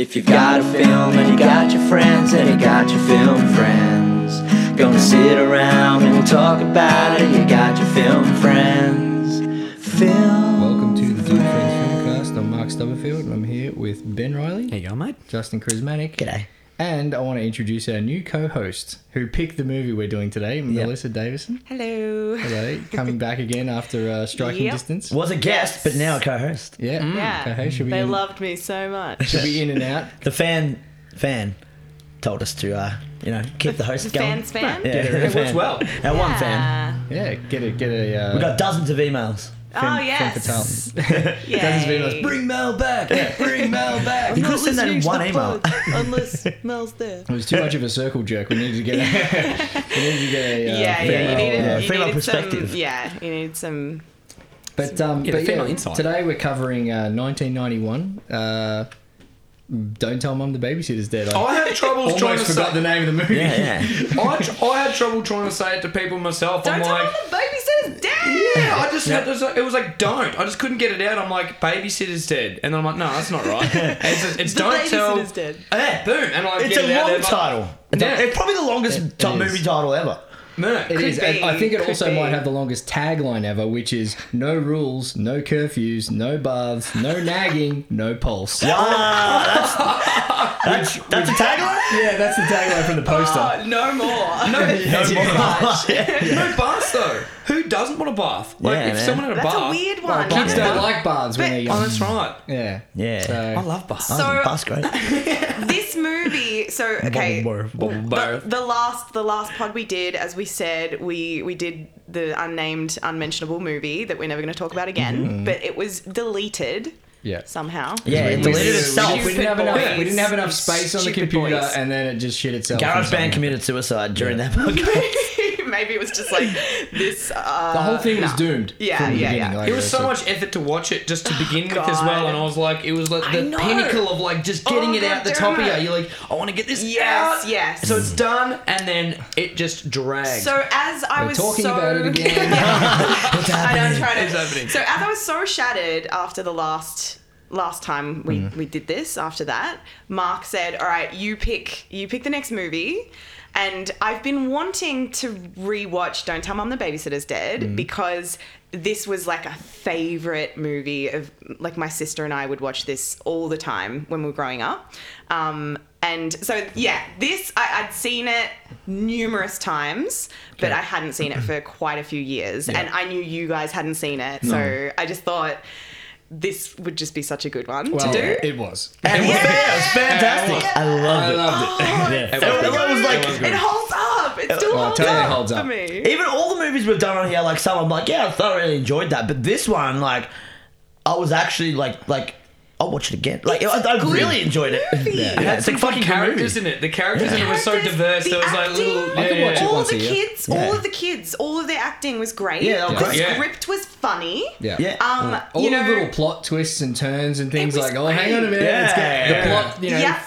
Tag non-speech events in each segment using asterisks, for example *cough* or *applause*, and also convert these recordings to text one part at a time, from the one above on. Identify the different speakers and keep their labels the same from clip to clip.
Speaker 1: If you've got a film and you got your friends and you got your film friends, gonna sit around and we'll talk about it. You got your film friends. Film.
Speaker 2: Welcome to the Dude Friends Filmcast. I'm Mark Stubblefield and I'm here with Ben Riley,
Speaker 3: How you going, mate?
Speaker 2: Justin Charismatic.
Speaker 1: G'day.
Speaker 2: And I want to introduce our new co host who picked the movie we're doing today, Melissa Davison.
Speaker 4: Hello.
Speaker 2: Hello, coming back again after uh, striking
Speaker 4: Yep.
Speaker 2: distance.
Speaker 1: Was a guest, but now a co-host.
Speaker 2: Yeah,
Speaker 4: Yeah.
Speaker 2: co-host. She'll be,
Speaker 4: they
Speaker 2: in,
Speaker 4: loved me so much.
Speaker 2: she'll be in and out.
Speaker 1: The fan fan told us to uh, you know, keep the host
Speaker 4: The
Speaker 1: going.
Speaker 4: fans fan.
Speaker 1: Yeah,
Speaker 2: Get her
Speaker 1: it
Speaker 2: in.
Speaker 1: works well. Our one fan.
Speaker 4: Yeah.
Speaker 2: Yeah, get a get a. Uh,
Speaker 1: We got dozens of emails.
Speaker 4: Oh yes. Yay.
Speaker 2: Dozens of emails.
Speaker 1: Bring Mel back. Bring Mel back. You could have
Speaker 4: Not
Speaker 1: sent that in
Speaker 4: listening to
Speaker 1: one
Speaker 4: the
Speaker 1: email.
Speaker 4: pod, Unless
Speaker 1: *laughs*
Speaker 4: Mel's there.
Speaker 2: It was too much of a circle jerk. We needed to get a. *laughs* we needed to get a. Uh,
Speaker 4: yeah, yeah,
Speaker 2: female,
Speaker 4: you needed,
Speaker 2: uh,
Speaker 1: yeah,
Speaker 4: you
Speaker 1: female
Speaker 4: needed
Speaker 1: perspective.
Speaker 4: Some, yeah, you needed some.
Speaker 2: But um,
Speaker 3: Yeah,
Speaker 2: but
Speaker 3: the
Speaker 2: yeah,
Speaker 3: female insight.
Speaker 2: today we're covering uh, 1991. Uh, don't tell mum the babysitter's dead. I
Speaker 5: I had troubles Oh, trying to
Speaker 2: almost forgot
Speaker 5: say.
Speaker 2: the name of the movie. *laughs*
Speaker 1: Yeah, yeah.
Speaker 5: *laughs* I, tr- I had trouble trying to say it to people myself.
Speaker 4: Don't
Speaker 5: I'm
Speaker 4: tell
Speaker 5: like,
Speaker 4: like, the babysitter's dead.
Speaker 5: yeah. I just had this, uh, it was like don't. I just couldn't get it out. I'm like, babysitter's dead, and then I'm like, no, that's not
Speaker 1: *laughs*
Speaker 5: right. It's, just, it's
Speaker 4: The
Speaker 5: don't tell.
Speaker 4: babysitter's dead.
Speaker 5: Yeah, boom, and I
Speaker 1: It's
Speaker 5: get
Speaker 1: a
Speaker 5: it out
Speaker 1: long
Speaker 5: there, like,
Speaker 1: title. It's,
Speaker 5: Yeah.
Speaker 1: it's probably the longest top
Speaker 2: is.
Speaker 1: movie title ever.
Speaker 5: No,
Speaker 2: It
Speaker 1: *laughs*
Speaker 5: could-
Speaker 2: is. and
Speaker 4: be,
Speaker 2: I think it
Speaker 4: could
Speaker 2: also
Speaker 4: be.
Speaker 2: might have the longest tagline ever, which is no rules, no curfews, no baths, no nagging, no pulse. Yeah,
Speaker 1: Ah, That's, that's a tagline?
Speaker 2: that's the tagline from the poster.
Speaker 4: Oh, no
Speaker 1: *laughs*
Speaker 4: more.
Speaker 5: No, no,
Speaker 1: Yeah.
Speaker 5: baths.
Speaker 1: Yeah.
Speaker 5: *laughs* no baths though. Who doesn't want a bath? Like
Speaker 1: Yeah,
Speaker 5: if
Speaker 1: man.
Speaker 5: someone had a
Speaker 4: That's
Speaker 5: bath.
Speaker 4: a weird
Speaker 2: Well,
Speaker 4: one.
Speaker 2: kids
Speaker 4: That's
Speaker 2: don't
Speaker 4: a-
Speaker 2: like baths when they're
Speaker 5: Oh,
Speaker 2: young.
Speaker 5: that's right.
Speaker 2: Yeah.
Speaker 1: Yeah. Oh,
Speaker 5: I
Speaker 2: So,
Speaker 5: love baths.
Speaker 4: So-
Speaker 1: that's great.
Speaker 4: this movie. So okay. the,
Speaker 5: Both.
Speaker 4: the last the last pod we did, as we said, we we did the unnamed, unmentionable movie that we're never going to talk about again. But it was deleted
Speaker 2: Mm-hmm. yeah.
Speaker 4: somehow.
Speaker 1: Yeah, it deleted
Speaker 2: we-
Speaker 1: itself.
Speaker 2: We didn't, have
Speaker 4: Stupid
Speaker 2: enough, we
Speaker 4: boys.
Speaker 2: didn't have enough space on the
Speaker 4: Stupid
Speaker 2: computer,
Speaker 4: boys.
Speaker 2: and then it just shit itself.
Speaker 1: GarageBand
Speaker 2: inside.
Speaker 1: committed suicide during that podcast.
Speaker 4: *laughs* Maybe it was just like this. Uh,
Speaker 2: The whole thing was doomed.
Speaker 4: Yeah,
Speaker 2: from the
Speaker 4: yeah, yeah.
Speaker 2: beginning, like,
Speaker 5: It was so
Speaker 2: that's
Speaker 5: much effort to watch it just to
Speaker 1: Ah,
Speaker 5: begin with as
Speaker 4: God.
Speaker 5: well, and I was like, it was like
Speaker 4: I
Speaker 5: the
Speaker 4: know.
Speaker 5: pinnacle of like just
Speaker 4: Oh,
Speaker 5: getting it
Speaker 4: God
Speaker 5: out the
Speaker 4: damn
Speaker 5: top of
Speaker 4: it.
Speaker 5: you. You're like, I want to get this
Speaker 4: Yes,
Speaker 5: out.
Speaker 4: yes.
Speaker 5: So it's done, and then it just drags.
Speaker 4: So as I
Speaker 2: We're
Speaker 4: was
Speaker 2: talking
Speaker 4: so, *laughs*
Speaker 2: about it again.
Speaker 4: I don't try
Speaker 5: It's happening.
Speaker 4: to. So as I was so shattered after the last last time we,
Speaker 2: Mm.
Speaker 4: we did this after that mark said all right you pick you pick the next movie and i've been wanting to rewatch don't tell mum the babysitter's dead
Speaker 2: Mm.
Speaker 4: because this was like a favorite movie of like my sister and i would watch this all the time when we were growing up um, and so yeah this I, i'd seen it numerous times but i hadn't seen it for quite a few years and i knew you guys hadn't seen it so i just thought this would just be such a good one
Speaker 2: Well,
Speaker 4: to do
Speaker 2: It was.
Speaker 1: And yeah, it was fantastic. I loved
Speaker 2: I
Speaker 1: it.
Speaker 2: loved it.
Speaker 5: It
Speaker 1: So
Speaker 5: was-
Speaker 1: it was like,
Speaker 4: it holds up it still
Speaker 2: Well,
Speaker 4: holds,
Speaker 2: totally
Speaker 4: up
Speaker 2: holds up.
Speaker 4: for me
Speaker 1: even all the movies we've done on here, like some, I'm like, yeah, I thoroughly enjoyed that. But this one, like, I was actually like, like, I'll watch it again. Like, I, I really enjoyed it. *laughs* Yeah,
Speaker 5: It had
Speaker 1: it's
Speaker 5: some
Speaker 1: like
Speaker 5: fun
Speaker 1: fucking
Speaker 5: characters
Speaker 1: characters.
Speaker 5: in it. The characters in it were so
Speaker 4: Characters,
Speaker 5: diverse.
Speaker 4: the
Speaker 5: there was like little.
Speaker 4: acting,
Speaker 2: I could watch it
Speaker 4: all
Speaker 2: once
Speaker 4: the
Speaker 2: a year.
Speaker 4: kids
Speaker 1: Yeah.
Speaker 4: all of the kids all of their acting was great
Speaker 1: Yeah, they were
Speaker 4: the
Speaker 1: great.
Speaker 5: Yeah.
Speaker 4: script was funny
Speaker 2: Yeah.
Speaker 1: Yeah.
Speaker 4: um
Speaker 2: All
Speaker 4: you
Speaker 2: the
Speaker 4: know
Speaker 2: little plot twists and turns and things
Speaker 4: was
Speaker 2: like, oh, hang on a minute,
Speaker 1: great.
Speaker 2: it's got-
Speaker 1: Yeah. Oh,
Speaker 2: the plot, you know,
Speaker 4: Yeah.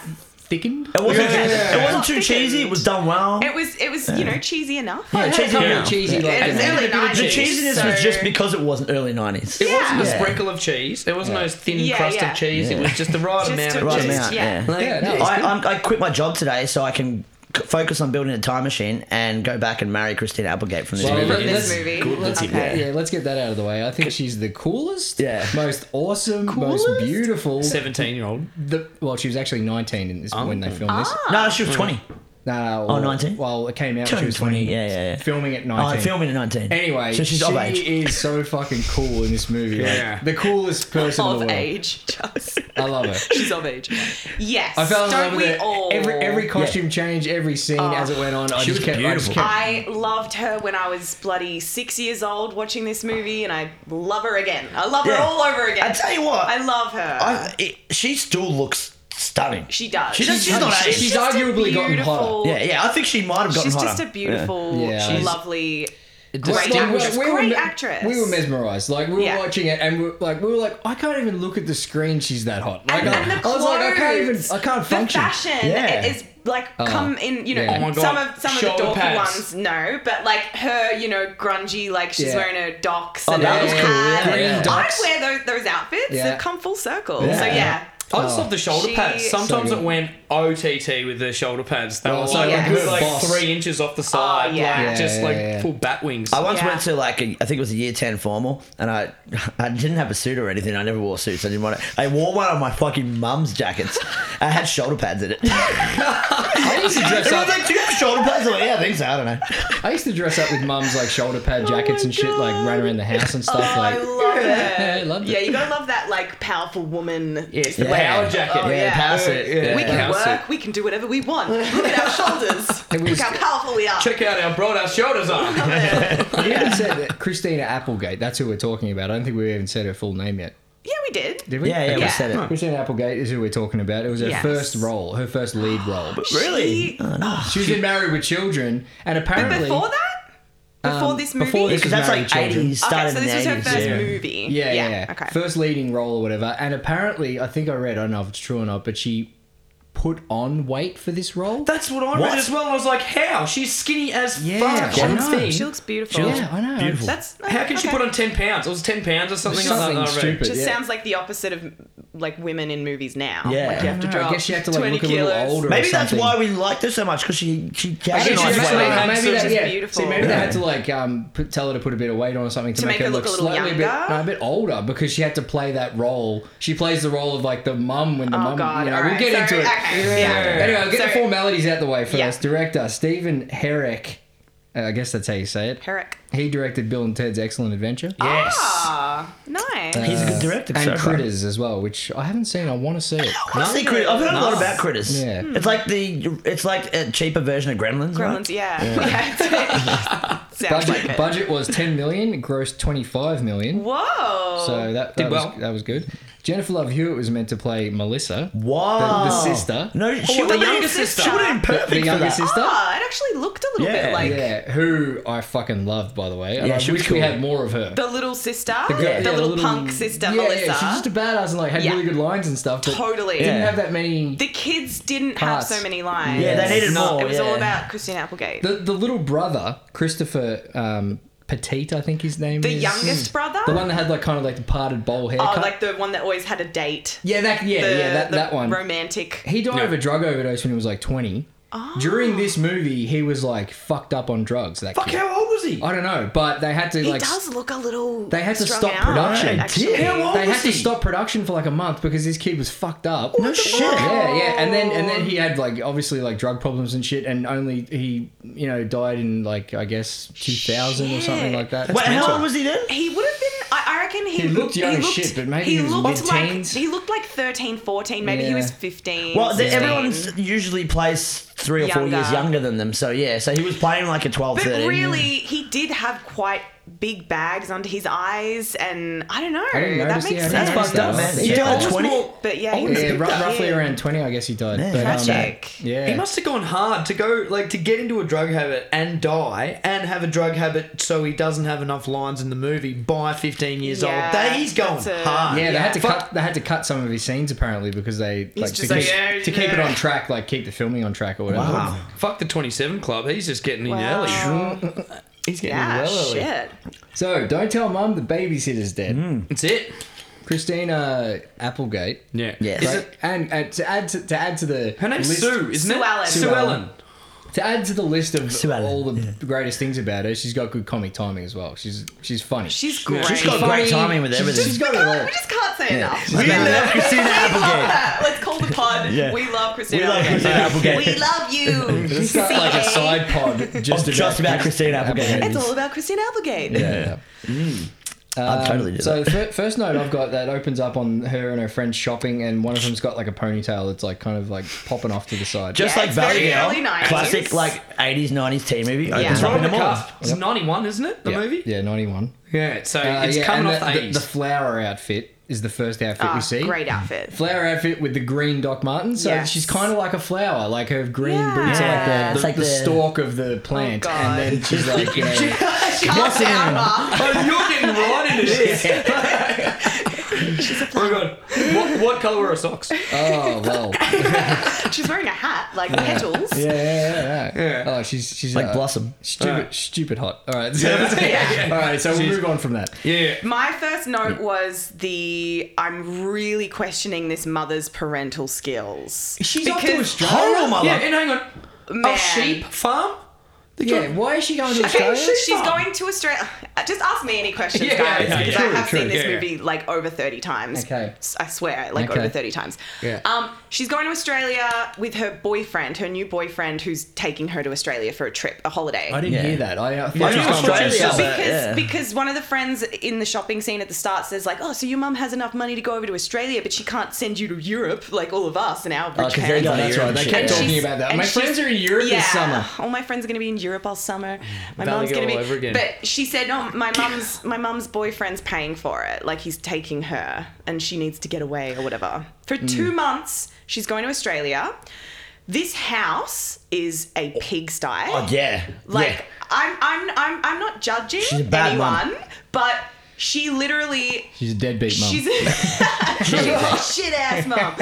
Speaker 2: thickened.
Speaker 1: It wasn't,
Speaker 5: Yeah.
Speaker 1: it wasn't too
Speaker 4: Yeah.
Speaker 1: cheesy. It was done well.
Speaker 4: it was it was you know cheesy enough
Speaker 2: Yeah,
Speaker 1: Yeah,
Speaker 2: it had a couple
Speaker 5: yeah.
Speaker 2: of cheesy, like,
Speaker 4: It
Speaker 2: you
Speaker 4: was
Speaker 2: know,
Speaker 4: early
Speaker 5: bit of
Speaker 4: 90s,
Speaker 1: the cheesiness
Speaker 4: so-
Speaker 1: was just because it wasn't early 90s.
Speaker 5: It wasn't a
Speaker 1: Yeah.
Speaker 5: sprinkle of cheese. There wasn't no thin
Speaker 4: Yeah,
Speaker 5: crust
Speaker 4: yeah.
Speaker 5: of cheese. It was just the right
Speaker 4: Just
Speaker 5: amount
Speaker 4: a-
Speaker 5: of
Speaker 1: right
Speaker 4: Just-
Speaker 5: cheese.
Speaker 1: amount.
Speaker 4: yeah.
Speaker 1: Yeah.
Speaker 5: Like,
Speaker 2: Yeah, no, it's
Speaker 1: I, I'm, I quit my job today so I can c- focus on building a time machine and go back and marry Christina Applegate from this
Speaker 2: Well, *laughs*
Speaker 1: movie.
Speaker 4: from
Speaker 2: Let's-
Speaker 4: this movie
Speaker 2: Let's,
Speaker 4: okay
Speaker 2: yeah, let's get that out of the way. I think she's the coolest,
Speaker 1: Yeah.
Speaker 2: most awesome, most
Speaker 1: Coolest?
Speaker 2: beautiful.
Speaker 5: Seventeen-year-old.
Speaker 2: The, well, she was actually 19 in this when they filmed this.
Speaker 4: Ah,
Speaker 1: No, she was 20.
Speaker 2: No, no,
Speaker 1: Oh,
Speaker 2: well,
Speaker 1: 19?
Speaker 2: Well, it came out when she was
Speaker 1: 20,
Speaker 2: 20.
Speaker 1: yeah, yeah, yeah.
Speaker 2: Filming at
Speaker 1: Oh,
Speaker 2: 19.
Speaker 1: filming at 19.
Speaker 2: Anyway,
Speaker 1: so she's
Speaker 2: she
Speaker 1: of age.
Speaker 2: is so fucking cool in this movie. like,
Speaker 5: Yeah.
Speaker 2: the coolest person in the
Speaker 4: of
Speaker 2: world.
Speaker 4: age just
Speaker 2: *laughs* I love her.
Speaker 4: she's of age yes
Speaker 2: I fell in
Speaker 4: don't
Speaker 2: love
Speaker 4: we
Speaker 2: with it.
Speaker 4: all Oh.
Speaker 2: Every every costume change, every scene as it went on. I just
Speaker 5: was
Speaker 2: kept, I just
Speaker 5: beautiful.
Speaker 2: kept-
Speaker 4: I loved her when I was bloody six years old watching this movie, and I love her again. I love her
Speaker 1: Yeah.
Speaker 4: all over again.
Speaker 1: I tell you what.
Speaker 4: I love her.
Speaker 1: I, it, she still looks stunning.
Speaker 4: she does.
Speaker 1: She does- she's not aged. She's
Speaker 4: just a
Speaker 2: arguably gotten
Speaker 4: beautiful-
Speaker 1: yeah, yeah. I think she might have gotten
Speaker 4: She's
Speaker 1: hotter.
Speaker 4: just a beautiful,
Speaker 2: Yeah. Yeah. She's-
Speaker 4: lovely.
Speaker 2: Like,
Speaker 4: Great
Speaker 2: we-
Speaker 4: actress.
Speaker 2: we were
Speaker 4: Great
Speaker 2: me-
Speaker 4: actress.
Speaker 2: We were mesmerized. Like we were
Speaker 4: Yeah.
Speaker 2: watching it, and we were, like we were like, I can't even look at the screen. She's that hot. Like,
Speaker 4: And,
Speaker 2: I,
Speaker 4: and the
Speaker 2: I
Speaker 4: clothes,
Speaker 2: was like, I can't even. I can't function.
Speaker 4: The fashion
Speaker 1: Yeah.
Speaker 4: it is like come in, you know,
Speaker 2: yeah. Oh
Speaker 5: my
Speaker 4: some
Speaker 5: God.
Speaker 4: of some of the
Speaker 5: Shoulder
Speaker 4: dorky
Speaker 5: pads.
Speaker 4: ones, no, but like her, you know, grungy, like she's
Speaker 2: Yeah. Oh,
Speaker 4: wearing her docs and
Speaker 1: that
Speaker 4: her
Speaker 1: was cool,
Speaker 4: hat.
Speaker 1: yeah.
Speaker 2: Green
Speaker 4: And
Speaker 2: docs.
Speaker 4: I'd wear those, those outfits.
Speaker 2: Yeah.
Speaker 4: They've come full circle.
Speaker 2: Yeah.
Speaker 4: So yeah,
Speaker 5: I just love the shoulder
Speaker 4: She-
Speaker 5: pads. Sometimes
Speaker 2: So good.
Speaker 5: it went OTT with the shoulder pads. They
Speaker 2: Well,
Speaker 5: were
Speaker 2: so
Speaker 5: like,
Speaker 4: like
Speaker 5: a good,
Speaker 4: a
Speaker 5: like
Speaker 2: boss.
Speaker 5: three inches off the side,
Speaker 4: yeah.
Speaker 5: like just
Speaker 2: Yeah,
Speaker 5: like
Speaker 2: yeah, yeah.
Speaker 5: full bat wings.
Speaker 1: I once
Speaker 4: Yeah.
Speaker 1: went to like a, I think it was a year ten formal, and I *laughs* I didn't have a suit or anything. I never wore suits. I didn't want to. I wore one of my fucking mum's
Speaker 4: *laughs*
Speaker 1: jackets. I had shoulder pads in it. *laughs*
Speaker 2: I used to dress
Speaker 1: Everyone's
Speaker 2: up.
Speaker 1: like, "Do you have shoulder pads?" I'm like, yeah, I think so. I don't know.
Speaker 2: I used to dress up with mum's like shoulder pad jackets and shit, like run around the house and stuff.
Speaker 4: Oh,
Speaker 2: like,
Speaker 4: I love it.
Speaker 2: Yeah, *laughs* I loved it.
Speaker 4: Yeah, you gotta love that like powerful woman.
Speaker 5: yeah, it's the
Speaker 1: Yeah.
Speaker 5: power jacket.
Speaker 4: Oh,
Speaker 1: yeah,
Speaker 4: yeah.
Speaker 1: pass it.
Speaker 5: Yeah.
Speaker 4: We can
Speaker 5: Power
Speaker 4: work.
Speaker 5: suit.
Speaker 4: We can do whatever we want. Look at our
Speaker 2: *laughs*
Speaker 4: shoulders. Look
Speaker 2: was-
Speaker 4: how powerful we are.
Speaker 5: Check out how broad our shoulders are.
Speaker 2: You haven't said that Christina Applegate. That's who we're talking about. I don't think we even said her full name yet.
Speaker 4: Yeah,
Speaker 2: *laughs*
Speaker 4: we did.
Speaker 2: Did we?
Speaker 1: Yeah, yeah,
Speaker 2: Okay.
Speaker 1: we said it.
Speaker 2: Christina Applegate is who we're talking about. It was her
Speaker 4: Yes.
Speaker 2: first role, her first lead role.
Speaker 1: Really?
Speaker 4: She-
Speaker 2: She was in Married with Children, and
Speaker 4: but
Speaker 2: apparently
Speaker 4: before that, before
Speaker 2: Um,
Speaker 4: this movie.
Speaker 2: before this-
Speaker 1: Because that's
Speaker 2: Married
Speaker 1: like
Speaker 2: Children.
Speaker 1: eighties,
Speaker 4: okay,
Speaker 1: started
Speaker 4: so
Speaker 1: in the
Speaker 4: this was her
Speaker 1: eighties.
Speaker 4: first
Speaker 2: yeah.
Speaker 4: movie.
Speaker 2: Yeah, yeah, yeah.
Speaker 4: Okay.
Speaker 2: First leading role or whatever. And apparently, I think I read, I don't know if it's true or not, but she put on weight for this role.
Speaker 5: *laughs* That's what I
Speaker 1: What?
Speaker 5: read as well. I was like, how? She's skinny as
Speaker 2: Yeah,
Speaker 5: fuck.
Speaker 2: I
Speaker 5: on
Speaker 2: know.
Speaker 5: thing.
Speaker 4: She looks beautiful.
Speaker 2: yeah, I know.
Speaker 1: Beautiful.
Speaker 4: That's
Speaker 5: How can she
Speaker 4: okay.
Speaker 5: put on ten pounds? It was ten pounds or something.
Speaker 2: Something
Speaker 5: like that, I read.
Speaker 2: stupid.
Speaker 4: Just
Speaker 2: yeah.
Speaker 4: sounds like the opposite of like women in movies now.
Speaker 1: Yeah.
Speaker 4: like you have to
Speaker 2: I don't know,
Speaker 4: drop.
Speaker 2: I guess you have to like
Speaker 4: twenty
Speaker 2: look a
Speaker 4: kilos.
Speaker 2: little older.
Speaker 1: Maybe
Speaker 2: or
Speaker 1: that's
Speaker 2: something.
Speaker 1: why we liked her so much because she she
Speaker 2: I think
Speaker 5: she
Speaker 1: galvanized
Speaker 2: she's
Speaker 5: was actually
Speaker 1: well.
Speaker 5: had
Speaker 2: maybe
Speaker 5: surgery.
Speaker 2: that, yeah.
Speaker 4: Beautiful.
Speaker 2: See, maybe they
Speaker 1: Yeah.
Speaker 2: had to like um, put, tell her to put a bit of weight on or something to, make, her look,
Speaker 4: a little
Speaker 2: slightly a bit,
Speaker 4: younger?
Speaker 2: no, a bit older because she had to play that role. She plays the role of like the mum when the
Speaker 4: Oh,
Speaker 2: mum.
Speaker 4: God.
Speaker 2: You know,
Speaker 4: All
Speaker 2: We'll
Speaker 4: right.
Speaker 2: get into
Speaker 4: Sorry.
Speaker 2: it.
Speaker 4: Okay. Yeah.
Speaker 2: Anyway, get the
Speaker 4: Sorry.
Speaker 2: formalities out the way first.
Speaker 4: Yeah.
Speaker 2: Director Stephen Herrick. Uh, I guess that's how you say it.
Speaker 4: Herrick.
Speaker 2: He directed Bill and Ted's Excellent Adventure.
Speaker 5: Yes.
Speaker 4: Ah, nice.
Speaker 1: He's a good director.
Speaker 2: And
Speaker 1: so far.
Speaker 2: Critters as well, which I haven't seen. I want to see it.
Speaker 1: I see Crit- I've heard a lot
Speaker 5: Nice.
Speaker 1: about critters.
Speaker 2: Yeah. Hmm.
Speaker 1: It's like the it's like a cheaper version of Gremlins.
Speaker 4: Gremlins,
Speaker 1: Right?
Speaker 4: yeah. *laughs* Yeah. *laughs* Sounds
Speaker 2: Budget,
Speaker 4: like it.
Speaker 2: budget was 10 million, it grossed 25 million.
Speaker 4: Whoa.
Speaker 2: So that, that,
Speaker 5: Did
Speaker 2: was,
Speaker 5: well.
Speaker 2: that was good. Jennifer Love Hewitt was meant to play Melissa.
Speaker 1: Wow.
Speaker 2: The- the sister. Oh,
Speaker 1: No, she
Speaker 5: the
Speaker 1: would
Speaker 5: younger
Speaker 1: have
Speaker 5: sister.
Speaker 1: She would have been
Speaker 2: The- the
Speaker 1: perfect for
Speaker 2: younger
Speaker 1: that.
Speaker 2: sister.
Speaker 4: Ah, it actually looked a little
Speaker 1: Yeah.
Speaker 4: bit like
Speaker 2: Yeah, who I fucking loved, by the way. And
Speaker 1: Yeah,
Speaker 2: I
Speaker 1: she was
Speaker 2: wish we
Speaker 1: cool.
Speaker 2: had more of her.
Speaker 4: the little sister,
Speaker 2: The
Speaker 4: the,
Speaker 2: girl- yeah,
Speaker 4: little, punk sister,
Speaker 2: yeah,
Speaker 4: Melissa.
Speaker 2: Yeah, she's just a badass and like had
Speaker 4: Yeah.
Speaker 2: really good lines and stuff. But
Speaker 4: Totally.
Speaker 2: Didn't
Speaker 1: Yeah.
Speaker 2: have that many.
Speaker 4: The kids didn't
Speaker 2: Parts.
Speaker 4: have so many lines.
Speaker 1: Yeah, they needed
Speaker 5: No,
Speaker 1: more.
Speaker 4: It was
Speaker 1: yeah.
Speaker 4: all about Christine Applegate. The,
Speaker 2: The, the little brother, Christopher um, Petit, I think his name is. Hmm.
Speaker 4: youngest brother?
Speaker 2: The one that had like kind of like the parted bowl
Speaker 4: oh,
Speaker 2: haircut.
Speaker 4: like the one that always had a date.
Speaker 2: yeah, that yeah,
Speaker 4: The-
Speaker 2: yeah, that,
Speaker 4: the
Speaker 2: that one.
Speaker 4: Romantic.
Speaker 2: he died
Speaker 5: Yeah.
Speaker 2: of a drug overdose when he was like 20.
Speaker 4: Oh.
Speaker 2: During this movie, he was like fucked up on drugs. That
Speaker 5: Fuck,
Speaker 2: kid.
Speaker 5: how old was he?
Speaker 2: I don't know, but they had to
Speaker 4: he
Speaker 2: like
Speaker 4: does look a little.
Speaker 2: they had to
Speaker 4: strung
Speaker 2: stop
Speaker 4: out,
Speaker 2: production.
Speaker 4: actually.
Speaker 5: How old
Speaker 2: they
Speaker 5: was
Speaker 2: had to
Speaker 5: he?
Speaker 2: stop production for like a month because this kid was fucked up.
Speaker 1: No shit.
Speaker 2: Yeah, yeah, and then and then he had like obviously like drug problems and shit, and only he you know died in like I guess two thousand or something
Speaker 4: Shit.
Speaker 2: like that.
Speaker 1: Wait, how old was he then?
Speaker 4: He would have been. I, I reckon he,
Speaker 2: He looked young as shit, but maybe he was
Speaker 4: looked like
Speaker 2: mid-teens.
Speaker 4: he looked like 13, 14, Maybe he
Speaker 2: Yeah.
Speaker 4: was fifteen.
Speaker 1: Well, the,
Speaker 4: 16.
Speaker 1: everyone usually plays three or four
Speaker 4: Younger.
Speaker 1: years younger than them. So yeah, so he was playing like a 12,
Speaker 4: But
Speaker 1: 13.
Speaker 4: really, he did have quite big bags under his eyes, and I don't know.
Speaker 2: didn't
Speaker 4: that
Speaker 2: notice
Speaker 4: makes
Speaker 2: the
Speaker 4: sense.
Speaker 1: That's
Speaker 2: eyebrows.
Speaker 1: fucked up, man. He
Speaker 2: Yeah,
Speaker 1: died
Speaker 2: I
Speaker 1: at
Speaker 2: was
Speaker 1: 20.
Speaker 4: But yeah, he
Speaker 5: Oh,
Speaker 4: was
Speaker 2: Yeah,
Speaker 4: a
Speaker 2: ru-
Speaker 4: big guy.
Speaker 2: roughly
Speaker 4: Yeah.
Speaker 2: around twenty, I guess he died.
Speaker 1: Yeah,
Speaker 2: But, um,
Speaker 4: tragic.
Speaker 2: yeah,
Speaker 5: He must have gone hard to go like to get into a drug habit and die and have a drug habit so he doesn't have enough lines in the movie by 15 years
Speaker 4: Yeah,
Speaker 5: old. That he's going
Speaker 4: that's a-
Speaker 5: hard.
Speaker 2: Yeah, they had to
Speaker 5: Fuck.
Speaker 2: cut. They had to cut some of his scenes apparently because they like, to,
Speaker 4: just like,
Speaker 2: keep,
Speaker 5: "Yeah,
Speaker 2: to keep it
Speaker 5: yeah."
Speaker 2: on track, like keep the filming on track or whatever.
Speaker 1: Wow.
Speaker 5: Fuck the 27 club. He's just getting in
Speaker 4: Wow.
Speaker 5: early. He's getting
Speaker 4: Yeah,
Speaker 5: in well early.
Speaker 4: shit.
Speaker 2: So don't tell mum the babysitter's dead.
Speaker 5: That's it.
Speaker 2: Christina Applegate.
Speaker 5: Yeah.
Speaker 1: Yes.
Speaker 5: Is
Speaker 2: Right?
Speaker 5: it,
Speaker 2: and, and to add to, to add to the
Speaker 5: her name's
Speaker 2: list-
Speaker 5: Sue, isn't it?
Speaker 4: Sue Ellen.
Speaker 5: Sue
Speaker 4: Sue
Speaker 5: Ellen.
Speaker 2: To add to the list of
Speaker 1: Sue Ellen,
Speaker 2: all the greatest things about her, she's got good comic timing as well. She's she's funny.
Speaker 4: She's great.
Speaker 1: She's got
Speaker 2: Funny.
Speaker 1: great timing with
Speaker 2: She's-
Speaker 1: everything.
Speaker 2: she's got it
Speaker 4: *laughs*
Speaker 2: all.
Speaker 4: we just can't say
Speaker 1: *laughs*
Speaker 4: enough.
Speaker 1: We love
Speaker 4: *laughs*
Speaker 1: Christina Applegate.
Speaker 4: Let's call the pod.
Speaker 1: Yeah.
Speaker 4: We love Christina.
Speaker 1: We love Christina Applegate.
Speaker 4: We
Speaker 2: *laughs*
Speaker 4: love you.
Speaker 2: It's got like a
Speaker 4: CA.
Speaker 2: side pod just about,
Speaker 1: just about Christina Applegate.
Speaker 4: It's all about Christina Applegate.
Speaker 2: Yeah.
Speaker 1: I'd totally do
Speaker 2: Um, So
Speaker 1: that.
Speaker 2: fir- first note I've got that opens up on her and her friends shopping, and one of them's got like a ponytail that's like kind of like popping off to the side.
Speaker 1: Just
Speaker 4: Yeah,
Speaker 1: like
Speaker 4: it's very
Speaker 1: Valley Girl,
Speaker 4: early 90s.
Speaker 1: classic like 80s, 90s teen movie. Opens
Speaker 5: It's
Speaker 4: Yeah.
Speaker 1: up
Speaker 5: right
Speaker 1: in
Speaker 5: on
Speaker 1: the
Speaker 5: the
Speaker 1: mall.
Speaker 5: cusp. It's 91, isn't it? The
Speaker 2: yeah.
Speaker 5: movie?
Speaker 2: Yeah, ninety one.
Speaker 5: Yeah, so
Speaker 2: Uh,
Speaker 5: it's
Speaker 2: yeah,
Speaker 5: coming
Speaker 2: and
Speaker 5: off
Speaker 2: the,
Speaker 5: the,
Speaker 2: the,
Speaker 5: 80s.
Speaker 2: the flower outfit is the first outfit
Speaker 4: Ah,
Speaker 2: we see.
Speaker 4: Great outfit.
Speaker 2: Flower outfit with the green Doc Martin, so
Speaker 4: Yes.
Speaker 2: she's kind of like a flower. Like her green
Speaker 4: Yeah.
Speaker 2: boots are like
Speaker 1: Yeah,
Speaker 2: the,
Speaker 1: it's
Speaker 2: the,
Speaker 1: like
Speaker 2: the
Speaker 1: the-
Speaker 2: stalk of the plant, and
Speaker 4: God.
Speaker 2: then she's like, you know,
Speaker 4: Can't
Speaker 1: What's in
Speaker 4: say
Speaker 1: it?
Speaker 4: enough.
Speaker 2: *laughs*
Speaker 5: oh, you're getting right into this.
Speaker 4: She's a
Speaker 5: Oh my
Speaker 4: flower.
Speaker 5: god. What, what color are
Speaker 2: *laughs*
Speaker 5: her socks?
Speaker 2: Oh well. Yeah,
Speaker 4: She's wearing a hat, like petals.
Speaker 2: yeah, yeah, yeah.
Speaker 5: Yeah.
Speaker 2: Oh, she's she's
Speaker 1: Like
Speaker 2: uh,
Speaker 1: Blossom.
Speaker 2: Stupid,
Speaker 5: Alright.
Speaker 2: stupid hot. All right.
Speaker 4: Yeah.
Speaker 2: *laughs* All right. So we'll
Speaker 5: She's-
Speaker 2: move on from that.
Speaker 5: Yeah.
Speaker 4: My first note was the I'm really questioning this mother's parental skills.
Speaker 2: She's off to Australia?
Speaker 5: Horrible mother.
Speaker 2: Yeah,
Speaker 5: Yeah, and hang on.
Speaker 4: Man.
Speaker 5: A sheep farm?
Speaker 2: Yeah. Why is she going to
Speaker 4: Okay,
Speaker 2: Australia?
Speaker 4: she's going to Australia. *sighs* Just ask me any questions,
Speaker 5: Yeah,
Speaker 4: guys,
Speaker 5: yeah, yeah.
Speaker 4: because
Speaker 5: True,
Speaker 4: I have
Speaker 5: true,
Speaker 4: seen this
Speaker 5: yeah, yeah.
Speaker 4: movie like over thirty times.
Speaker 2: Okay.
Speaker 4: S- I swear, like
Speaker 2: Okay.
Speaker 4: over thirty times.
Speaker 2: Yeah.
Speaker 4: Um, she's going to Australia with her boyfriend, her new boyfriend, who's taking her to Australia for a trip, a holiday.
Speaker 2: I didn't
Speaker 1: Yeah.
Speaker 2: hear that. I, I
Speaker 5: I
Speaker 2: thought she was
Speaker 5: know,
Speaker 2: going to
Speaker 5: Australia.
Speaker 2: Australia.
Speaker 4: because
Speaker 1: yeah.
Speaker 4: because one of the friends in the shopping scene at the start says like, oh, so your mum has enough money to go over to Australia, but she can't send you to Europe like all of us and our rich
Speaker 1: 'cause they
Speaker 4: parents.
Speaker 1: go
Speaker 2: Oh, that's
Speaker 1: Yeah,
Speaker 2: right. They
Speaker 1: shit.
Speaker 2: kept
Speaker 4: And
Speaker 2: talking
Speaker 4: she's-
Speaker 2: about that.
Speaker 4: and
Speaker 2: My
Speaker 4: she's-
Speaker 2: friends are in Europe
Speaker 4: yeah.
Speaker 2: this summer.
Speaker 4: All my friends are going to be in Europe all summer. My
Speaker 5: Valley
Speaker 4: mom's going to
Speaker 5: Girl
Speaker 4: be
Speaker 5: all over again.
Speaker 4: But she said, "No, my mom's my mom's boyfriend's paying for it. Like he's taking her and she needs to get away or whatever." For 2 months, she's going to Australia. This house is a pigsty.
Speaker 1: Oh, yeah.
Speaker 4: Like
Speaker 1: yeah.
Speaker 4: I'm I'm I'm I'm not judging
Speaker 1: a bad
Speaker 4: anyone,
Speaker 1: mum.
Speaker 4: but she literally
Speaker 2: She's a deadbeat mum.
Speaker 4: She's a, *laughs* she's a shit ass mom.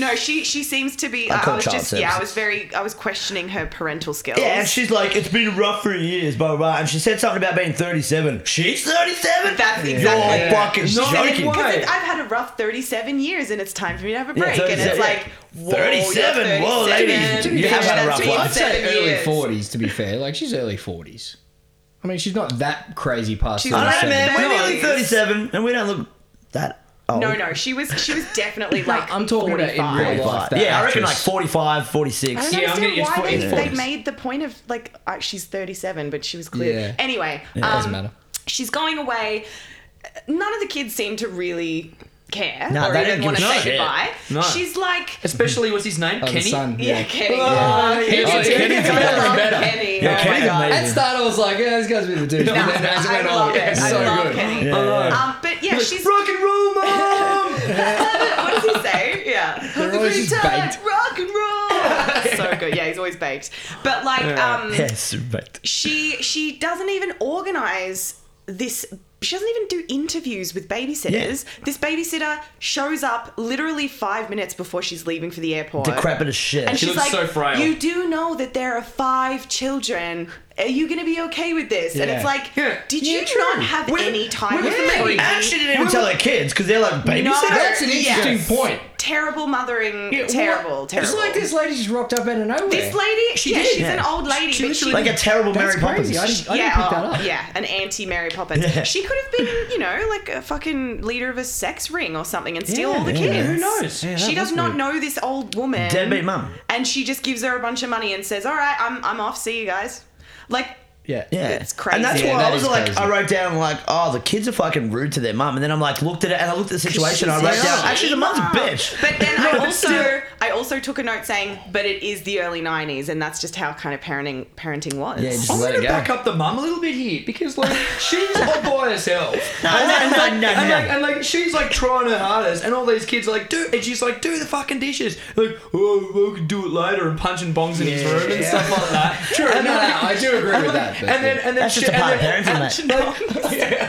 Speaker 4: No, she she seems to be. I,
Speaker 1: call
Speaker 4: was
Speaker 1: child
Speaker 4: just yeah. I
Speaker 1: services.
Speaker 4: was very. I was questioning her parental skills.
Speaker 1: Yeah, and she's like, it's been rough for years, blah, blah, blah. And she said something about being 37. She's 37?
Speaker 4: That's
Speaker 1: You're
Speaker 4: exactly it.
Speaker 1: fucking
Speaker 5: No,
Speaker 1: joking.
Speaker 5: it
Speaker 4: Because
Speaker 5: Right.
Speaker 4: it- I've had a rough 37 years and it's time for me to have a break. and
Speaker 1: 37,
Speaker 4: it's
Speaker 1: yeah.
Speaker 4: like, whoa,
Speaker 1: 37,
Speaker 4: you're
Speaker 1: whoa, lady,
Speaker 4: 37,
Speaker 1: you have had a rough
Speaker 4: that's
Speaker 1: life.
Speaker 2: I'd say
Speaker 4: 37
Speaker 2: early
Speaker 4: years.
Speaker 2: forties. To be fair, like she's early forties. I mean, she's not that crazy past.
Speaker 4: She's
Speaker 1: I
Speaker 4: not
Speaker 1: don't know,
Speaker 2: 37.
Speaker 1: man. We're
Speaker 4: No,
Speaker 1: nearly
Speaker 4: it's-
Speaker 1: 37, and we don't look that old.
Speaker 4: No, no, she was she was definitely
Speaker 2: No,
Speaker 4: like
Speaker 2: I'm talking about
Speaker 4: 45.
Speaker 2: in real life. that
Speaker 1: yeah, I reckon like
Speaker 2: actress.
Speaker 1: 45, *laughs*
Speaker 4: I
Speaker 1: 46.
Speaker 4: don't
Speaker 5: Yeah, I mean,
Speaker 4: understand
Speaker 5: it's
Speaker 4: why they,
Speaker 5: 40s.
Speaker 4: they made the point of like uh, she's 37, but she was clear.
Speaker 2: Yeah.
Speaker 4: Anyway,
Speaker 2: It doesn't
Speaker 4: um,
Speaker 2: matter.
Speaker 4: She's going away. None of the kids seem to really care
Speaker 1: No,
Speaker 4: or
Speaker 1: they
Speaker 4: even
Speaker 1: don't
Speaker 4: want to
Speaker 1: give a
Speaker 4: say
Speaker 1: shit.
Speaker 4: goodbye.
Speaker 5: No.
Speaker 4: She's like,
Speaker 5: Especially, what's his name?
Speaker 2: Oh, the
Speaker 5: Kenny?
Speaker 2: son.
Speaker 4: yeah,
Speaker 2: Yeah.
Speaker 4: Kenny.
Speaker 5: Oh, yeah.
Speaker 4: Kenny.
Speaker 5: Oh, Kenny's
Speaker 4: I
Speaker 5: better
Speaker 4: love
Speaker 5: and better.
Speaker 4: Kenny.
Speaker 1: Yeah,
Speaker 4: Oh
Speaker 1: Kenny's
Speaker 4: my God.
Speaker 1: amazing.
Speaker 2: At start, I was like, yeah, this guy's a bit of a douche.
Speaker 4: No,
Speaker 2: but then as it
Speaker 4: I
Speaker 2: went
Speaker 4: love
Speaker 2: on,
Speaker 4: it.
Speaker 2: it's
Speaker 4: I
Speaker 2: so
Speaker 4: love
Speaker 2: good.
Speaker 4: Kenny.
Speaker 5: Oh.
Speaker 4: Um, but yeah, she's
Speaker 5: Rock and roll,
Speaker 4: *laughs*
Speaker 5: mom!
Speaker 4: what does he say? Yeah, Have a
Speaker 2: always
Speaker 4: great
Speaker 2: just
Speaker 4: time,
Speaker 2: baked.
Speaker 4: rock and roll. so good. Yeah, he's always baked. But like, um,
Speaker 1: Yes, but
Speaker 4: she she doesn't even organize this she doesn't even do interviews with babysitters. This babysitter shows up literally five minutes before she's leaving for the airport.
Speaker 1: decrepit as shit.
Speaker 4: And
Speaker 5: She
Speaker 4: she's
Speaker 5: looks
Speaker 4: like,
Speaker 5: so frail.
Speaker 4: You do know that there are five children. Are you going to be okay with this? And
Speaker 2: Yeah.
Speaker 4: it's like,
Speaker 5: Yeah.
Speaker 4: Did
Speaker 5: Yeah,
Speaker 4: you
Speaker 5: true.
Speaker 4: not have
Speaker 5: When-
Speaker 4: any time
Speaker 5: when
Speaker 4: with
Speaker 5: was the
Speaker 4: me?
Speaker 5: movie?
Speaker 1: and she didn't even tell her kids because they're like babysitters.
Speaker 2: That's an interesting
Speaker 4: Yes.
Speaker 2: point.
Speaker 4: Terrible mothering.
Speaker 2: Yeah, what-
Speaker 4: terrible, terrible.
Speaker 2: It's like this lady just rocked up out of nowhere.
Speaker 4: This lady,
Speaker 1: She
Speaker 4: yeah,
Speaker 1: did,
Speaker 4: she's
Speaker 1: yeah.
Speaker 4: an old lady,
Speaker 5: She
Speaker 4: but
Speaker 5: literally
Speaker 4: she
Speaker 1: Like a terrible
Speaker 2: That's
Speaker 1: Mary Poppins.
Speaker 2: crazy. I didn't, I didn't
Speaker 4: yeah,
Speaker 2: pick that
Speaker 4: oh,
Speaker 2: up.
Speaker 4: yeah, an anti Mary Poppins.
Speaker 1: Yeah.
Speaker 4: She could have been, you know, like a fucking leader of a sex ring or something and steal
Speaker 2: Yeah,
Speaker 4: all the
Speaker 2: yeah.
Speaker 4: kids.
Speaker 5: Who knows?
Speaker 1: Yeah,
Speaker 4: she
Speaker 1: that
Speaker 4: does
Speaker 1: was
Speaker 4: not
Speaker 1: weird.
Speaker 4: know this old woman.
Speaker 1: Deadbeat mum.
Speaker 4: And she just gives her a bunch of money and says, "All right, I'm I'm off. See you guys." Like,
Speaker 2: Yeah.
Speaker 1: Yeah,
Speaker 4: It's crazy.
Speaker 1: And that's
Speaker 4: Yeah,
Speaker 1: why I
Speaker 2: that
Speaker 1: was
Speaker 2: is
Speaker 1: like,
Speaker 2: crazy.
Speaker 1: I wrote down like, oh, the kids are fucking rude to their mum, and then I'm like, looked at it and I looked at the situation. I
Speaker 4: she's
Speaker 1: wrote
Speaker 4: a
Speaker 1: down actually the mum's a
Speaker 4: oh, mum.
Speaker 1: bitch.
Speaker 4: But
Speaker 1: *laughs*
Speaker 4: then I
Speaker 1: No, but
Speaker 4: also
Speaker 1: still-
Speaker 4: I also took a note saying, "But it is the early '90s, and that's just how kind of parenting parenting was."
Speaker 2: Yeah, just
Speaker 5: I'm
Speaker 2: let
Speaker 5: going
Speaker 2: it
Speaker 5: to
Speaker 2: go.
Speaker 5: back up the mum a little bit here because, like, she's all by herself. and,
Speaker 1: no,
Speaker 5: like,
Speaker 4: *laughs*
Speaker 1: no,
Speaker 5: and,
Speaker 1: no,
Speaker 5: like, and,
Speaker 1: no.
Speaker 5: like, and, like, she's, like, trying her hardest, and all these kids are like, do, and she's like, do the fucking dishes. Like, oh, we can do it later, and punching bongs in his
Speaker 2: Yeah.
Speaker 5: room and stuff
Speaker 2: *laughs*
Speaker 5: like that. True.
Speaker 2: No, no, I do agree with that. but
Speaker 5: *laughs* And then, and then,
Speaker 1: That's
Speaker 5: she-
Speaker 1: just a
Speaker 5: and
Speaker 1: part of
Speaker 5: then-
Speaker 1: parenting,
Speaker 5: and
Speaker 1: mate.
Speaker 5: she-
Speaker 2: *laughs*
Speaker 5: like, *laughs* yeah,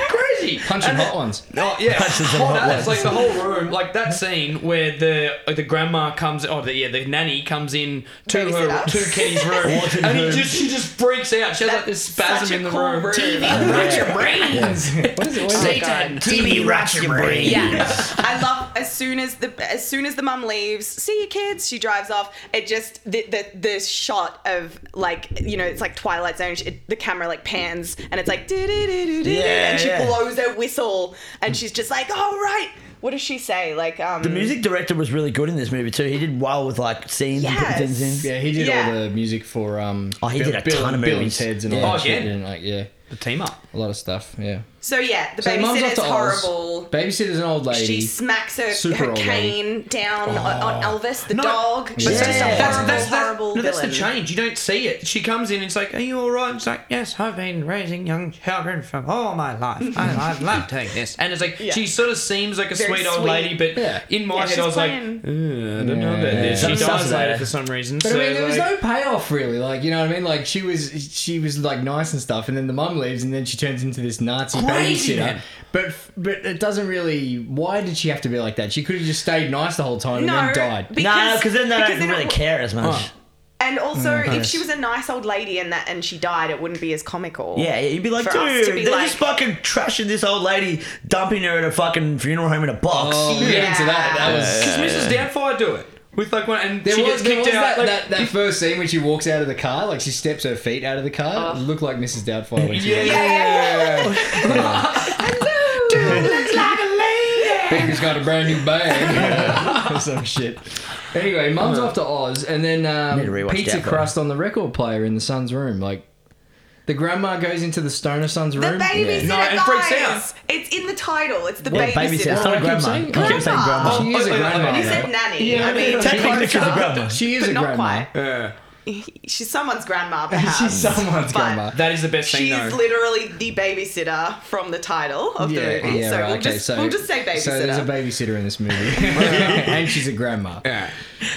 Speaker 5: like, crazy.
Speaker 2: punching
Speaker 5: And then-
Speaker 2: hot ones.
Speaker 5: Oh yeah,
Speaker 1: Punches them
Speaker 5: hot
Speaker 1: hot ones.
Speaker 5: ass. Like the whole room, like that scene where the uh, the grandma comes, oh the, yeah, the nanny comes in to her
Speaker 4: Babysitter.
Speaker 5: to Kenny's room,
Speaker 1: Watching
Speaker 5: and
Speaker 1: her.
Speaker 5: he just she just freaks out. She has like this spasm
Speaker 4: Such a
Speaker 5: in the
Speaker 4: cool
Speaker 5: room. *laughs*
Speaker 1: Rot your
Speaker 2: brains. what is it? What is it?
Speaker 4: God.
Speaker 1: TV rots your brain.
Speaker 4: Yeah, *laughs* I love as soon as the as soon as the mum leaves, see you kids. She drives off. It just the the, the shot of like you know it's like Twilight Zone. It, the camera like pans and it's like do do do do
Speaker 1: Yeah,
Speaker 4: and she
Speaker 1: yeah.
Speaker 4: blows her whistle and she's just like, all right. What does she say? Like um,
Speaker 1: The music director was really good in this movie too. He did well with like scenes and putting
Speaker 4: Yes.
Speaker 1: things in.
Speaker 2: Yeah, he did
Speaker 4: Yeah.
Speaker 2: all the music for um.
Speaker 1: Oh, he did a ton of
Speaker 2: Bill
Speaker 1: movies.
Speaker 2: and Ted's and all
Speaker 1: Yeah.
Speaker 2: that
Speaker 5: Oh,
Speaker 2: shit.
Speaker 5: yeah.
Speaker 2: And like, yeah,
Speaker 5: The team up.
Speaker 2: a lot of stuff. Yeah.
Speaker 4: So yeah, the
Speaker 2: So the mum's off
Speaker 4: babysitter's
Speaker 2: to Oz.
Speaker 4: horrible.
Speaker 2: Babysitter's an old lady.
Speaker 4: She smacks her,
Speaker 2: Super
Speaker 4: her
Speaker 2: old
Speaker 4: cane down on, on Elvis the
Speaker 5: No,
Speaker 4: dog. She's
Speaker 2: Yeah.
Speaker 4: just a
Speaker 2: That's-
Speaker 4: horrible,
Speaker 5: that's, that's,
Speaker 4: horrible
Speaker 5: no, that's the
Speaker 4: villain.
Speaker 5: change. You don't see it. She comes in. It's like, are you all right? It's like, yes, I've been raising young children from all my life.
Speaker 4: *laughs*
Speaker 5: I, I've loved doing this. And it's like,
Speaker 4: Yeah.
Speaker 5: she sort of seems like a
Speaker 4: Very
Speaker 5: sweet old
Speaker 4: sweet.
Speaker 5: lady, but
Speaker 2: Yeah.
Speaker 5: in my
Speaker 4: Yeah,
Speaker 5: head,
Speaker 4: she's
Speaker 5: I was
Speaker 4: playing-
Speaker 5: like, "Ugh, I don't know about
Speaker 2: Yeah.
Speaker 5: this. She
Speaker 2: Something
Speaker 5: dies
Speaker 1: about
Speaker 5: later
Speaker 1: it.
Speaker 5: for some reason.
Speaker 2: But
Speaker 5: so
Speaker 2: I mean, there was
Speaker 5: like-
Speaker 2: no payoff really. Like, you know what I mean? Like, she was she was like nice and stuff, and then the mum leaves, and then she turns into this Nazi
Speaker 5: crazy,
Speaker 2: babysitter.
Speaker 5: man.
Speaker 2: But but it doesn't really. Why did she have to be like that? She could have just stayed nice the whole time
Speaker 4: No,
Speaker 2: and then died.
Speaker 4: be-
Speaker 1: no,
Speaker 4: Because-
Speaker 1: because then they
Speaker 4: because
Speaker 1: don't
Speaker 4: they don't
Speaker 1: really
Speaker 4: wa-
Speaker 1: care as much.
Speaker 2: Oh.
Speaker 4: And also, if she was a nice old lady and that, and she died, it wouldn't be as comical.
Speaker 1: Yeah, yeah, you'd be like,
Speaker 4: For us
Speaker 1: dude,
Speaker 4: to be
Speaker 1: they're
Speaker 4: like-
Speaker 1: just fucking trashing this old lady, dumping her at a fucking funeral home in a box.
Speaker 2: Oh, we'll get into that. That was.
Speaker 5: Does Mrs. Doubtfire do it? With like one, and
Speaker 2: There
Speaker 5: she
Speaker 2: was,
Speaker 5: gets
Speaker 2: there
Speaker 5: kicked
Speaker 2: was
Speaker 5: out.
Speaker 2: that,
Speaker 5: like-
Speaker 2: that,
Speaker 5: *laughs*
Speaker 2: that first scene when she walks out of the car, like she steps her feet out of the car.
Speaker 4: Oh.
Speaker 2: It looked like Mrs. Doubtfire when she
Speaker 5: *laughs* Yeah.
Speaker 4: Yeah, yeah, *laughs* yeah.
Speaker 2: Becky's got a brand new
Speaker 5: *laughs*
Speaker 2: bag *laughs* or some shit. Anyway, Mum's off to Oz, and then
Speaker 1: Need to
Speaker 2: um,
Speaker 1: rewatch
Speaker 2: pizza
Speaker 1: that, though.
Speaker 2: crust on the record player in the son's room. Like the grandma goes into the stoner son's
Speaker 4: The
Speaker 2: room.
Speaker 4: babysitter,
Speaker 5: No, it
Speaker 4: guys.
Speaker 5: freaks
Speaker 4: It's in the title. It's the
Speaker 1: yeah, babysitter. It's
Speaker 4: babysitter.
Speaker 1: not
Speaker 2: I
Speaker 1: a
Speaker 2: keep
Speaker 1: grandma.
Speaker 2: saying
Speaker 1: I keep saying grandma.
Speaker 2: She is a
Speaker 5: Oh, oh, oh,
Speaker 2: grandma.
Speaker 5: you
Speaker 4: You said
Speaker 2: though.
Speaker 4: nanny. I mean,
Speaker 1: Technically, she's a
Speaker 4: closer,
Speaker 1: grandma.
Speaker 2: She is
Speaker 4: but
Speaker 2: a
Speaker 4: not
Speaker 2: grandma.
Speaker 4: quite. She's someone's grandma,
Speaker 2: She's
Speaker 4: perhaps.
Speaker 2: someone's
Speaker 4: But
Speaker 2: grandma.
Speaker 5: that is the best thing
Speaker 4: She's
Speaker 5: though.
Speaker 4: literally the babysitter from the title of the movie. so,
Speaker 2: right,
Speaker 4: we'll
Speaker 2: okay,
Speaker 4: just, we'll just say babysitter.
Speaker 2: So there's a babysitter in this movie, *laughs*
Speaker 4: *laughs*
Speaker 2: and she's a grandma.
Speaker 5: yeah.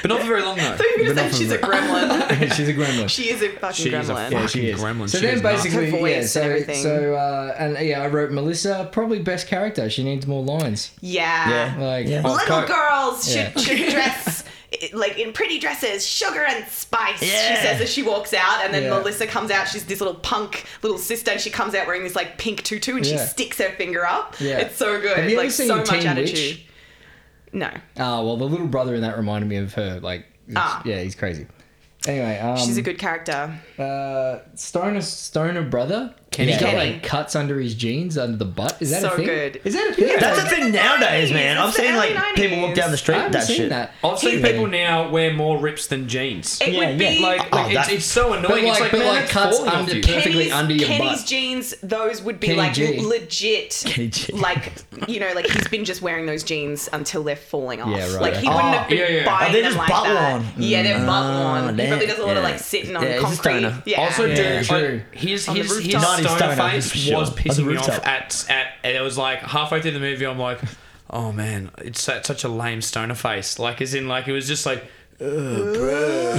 Speaker 5: But not for very long though.
Speaker 4: So you're
Speaker 2: But
Speaker 4: gonna
Speaker 2: not
Speaker 4: say she's a
Speaker 2: from- *laughs*
Speaker 4: gremlin.
Speaker 2: she's a grandma.
Speaker 4: she is a fucking
Speaker 5: She is a
Speaker 4: gremlin.
Speaker 5: fuck.
Speaker 2: yeah, she is.
Speaker 5: Fucking gremlin,
Speaker 2: So
Speaker 5: she
Speaker 2: then
Speaker 5: is
Speaker 2: basically,
Speaker 4: nuts. Her voice
Speaker 2: yeah.
Speaker 4: and
Speaker 2: So
Speaker 4: everything.
Speaker 2: so uh, and yeah, I wrote Melissa probably best character. She needs more lines.
Speaker 4: yeah.
Speaker 1: Yeah.
Speaker 2: Like
Speaker 1: Yeah.
Speaker 2: oh,
Speaker 4: Little
Speaker 2: Coke.
Speaker 4: girls
Speaker 2: Yeah.
Speaker 4: should,
Speaker 2: *laughs*
Speaker 4: should dress i- like in pretty dresses, sugar and spice. She
Speaker 1: Yeah.
Speaker 4: says as she walks out, and then
Speaker 2: Yeah.
Speaker 4: Melissa comes out. She's this little punk little sister, and she comes out wearing this like pink tutu, and she
Speaker 2: Yeah.
Speaker 4: sticks her finger up.
Speaker 2: Yeah.
Speaker 4: It's so good.
Speaker 2: Have you
Speaker 4: like
Speaker 2: ever seen
Speaker 4: so much
Speaker 2: Teen
Speaker 4: attitude.
Speaker 2: Witch?
Speaker 4: No.
Speaker 2: Ah, well, the little brother in that reminded me of her. Like, it's-
Speaker 4: Ah.
Speaker 2: yeah, he's crazy. Anyway, um,
Speaker 4: She's a good character.
Speaker 2: uh, stoner stoner brother. Kenny, he's got
Speaker 4: Kenny.
Speaker 2: like cuts under his jeans, under the butt. Is that a
Speaker 4: So
Speaker 2: thing?
Speaker 4: good.
Speaker 2: Is that a thing?
Speaker 1: That's a thing nowadays, man. I've
Speaker 4: It's the
Speaker 1: seen like
Speaker 4: early 90s.
Speaker 1: people walk down the
Speaker 2: I
Speaker 1: street
Speaker 2: haven't
Speaker 1: with that
Speaker 2: seen
Speaker 1: shit.
Speaker 2: that.
Speaker 5: I've seen
Speaker 2: Yeah.
Speaker 5: people now wear more rips than jeans.
Speaker 4: It
Speaker 2: Yeah,
Speaker 4: would
Speaker 2: yeah.
Speaker 4: be
Speaker 5: Like,
Speaker 1: Oh,
Speaker 5: like it's,
Speaker 1: that-
Speaker 5: it's so annoying.
Speaker 2: But like-
Speaker 5: it's like,
Speaker 2: but
Speaker 5: man,
Speaker 2: like
Speaker 5: it's
Speaker 2: cuts
Speaker 5: falling off
Speaker 2: under
Speaker 5: you.
Speaker 2: pants. perfectly under your
Speaker 4: Kenny's
Speaker 2: butt.
Speaker 4: jeans, those would be
Speaker 2: Kenny
Speaker 4: like
Speaker 2: G.
Speaker 4: legit.
Speaker 1: Kenny G.
Speaker 4: *laughs* Like, you know, like he's been just wearing those jeans until they're falling off.
Speaker 2: Yeah, right.
Speaker 4: Like he wouldn't
Speaker 5: Oh,
Speaker 4: have been
Speaker 5: yeah, yeah.
Speaker 4: buying
Speaker 1: Oh, they're
Speaker 4: them
Speaker 1: just
Speaker 4: like
Speaker 1: butt
Speaker 4: that.
Speaker 1: worn.
Speaker 4: Yeah, they're butt
Speaker 1: Mm,
Speaker 4: worn.
Speaker 1: oh,
Speaker 4: He
Speaker 1: damn.
Speaker 4: probably does a lot of
Speaker 1: Yeah.
Speaker 4: like sitting on
Speaker 1: Yeah, he's a
Speaker 4: concrete.
Speaker 1: stoner.
Speaker 4: Yeah.
Speaker 5: Also,
Speaker 2: Yeah,
Speaker 5: dude,
Speaker 2: true.
Speaker 5: like, his
Speaker 4: On the
Speaker 5: his, his
Speaker 4: rooftop.
Speaker 1: Not
Speaker 5: stone,
Speaker 1: his stone, I
Speaker 5: face
Speaker 1: for sure.
Speaker 5: was
Speaker 1: On the
Speaker 5: pissing me off
Speaker 1: rooftop.
Speaker 5: at at. And it was like halfway through the movie, I'm like, oh man, it's su- such a lame stoner face. Like, as in, like it was just like. Ugh, bro.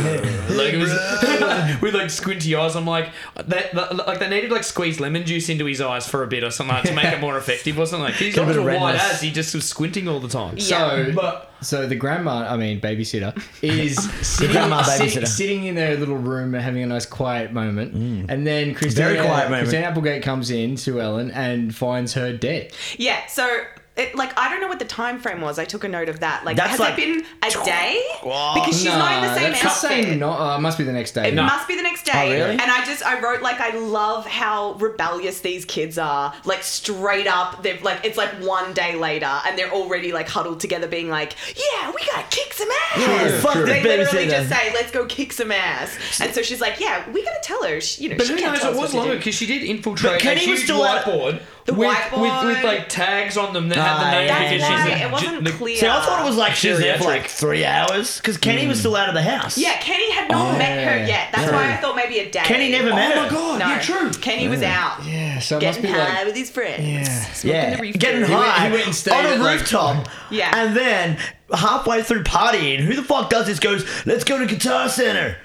Speaker 5: like it was *laughs* with like squinty eyes. I'm like that. that- Like they needed like squeeze lemon juice into his eyes for a bit or something like, to make it more effective, wasn't like his
Speaker 1: Get a
Speaker 5: eyes
Speaker 1: bit
Speaker 5: were
Speaker 1: of
Speaker 5: wide
Speaker 1: redness.
Speaker 5: as he just was squinting all the time.
Speaker 2: So,
Speaker 5: But
Speaker 2: so the grandma, I mean babysitter,
Speaker 1: *laughs*
Speaker 2: is sitting,
Speaker 1: grandma
Speaker 2: sitting,
Speaker 1: babysitter.
Speaker 2: sitting in their little room and having a nice quiet moment, and then Christina,
Speaker 1: Mm. Very quiet moment.
Speaker 2: Christina Applegate comes in to Ellen and finds her dead.
Speaker 4: Yeah. So. It, like I don't know what the time frame was. I took a note of that. Like,
Speaker 1: That's
Speaker 4: has
Speaker 1: like-
Speaker 4: it been a day? Because she's not in the same
Speaker 2: that's
Speaker 4: outfit.
Speaker 2: same no- uh, must be the next day.
Speaker 4: It must be the next day.
Speaker 1: really?
Speaker 4: And I just I wrote like I love how rebellious these kids are. Like straight up, they've like it's like one day later and they're already like huddled together being like, Yeah, we gotta kick some ass.
Speaker 1: Yeah, fuck the
Speaker 4: they literally
Speaker 1: babysitter.
Speaker 4: just say, Let's go kick some ass. And so she's like, Yeah, we gotta tell her she, you know,
Speaker 5: But
Speaker 4: she
Speaker 5: who
Speaker 4: can't
Speaker 5: knows?
Speaker 4: tell
Speaker 5: It
Speaker 4: us
Speaker 5: was
Speaker 4: what to
Speaker 5: longer
Speaker 4: do.
Speaker 5: because she did infiltrate
Speaker 1: But Kenny
Speaker 5: a
Speaker 1: was
Speaker 5: huge
Speaker 1: still at-
Speaker 5: whiteboard,
Speaker 4: The
Speaker 5: with,
Speaker 4: whiteboard.
Speaker 5: With, with like tags on them that had
Speaker 1: Ah,
Speaker 5: the name.
Speaker 1: yeah.
Speaker 4: That's
Speaker 5: because she's
Speaker 4: why
Speaker 5: a-
Speaker 4: it wasn't
Speaker 5: the-
Speaker 4: clear.
Speaker 1: See, I thought it was like she was there for like
Speaker 5: Geriatric. Hmm.
Speaker 1: three hours because Kenny was still out of the house.
Speaker 4: Yeah, Kenny had not
Speaker 2: Oh,
Speaker 4: met her
Speaker 2: yeah.
Speaker 4: yet. That's
Speaker 1: True.
Speaker 4: why I thought maybe a day.
Speaker 1: Kenny never
Speaker 5: Oh
Speaker 1: met
Speaker 5: my
Speaker 1: her.
Speaker 5: god!
Speaker 4: No,
Speaker 5: Yeah, true.
Speaker 4: Kenny was out.
Speaker 2: yeah, so it must
Speaker 4: Getting
Speaker 2: be
Speaker 4: high
Speaker 2: like
Speaker 4: with his friends.
Speaker 2: Yeah.
Speaker 4: smoking
Speaker 1: Yeah,
Speaker 4: the reefer.
Speaker 1: getting
Speaker 2: went-
Speaker 1: high
Speaker 2: he went and stayed
Speaker 1: on
Speaker 2: at,
Speaker 1: a
Speaker 2: like-
Speaker 1: rooftop,
Speaker 4: Yeah.
Speaker 1: and then halfway through partying, who the fuck does this? Goes, let's go to Guitar Center.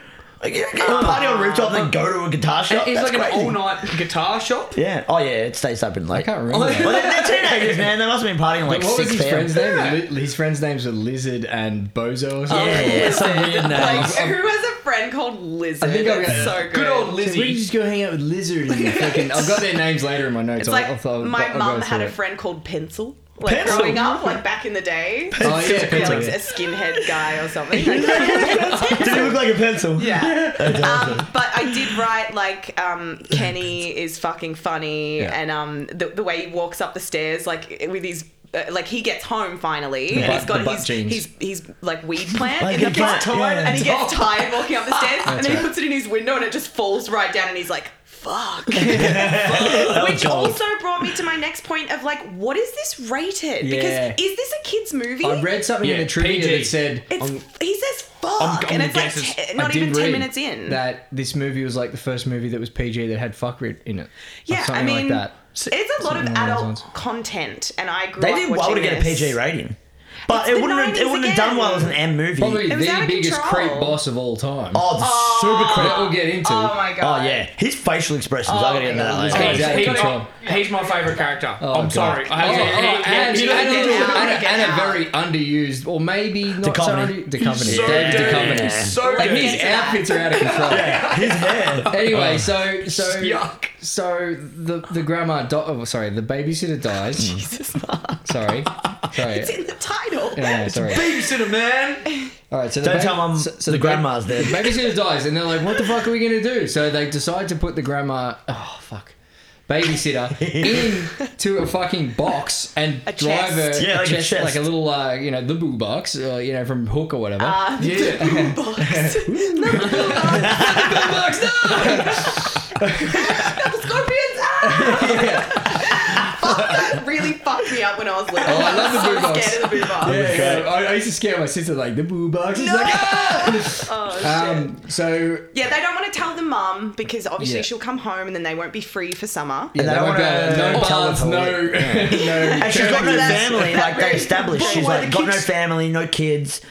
Speaker 1: Like, you
Speaker 2: Oh,
Speaker 1: can party on a rooftop,
Speaker 2: uh-huh.
Speaker 1: then go to a guitar shop.
Speaker 5: It's
Speaker 1: That's
Speaker 5: like
Speaker 1: crazy.
Speaker 5: an all-night guitar shop.
Speaker 1: Yeah. Oh yeah, it stays open
Speaker 2: I
Speaker 1: late.
Speaker 2: can't remember.
Speaker 1: Well, they're, they're
Speaker 2: *laughs*
Speaker 1: teenagers, man. They must have been partying like
Speaker 2: But what was
Speaker 1: six
Speaker 2: his
Speaker 1: p.m. *laughs*
Speaker 2: friend's name? Li- his friend's names were Lizard and Bozo or something.
Speaker 4: Oh,
Speaker 1: Yeah, yeah, some weird
Speaker 4: *laughs* Like,
Speaker 1: names.
Speaker 4: who has a friend called Lizard?
Speaker 2: I think I've got-
Speaker 4: It's so good.
Speaker 5: Good old
Speaker 2: So we
Speaker 5: Lizzie.
Speaker 2: just go hang out with Lizard
Speaker 4: *laughs*
Speaker 2: and fucking. I've got their names later in my notes.
Speaker 4: It's like
Speaker 2: I'll, I'll, I'll,
Speaker 4: my
Speaker 2: I'll go
Speaker 4: mum
Speaker 2: through
Speaker 4: had a
Speaker 2: it.
Speaker 4: friend called Pencil. Like
Speaker 1: Pencil?
Speaker 4: growing up, like back in the day. *laughs*
Speaker 2: Oh yeah,
Speaker 4: Yeah,
Speaker 2: Pencil,
Speaker 4: like
Speaker 2: yeah.
Speaker 4: a skinhead guy
Speaker 2: *laughs*
Speaker 4: or something. Like,
Speaker 1: Did he look like a pencil?
Speaker 4: yeah. Um, but I did write like um, Kenny is fucking funny,
Speaker 2: Yeah.
Speaker 4: and um, the, the way he walks up the stairs, like with his. Uh, like he gets home finally, and
Speaker 2: butt-
Speaker 4: he's got
Speaker 2: the butt
Speaker 4: his,
Speaker 2: jeans.
Speaker 4: his his like weed plant
Speaker 1: Like
Speaker 4: in the
Speaker 1: a
Speaker 4: butt,
Speaker 1: butt, yeah.
Speaker 4: and he gets tired walking up the stairs, and then he
Speaker 2: right.
Speaker 4: puts it in his window, and it just falls right down, and he's like,
Speaker 2: *laughs*
Speaker 4: "Fuck."
Speaker 1: That was
Speaker 4: Which
Speaker 1: gold.
Speaker 4: also brought me to my next point of like, what is this rated?
Speaker 2: Yeah.
Speaker 4: Because is this a kids movie?
Speaker 2: I read something in
Speaker 5: Yeah,
Speaker 2: the trivia
Speaker 5: PG.
Speaker 2: that said
Speaker 4: it's he says fuck,
Speaker 5: I'm- I'm
Speaker 4: and it's like
Speaker 5: guessing-
Speaker 4: te-
Speaker 2: I
Speaker 4: not
Speaker 2: did
Speaker 4: even ten
Speaker 2: read
Speaker 4: minutes in.
Speaker 2: that this movie was like the first movie that was PG that had fuck writ in it. Or
Speaker 4: yeah, I
Speaker 2: something
Speaker 4: mean,
Speaker 2: like that.
Speaker 4: it's a lot
Speaker 2: something along
Speaker 4: of
Speaker 2: those
Speaker 4: adult
Speaker 2: lines.
Speaker 4: content, and I grew
Speaker 1: They
Speaker 4: up
Speaker 1: did
Speaker 4: watching
Speaker 1: well to get a
Speaker 4: this.
Speaker 1: PG rating. But
Speaker 4: It's
Speaker 1: it
Speaker 4: the
Speaker 1: wouldn't, have,
Speaker 4: 90s
Speaker 1: it wouldn't have
Speaker 4: again.
Speaker 1: done well as an M movie.
Speaker 2: Probably
Speaker 4: It was out
Speaker 2: the
Speaker 4: of
Speaker 2: biggest
Speaker 4: control.
Speaker 2: creep boss of all time.
Speaker 1: Oh, the super
Speaker 2: But
Speaker 1: creep.
Speaker 2: that we'll get into.
Speaker 4: Oh my god.
Speaker 1: Oh yeah, his facial expressions. I gotta get into that
Speaker 2: This
Speaker 1: later.
Speaker 2: guy's out of
Speaker 5: he's,
Speaker 2: control.
Speaker 5: he's my favorite character. I'm
Speaker 2: God.
Speaker 5: sorry. I
Speaker 2: Oh,
Speaker 5: have
Speaker 2: oh,
Speaker 5: to- he-
Speaker 2: and,
Speaker 5: he-
Speaker 2: and,
Speaker 5: he-
Speaker 2: and,
Speaker 5: he-
Speaker 2: and,
Speaker 4: Get
Speaker 2: and a
Speaker 4: out.
Speaker 2: very underused, or maybe not so
Speaker 1: Duchovny.
Speaker 2: under, the company.
Speaker 5: so
Speaker 2: David
Speaker 5: dirty.
Speaker 2: Duchovny.
Speaker 5: He's so
Speaker 2: like
Speaker 5: dirty.
Speaker 2: his outfits are out Oh. of *laughs* control.
Speaker 1: His hair.
Speaker 2: Anyway, so so
Speaker 5: Yuck.
Speaker 2: so the the grandma, di- oh, sorry, the babysitter dies.
Speaker 4: *laughs*
Speaker 2: sorry, sorry,
Speaker 4: It's in the title.
Speaker 2: yeah,
Speaker 4: *laughs*
Speaker 2: sorry.
Speaker 5: Babysitter man.
Speaker 2: All right, so
Speaker 1: Don't
Speaker 2: the
Speaker 1: tell mum the
Speaker 2: ba-
Speaker 1: grandma's there.
Speaker 2: The babysitter dies, and they're like, "What the fuck are we gonna do?" So they decide to put the grandma. Oh fuck.
Speaker 1: *laughs*
Speaker 2: Babysitter into a fucking box and
Speaker 4: A
Speaker 2: drive her
Speaker 4: chest.
Speaker 1: Yeah, like a chest.
Speaker 2: like a little uh, you know the boo box uh, you know from Hook or whatever.
Speaker 4: Uh,
Speaker 1: *laughs*
Speaker 2: yeah,
Speaker 4: Box, no! Not the scorpions! Ah! Fuck, that *laughs* really fucked me up when I was little.
Speaker 2: Oh, I love the boo
Speaker 4: was *laughs* so
Speaker 2: box.
Speaker 4: scared of the boo box.
Speaker 2: yeah, I, I used to scare my sister like the boo box. It's
Speaker 4: No!
Speaker 2: like,
Speaker 4: Oh, shit.
Speaker 2: um, so
Speaker 4: yeah, they don't want to tell the mum because obviously
Speaker 2: Yeah.
Speaker 4: she'll come home and then they won't be free for summer.
Speaker 1: And
Speaker 2: Yeah,
Speaker 1: they
Speaker 2: they
Speaker 1: don't
Speaker 2: won't
Speaker 1: wanna
Speaker 2: go, no
Speaker 1: tell
Speaker 2: bars,
Speaker 1: the
Speaker 2: no, *laughs* no.
Speaker 1: And she's got no
Speaker 4: That's-
Speaker 1: family, like they established.
Speaker 4: But
Speaker 1: She's
Speaker 4: why
Speaker 1: like
Speaker 4: the
Speaker 1: got no
Speaker 4: kids-
Speaker 1: family, no kids.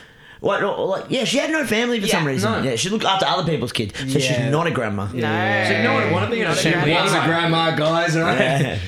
Speaker 1: What? or- or Like, yeah, she had no family for
Speaker 4: Yeah,
Speaker 1: some reason.
Speaker 5: no.
Speaker 1: Yeah, she looked after other people's kids, so
Speaker 2: Yeah.
Speaker 1: she's not a grandma.
Speaker 4: No.
Speaker 5: You know what? One of the
Speaker 4: Not a
Speaker 5: Shame
Speaker 4: grandma.
Speaker 2: One's a grandma, guys, all right?
Speaker 1: *laughs* Yeah.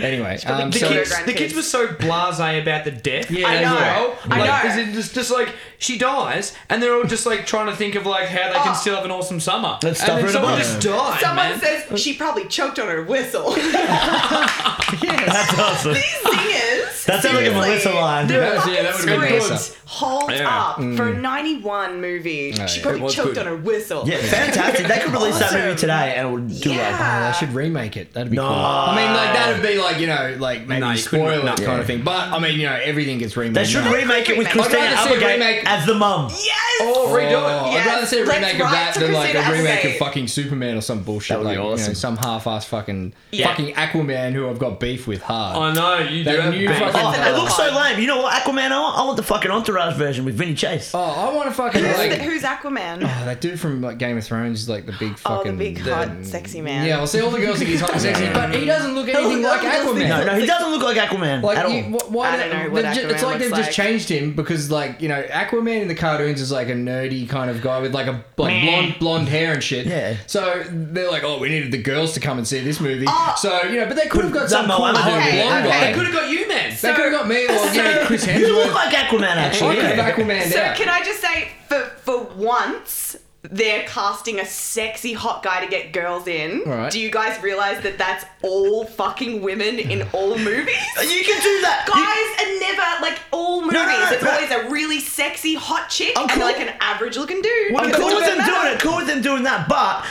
Speaker 2: Anyway, um,
Speaker 5: The
Speaker 2: so *laughs*
Speaker 5: kids,
Speaker 4: grandkids.
Speaker 5: the kids were so blasé about the death.
Speaker 2: Yeah,
Speaker 5: as
Speaker 2: I know.
Speaker 5: well.
Speaker 4: I
Speaker 5: Like,
Speaker 4: know.
Speaker 5: Is it just, just like she dies, and they're all just like trying to think of like how they
Speaker 4: Oh.
Speaker 5: can still have an awesome summer.
Speaker 1: Let's stuff
Speaker 5: and
Speaker 1: her in
Speaker 5: then
Speaker 1: a
Speaker 5: someone
Speaker 1: box.
Speaker 5: just died.
Speaker 4: Someone
Speaker 5: man.
Speaker 4: says she probably choked on her whistle.
Speaker 2: yes.
Speaker 1: awesome.
Speaker 4: These singers.
Speaker 1: That sounds like a Melissa line.
Speaker 4: Their
Speaker 2: That was-
Speaker 4: fucking
Speaker 2: yeah, that would've been Mm.
Speaker 4: script
Speaker 2: Melissa.
Speaker 4: holds
Speaker 5: Yeah.
Speaker 4: up for a 91 movie.
Speaker 2: yeah.
Speaker 4: she
Speaker 5: It
Speaker 4: probably
Speaker 5: was
Speaker 4: choked
Speaker 5: good.
Speaker 4: on her whistle.
Speaker 1: Yeah, fantastic. They could release that movie
Speaker 4: Awesome.
Speaker 1: today, and it would do
Speaker 4: Yeah.
Speaker 1: well.
Speaker 2: I should remake it. That'd be
Speaker 1: No.
Speaker 2: cool. I mean, like that'd be like you know, like maybe
Speaker 5: No, you couldn't-
Speaker 2: spoil it
Speaker 5: no.
Speaker 2: kind of thing. But I mean, you know, everything gets remade.
Speaker 1: They should
Speaker 2: now.
Speaker 1: remake it with
Speaker 4: I'd
Speaker 1: Christina
Speaker 2: rather see a
Speaker 1: Applegate
Speaker 2: remake-
Speaker 1: as the mum.
Speaker 4: Yes!
Speaker 5: "Oh, redo
Speaker 2: Oh,
Speaker 5: it."
Speaker 4: Yes,
Speaker 2: I'd rather see a
Speaker 4: let's
Speaker 2: remake of
Speaker 4: write
Speaker 2: that
Speaker 4: to
Speaker 2: than like a
Speaker 4: Christina
Speaker 2: remake of
Speaker 4: Applegate.
Speaker 2: fucking Superman or some bullshit.
Speaker 1: That would be
Speaker 2: like you know,
Speaker 1: awesome.
Speaker 2: some half-ass fucking
Speaker 4: Yeah.
Speaker 2: fucking Aquaman who I've got beef with hard.
Speaker 5: I know you do.
Speaker 2: That
Speaker 5: have
Speaker 2: new
Speaker 5: bang-
Speaker 2: fucking-
Speaker 5: Oh,
Speaker 1: Oh, it looks so lame. You know what, Aquaman? I want, I want the fucking entourage version with Vinny Chase.
Speaker 2: oh, I want to fucking
Speaker 4: Who's,
Speaker 2: like
Speaker 4: the- who's Aquaman?
Speaker 2: Oh, *sighs* that dude from like Game of Thrones is like the big
Speaker 4: Oh,
Speaker 2: fucking
Speaker 4: the big, hot, sexy man.
Speaker 2: Yeah, I'll see all the girls think he's hot and sexy, but he doesn't look anything
Speaker 4: no,
Speaker 2: like
Speaker 4: he doesn't
Speaker 2: Aquaman.
Speaker 4: think
Speaker 1: no, no, he doesn't look like Aquaman
Speaker 2: Like,
Speaker 1: at all.
Speaker 2: you, wh- why
Speaker 4: I
Speaker 2: do-
Speaker 4: don't know what
Speaker 2: they've ju- It's
Speaker 4: Aquaman
Speaker 2: like they've
Speaker 4: looks
Speaker 2: just
Speaker 4: like.
Speaker 2: changed him because, like, you know, Aquaman in the cartoons is like a nerdy kind of guy with like a like blonde blonde hair and shit.
Speaker 1: Yeah.
Speaker 2: So they're like, oh, we needed the girls to come and see this movie.
Speaker 4: Oh.
Speaker 2: so you know, but they could have got
Speaker 1: That
Speaker 2: some cool blonde
Speaker 1: Moana dude.
Speaker 4: Okay,
Speaker 2: guy.
Speaker 5: They could have got you, man.
Speaker 2: They could have got me or you know Chris
Speaker 1: you look
Speaker 2: Hemsworth.
Speaker 1: like Aquaman,
Speaker 2: I
Speaker 1: actually.
Speaker 2: could
Speaker 1: yeah.
Speaker 2: have Aquaman
Speaker 4: So
Speaker 2: out.
Speaker 4: can I just say, for for once, they're casting a sexy hot guy to get girls in.
Speaker 2: Right.
Speaker 4: Do you guys realize that that's all fucking women in all movies?
Speaker 1: You can do that. You-
Speaker 4: Guys are never like all movies.
Speaker 1: no, no,
Speaker 4: it's
Speaker 1: no.
Speaker 4: always a really sexy hot chick
Speaker 1: I'm
Speaker 4: and
Speaker 1: cool-
Speaker 4: like an average looking dude.
Speaker 1: I'm
Speaker 4: It
Speaker 1: cool with
Speaker 4: doesn't
Speaker 1: them doing
Speaker 4: matter.
Speaker 1: it. Cool with them doing that, but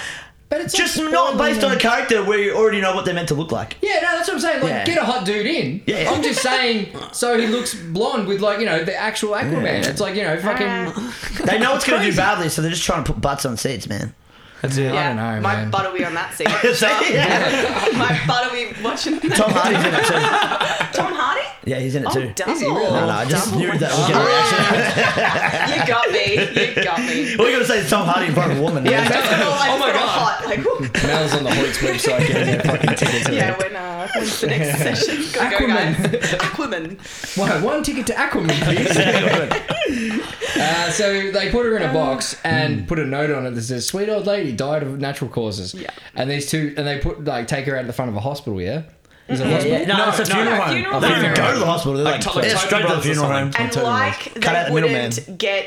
Speaker 2: But it's
Speaker 1: just
Speaker 2: like
Speaker 1: not
Speaker 2: spoiling
Speaker 1: based on a
Speaker 2: them.
Speaker 1: character where you already know what they're meant to look
Speaker 4: *laughs*
Speaker 1: like.
Speaker 2: Yeah, no, that's what I'm saying. Like,
Speaker 1: Yeah.
Speaker 2: get a hot dude in.
Speaker 1: Yeah, yeah.
Speaker 2: I'm just saying, so he looks blonde with like you know the actual Aquaman. It's like you know fucking.
Speaker 4: Uh,
Speaker 1: They know it's going to do
Speaker 2: Crazy.
Speaker 1: badly, so they're just trying to put butts on seats,
Speaker 4: *laughs*
Speaker 1: man.
Speaker 5: That's it.
Speaker 2: I
Speaker 4: yeah,
Speaker 2: don't know,
Speaker 4: my
Speaker 2: man.
Speaker 4: butt will be on
Speaker 1: *laughs*
Speaker 4: that scene.
Speaker 1: Yeah.
Speaker 4: my butt will be watching that.
Speaker 1: Tom Hardy's in it too.
Speaker 4: Tom Hardy?
Speaker 1: Yeah, he's in it
Speaker 4: Oh,
Speaker 1: too.
Speaker 4: double.
Speaker 2: Is he really?
Speaker 1: No, no, I just
Speaker 4: Double. Oh.
Speaker 1: knew that was your reaction.
Speaker 4: You got me. You got me.
Speaker 1: What are you going to say? It's Tom Hardy in front of a woman.
Speaker 4: *laughs* Yeah, I
Speaker 1: man.
Speaker 4: just got all like,
Speaker 5: Oh my
Speaker 4: sort of
Speaker 5: God.
Speaker 4: hot.
Speaker 1: *laughs*
Speaker 4: Like, woo.
Speaker 2: Mel's on the Hoyts website getting their fucking tickets.
Speaker 4: *laughs* yeah, when uh, when's
Speaker 1: *laughs*
Speaker 4: the next session? Go, go, guys. Aquaman.
Speaker 2: One, one ticket to Aquaman, *laughs* please. uh, so they put her in a box and put a note on it that says, "Sweet old lady died of natural causes."
Speaker 4: Yeah.
Speaker 2: And these two, and they put like take her out to the front of a hospital. Yeah. Is it a hospital?
Speaker 1: Yeah, no, it's a
Speaker 5: no,
Speaker 1: funeral
Speaker 5: no,
Speaker 1: home.
Speaker 4: funeral
Speaker 1: They
Speaker 4: home.
Speaker 1: even go to the hospital. They're like,
Speaker 5: Like
Speaker 1: they're
Speaker 5: Tyler
Speaker 1: straight to the
Speaker 5: Durden's or
Speaker 1: funeral home.
Speaker 5: something.
Speaker 4: And like
Speaker 1: Cut out
Speaker 4: they
Speaker 1: the
Speaker 4: wouldn't
Speaker 1: middleman.
Speaker 4: get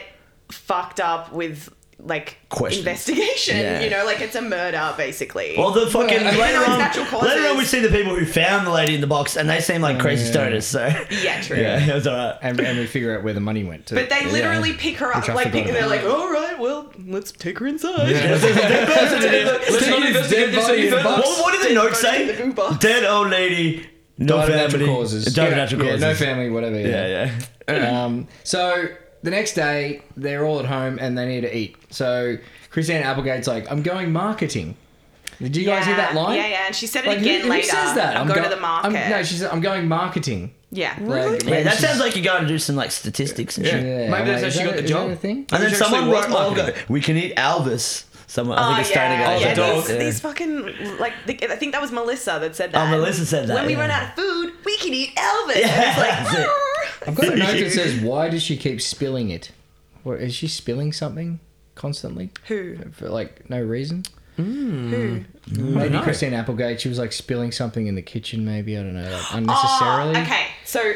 Speaker 4: fucked up with like
Speaker 1: Questions.
Speaker 4: investigation.
Speaker 1: Yeah.
Speaker 4: You know, like it's a murder basically.
Speaker 1: Well, the
Speaker 4: *laughs*
Speaker 1: fucking
Speaker 2: Well,
Speaker 1: later
Speaker 4: it's
Speaker 1: on,
Speaker 4: natural causes. Oh,
Speaker 1: later on, we see the people who found the lady in the box, and they seem like crazy stoners. So
Speaker 4: yeah, true.
Speaker 1: yeah, *laughs* it was alright.
Speaker 2: And, and we figure out where the money went. To. *laughs*
Speaker 4: But they literally pick her up,
Speaker 2: Which I
Speaker 4: like
Speaker 2: forgot
Speaker 4: pick, they're
Speaker 2: about.
Speaker 4: like, "All right, well, let's take her inside."
Speaker 5: Let's not investigate this any further.
Speaker 1: What, what did the note say?
Speaker 4: in the goo box.
Speaker 1: Dead old lady, no
Speaker 2: Died of
Speaker 1: family,
Speaker 2: natural causes.
Speaker 1: Died of
Speaker 2: Yeah,
Speaker 1: natural
Speaker 2: yeah,
Speaker 1: causes.
Speaker 2: no family, whatever.
Speaker 1: Yeah, yeah.
Speaker 2: Um, so the next day, they're all at home and they need to eat. So Chrisanne Applegate's like, "I'm going marketing." Did you guys hear that line?
Speaker 4: "Oh, Yeah, yeah. And she said it
Speaker 2: Like, who,
Speaker 4: again
Speaker 2: who
Speaker 4: later.
Speaker 2: says that?
Speaker 4: I'm, going
Speaker 2: go-
Speaker 4: to the market.
Speaker 2: I'm, no, she said, "I'm going marketing."
Speaker 4: yeah.
Speaker 2: Like,
Speaker 1: Yeah,
Speaker 2: maybe
Speaker 1: that
Speaker 2: she's-
Speaker 1: sounds like you're going to do some like statistics and shit.
Speaker 2: Yeah,
Speaker 5: Maybe
Speaker 2: I'm
Speaker 5: that's
Speaker 2: like,
Speaker 5: how
Speaker 2: is
Speaker 5: she
Speaker 2: that
Speaker 5: got
Speaker 2: a-
Speaker 5: the
Speaker 2: is that
Speaker 5: job.
Speaker 2: a thing?
Speaker 1: And then
Speaker 5: She's actually
Speaker 1: someone wrote,
Speaker 5: worth
Speaker 1: "Oh,
Speaker 5: marketing.
Speaker 1: God, we can eat Alvis." Someone, I think
Speaker 4: Oh,
Speaker 1: it's starting
Speaker 4: yeah,
Speaker 1: to
Speaker 4: yeah,
Speaker 1: go.
Speaker 4: These, these fucking like the, I think that was Melissa that said that.
Speaker 1: Oh, Melissa said that,
Speaker 4: When we
Speaker 1: yeah.
Speaker 4: run out of food, we can eat Elvis.
Speaker 1: Yeah,
Speaker 4: And it's like,
Speaker 1: that's it.
Speaker 4: "Arr."
Speaker 2: I've
Speaker 5: *laughs*
Speaker 2: got a note that says, "Why does she keep spilling it? Or is she spilling something constantly
Speaker 4: Who? Hmm.
Speaker 2: for like no reason?"
Speaker 4: Who?
Speaker 2: Maybe Christine Applegate. She was like spilling something in the kitchen. Maybe I don't know, like unnecessarily.
Speaker 4: Ah, okay, so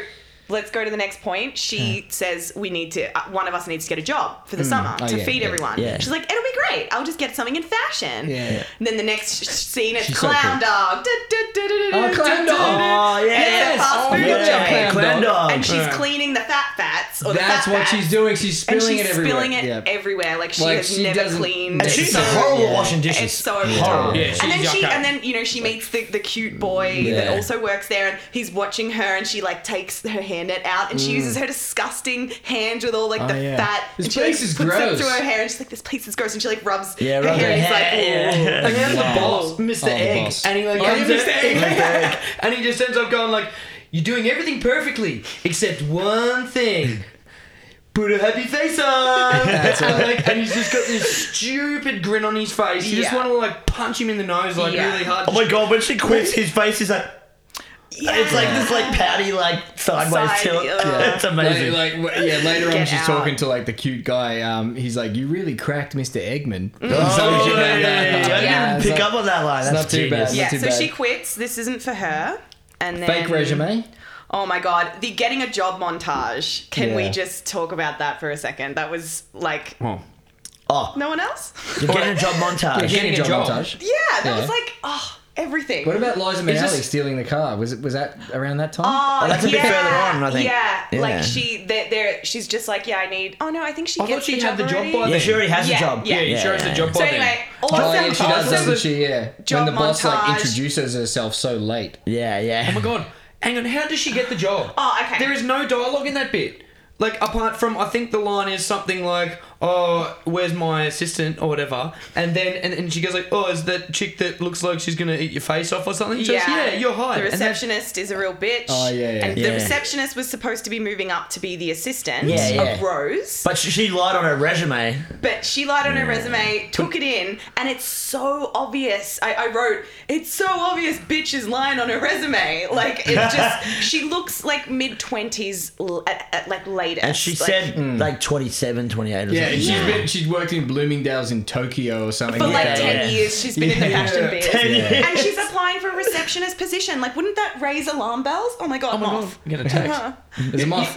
Speaker 4: let's go to the next point. She says we need to. Uh, one of us needs to get a job for the summer
Speaker 2: Oh,
Speaker 4: to
Speaker 2: yeah,
Speaker 4: feed
Speaker 2: yeah,
Speaker 4: everyone.
Speaker 1: yeah.
Speaker 4: She's like, it'll be great. I'll just get something in fashion.
Speaker 2: Yeah. Yeah.
Speaker 4: And then the next sh- scene is
Speaker 2: She's so
Speaker 4: clown
Speaker 2: cool.
Speaker 4: dog. Du- du- du- du- du-
Speaker 2: Oh,
Speaker 4: du-
Speaker 2: Clown Dog.
Speaker 4: du- du- du-
Speaker 1: Oh,
Speaker 4: And
Speaker 1: yes.
Speaker 4: it's a fast
Speaker 2: Oh,
Speaker 4: food
Speaker 2: yeah.
Speaker 4: job.
Speaker 2: Clan
Speaker 1: Clan
Speaker 2: dog.
Speaker 1: dog.
Speaker 4: And she's
Speaker 5: Yeah.
Speaker 4: cleaning the fat fats.
Speaker 5: *laughs*
Speaker 4: Or the
Speaker 2: Oh, That's
Speaker 4: fat
Speaker 2: what
Speaker 4: fats.
Speaker 2: she's doing. She's
Speaker 4: And
Speaker 2: spilling
Speaker 4: she's
Speaker 2: it everywhere.
Speaker 4: spilling it
Speaker 2: Yeah.
Speaker 4: everywhere. Like she
Speaker 2: Like,
Speaker 4: has
Speaker 2: she
Speaker 4: never
Speaker 2: doesn't-
Speaker 4: cleaned.
Speaker 2: And
Speaker 4: It's
Speaker 1: She's
Speaker 2: so-
Speaker 1: horrible
Speaker 2: yeah.
Speaker 1: washing dishes.
Speaker 4: it's so
Speaker 1: horrible.
Speaker 4: horrible.
Speaker 5: Yeah, she's
Speaker 4: and then she,
Speaker 5: yucko.
Speaker 4: and then you know she meets the, the
Speaker 2: mm,
Speaker 4: cute boy that
Speaker 1: Yeah.
Speaker 4: also works there, and he's watching her, and she like takes her hairnet out, and she uses her disgusting hand with all like
Speaker 2: Mm. Oh,
Speaker 4: the
Speaker 2: yeah.
Speaker 4: fat.
Speaker 2: This
Speaker 4: and she,
Speaker 2: place
Speaker 4: like,
Speaker 2: is
Speaker 4: puts
Speaker 2: gross.
Speaker 4: it through her hair, and she's like, "This place is gross," and she like rubs
Speaker 1: Yeah,
Speaker 4: her
Speaker 1: rub
Speaker 4: hair,
Speaker 1: her
Speaker 4: and
Speaker 1: hair,
Speaker 4: it's
Speaker 1: yeah.
Speaker 2: *laughs*
Speaker 4: like, "Ooh."
Speaker 5: Like
Speaker 1: Yeah.
Speaker 5: there's the boss,
Speaker 2: Oh,
Speaker 5: Mr.
Speaker 2: the
Speaker 5: Egg,
Speaker 2: boss.
Speaker 5: and he like
Speaker 2: Oh, yeah,
Speaker 5: comes
Speaker 2: Mr.
Speaker 5: in,
Speaker 1: *laughs*
Speaker 5: *laughs* and he just ends up going like, "You're doing everything perfectly except one thing." Put a happy face
Speaker 1: *laughs*
Speaker 5: on, and, like, and he's just got this stupid grin on his face. You just
Speaker 4: Yeah.
Speaker 5: want to like punch him in the nose like
Speaker 4: Yeah.
Speaker 5: really hard.
Speaker 1: Oh my god, when she quits, his face is like. It's like this, like pouty, like sideways
Speaker 4: Side-
Speaker 1: tilt. *laughs*
Speaker 4: yeah.
Speaker 1: it's
Speaker 2: Like,
Speaker 1: amazing.
Speaker 2: like w-
Speaker 4: *laughs*
Speaker 2: yeah, later on
Speaker 4: Get
Speaker 2: she's
Speaker 4: out.
Speaker 2: talking to like the cute guy. Um, he's like, "You really cracked Mr. Eggman."
Speaker 5: *laughs*
Speaker 1: oh, yeah, yeah, yeah. I
Speaker 4: Mm. Yeah,
Speaker 1: didn't
Speaker 2: it's
Speaker 1: pick up
Speaker 2: like-
Speaker 1: on that line.
Speaker 2: it's
Speaker 1: That's
Speaker 2: not too
Speaker 1: genius.
Speaker 2: bad.
Speaker 4: yeah.
Speaker 2: too
Speaker 4: So she
Speaker 2: bad.
Speaker 4: quits. This isn't for her. And then
Speaker 2: Fake resume.
Speaker 4: Oh my god, the getting a job montage. Can we
Speaker 2: Yeah.
Speaker 4: just talk about that for a second? That was like
Speaker 5: Oh.
Speaker 1: Oh,
Speaker 4: no one else. *laughs*
Speaker 1: you're getting a job montage.
Speaker 5: getting a job.
Speaker 4: Yeah, that was
Speaker 2: Yeah.
Speaker 4: like oh everything.
Speaker 2: What about Liza Minnelli
Speaker 5: Is this-
Speaker 2: stealing the car? Was it was that around that time?
Speaker 4: Oh,
Speaker 1: that's a bit
Speaker 4: yeah,
Speaker 1: further on, I think.
Speaker 4: Yeah,
Speaker 1: Yeah.
Speaker 4: like she, they're, they're, she's just like, yeah, I need. Oh no, I think she.
Speaker 5: I thought
Speaker 4: gets
Speaker 5: she
Speaker 4: the
Speaker 5: had the job
Speaker 4: already.
Speaker 5: by
Speaker 1: Yeah, she already has
Speaker 4: Yeah,
Speaker 1: a job.
Speaker 4: yeah.
Speaker 5: Yeah, he shows the job
Speaker 4: So
Speaker 5: by
Speaker 4: anyway,
Speaker 5: then.
Speaker 4: awesome,
Speaker 2: Oh, yeah, she does,
Speaker 4: awesome.
Speaker 2: doesn't she? Yeah. When
Speaker 4: job
Speaker 2: the boss like
Speaker 4: montage.
Speaker 2: introduces herself so late.
Speaker 1: Yeah, yeah.
Speaker 5: Oh my god. Hang on, how does she get the job?
Speaker 4: Oh, okay.
Speaker 5: There is no dialogue in that bit. Like, apart from, I think the line is something like, oh, where's my assistant or whatever. And then, and, and she goes like, oh, is that chick that looks like she's going to eat your face off or something? She goes, yeah, you're hired.
Speaker 4: The
Speaker 5: And that's-
Speaker 4: receptionist is a real bitch.
Speaker 2: Oh, yeah, yeah.
Speaker 4: And
Speaker 1: Yeah.
Speaker 4: the receptionist was supposed to be moving up to be the assistant
Speaker 1: Yeah, yeah.
Speaker 4: of Rose, but,
Speaker 1: But she, she lied on her resume.
Speaker 4: she lied on her resume, took it in, and it's so obvious. I, I wrote, "It's so obvious, bitch is lying on her resume." *laughs* Like it's just, she looks like mid twenties, like later.
Speaker 1: And she said like 27, 28 or
Speaker 2: Yeah,
Speaker 1: something.
Speaker 2: she's been she's worked in Bloomingdale's in Tokyo or something.
Speaker 4: For
Speaker 2: like
Speaker 4: like
Speaker 2: that.
Speaker 1: Yeah.
Speaker 4: 10 years, she's been in the
Speaker 2: Yeah.
Speaker 1: *laughs*
Speaker 4: fashion biz.
Speaker 1: 10 years.
Speaker 4: And she's applying for a receptionist position. Like, wouldn't that raise alarm bells? Oh my god,
Speaker 5: Oh
Speaker 4: Uh-huh.
Speaker 5: my god,
Speaker 4: moth.
Speaker 5: I'm going to text.
Speaker 2: There's a
Speaker 5: *laughs*
Speaker 2: moth.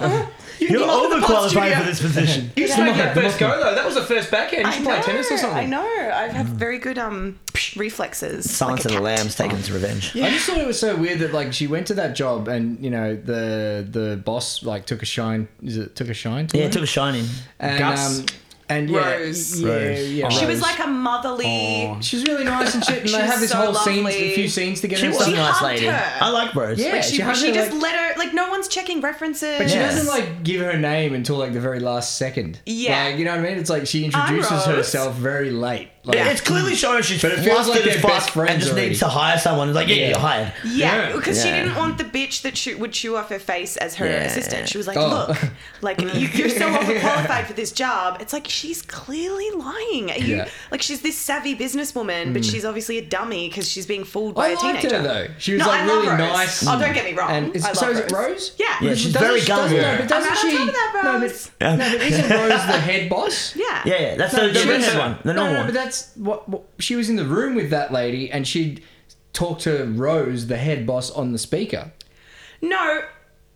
Speaker 1: You're
Speaker 4: Welcome to the
Speaker 1: overqualified
Speaker 4: pod studio.
Speaker 1: for this position.
Speaker 5: You should make that
Speaker 2: Come on,
Speaker 5: first
Speaker 2: come
Speaker 5: go, though. That was the first backhand. You
Speaker 4: I
Speaker 5: should
Speaker 4: know,
Speaker 5: play tennis or something.
Speaker 4: I know. I have very good um reflexes.
Speaker 1: Silence
Speaker 4: like
Speaker 1: of
Speaker 4: a
Speaker 1: the
Speaker 4: cat.
Speaker 1: Lambs taking its revenge.
Speaker 2: I just thought it was so weird that like she went to that job and you know the the boss like took a shine is it took a shine to
Speaker 1: Yeah,
Speaker 2: her?
Speaker 1: it took a shining.
Speaker 2: and,
Speaker 5: Gus.
Speaker 2: um, and yeah,
Speaker 4: Rose.
Speaker 2: yeah,
Speaker 1: Rose.
Speaker 2: yeah,
Speaker 4: She was
Speaker 2: Rose.
Speaker 4: like a motherly.
Speaker 2: she's really nice and shit and
Speaker 4: She
Speaker 2: they
Speaker 4: was
Speaker 2: have this
Speaker 4: so
Speaker 2: whole scene
Speaker 4: lovely.
Speaker 2: a few scenes together
Speaker 1: She
Speaker 2: and
Speaker 1: was
Speaker 2: stuff.
Speaker 1: a nice
Speaker 4: hugged
Speaker 1: lady.
Speaker 4: her.
Speaker 1: I like Rose.
Speaker 2: yeah,
Speaker 4: Like she,
Speaker 2: she, has
Speaker 4: she
Speaker 2: her,
Speaker 4: just
Speaker 2: like-
Speaker 4: let her like no one's checking references.
Speaker 2: But she
Speaker 1: Yeah.
Speaker 2: doesn't like give her name until like the very last second.
Speaker 4: Yeah.
Speaker 2: like, you know what I mean. It's like she
Speaker 4: I'm
Speaker 2: introduces
Speaker 4: Rose.
Speaker 2: herself very late. Like,
Speaker 1: Yeah, It's clearly showing she's
Speaker 2: it feels
Speaker 1: flustered
Speaker 2: like
Speaker 1: as
Speaker 2: they're best
Speaker 1: fuck
Speaker 2: friends
Speaker 1: and just
Speaker 2: already.
Speaker 1: needs to hire someone. It's like, yeah,
Speaker 2: Yeah.
Speaker 1: you're hired.
Speaker 4: Yeah,
Speaker 5: Yeah.
Speaker 4: because
Speaker 1: Yeah.
Speaker 4: she didn't want the bitch that chew, would chew off her face as her
Speaker 1: Yeah.
Speaker 4: assistant. She was like,
Speaker 2: Oh.
Speaker 4: "Look,
Speaker 2: *laughs*
Speaker 4: like you, you're so overqualified for this job." It's like she's clearly lying. Are you,
Speaker 2: Yeah.
Speaker 4: Like she's this savvy businesswoman, but she's obviously a dummy because she's being fooled
Speaker 2: Hmm.
Speaker 4: by
Speaker 2: I
Speaker 4: a
Speaker 2: liked
Speaker 4: teenager.
Speaker 2: her though. She was
Speaker 4: No,
Speaker 2: like
Speaker 4: I love
Speaker 2: really
Speaker 4: Rose.
Speaker 2: nice.
Speaker 4: Oh, don't get me wrong.
Speaker 2: And is,
Speaker 4: I love
Speaker 2: so is it
Speaker 4: Rose.
Speaker 2: Rose?
Speaker 4: Yeah.
Speaker 1: Yeah, she's
Speaker 2: Doesn't-
Speaker 1: very
Speaker 2: doesn't-
Speaker 1: gullible.
Speaker 2: no, but doesn't
Speaker 4: I'm out on
Speaker 2: she?
Speaker 4: top of that,
Speaker 2: no,
Speaker 4: Rose.
Speaker 2: but, no, but isn't
Speaker 1: *laughs*
Speaker 2: Rose the head boss?
Speaker 4: Yeah.
Speaker 1: Yeah, yeah. That's the, the
Speaker 2: she
Speaker 1: redhead
Speaker 2: was-
Speaker 1: one. The
Speaker 2: no,
Speaker 1: normal
Speaker 2: no,
Speaker 1: one.
Speaker 2: but that's what, what she was in the room with that lady, and she talked to Rose, the head boss, on the speaker.
Speaker 4: No.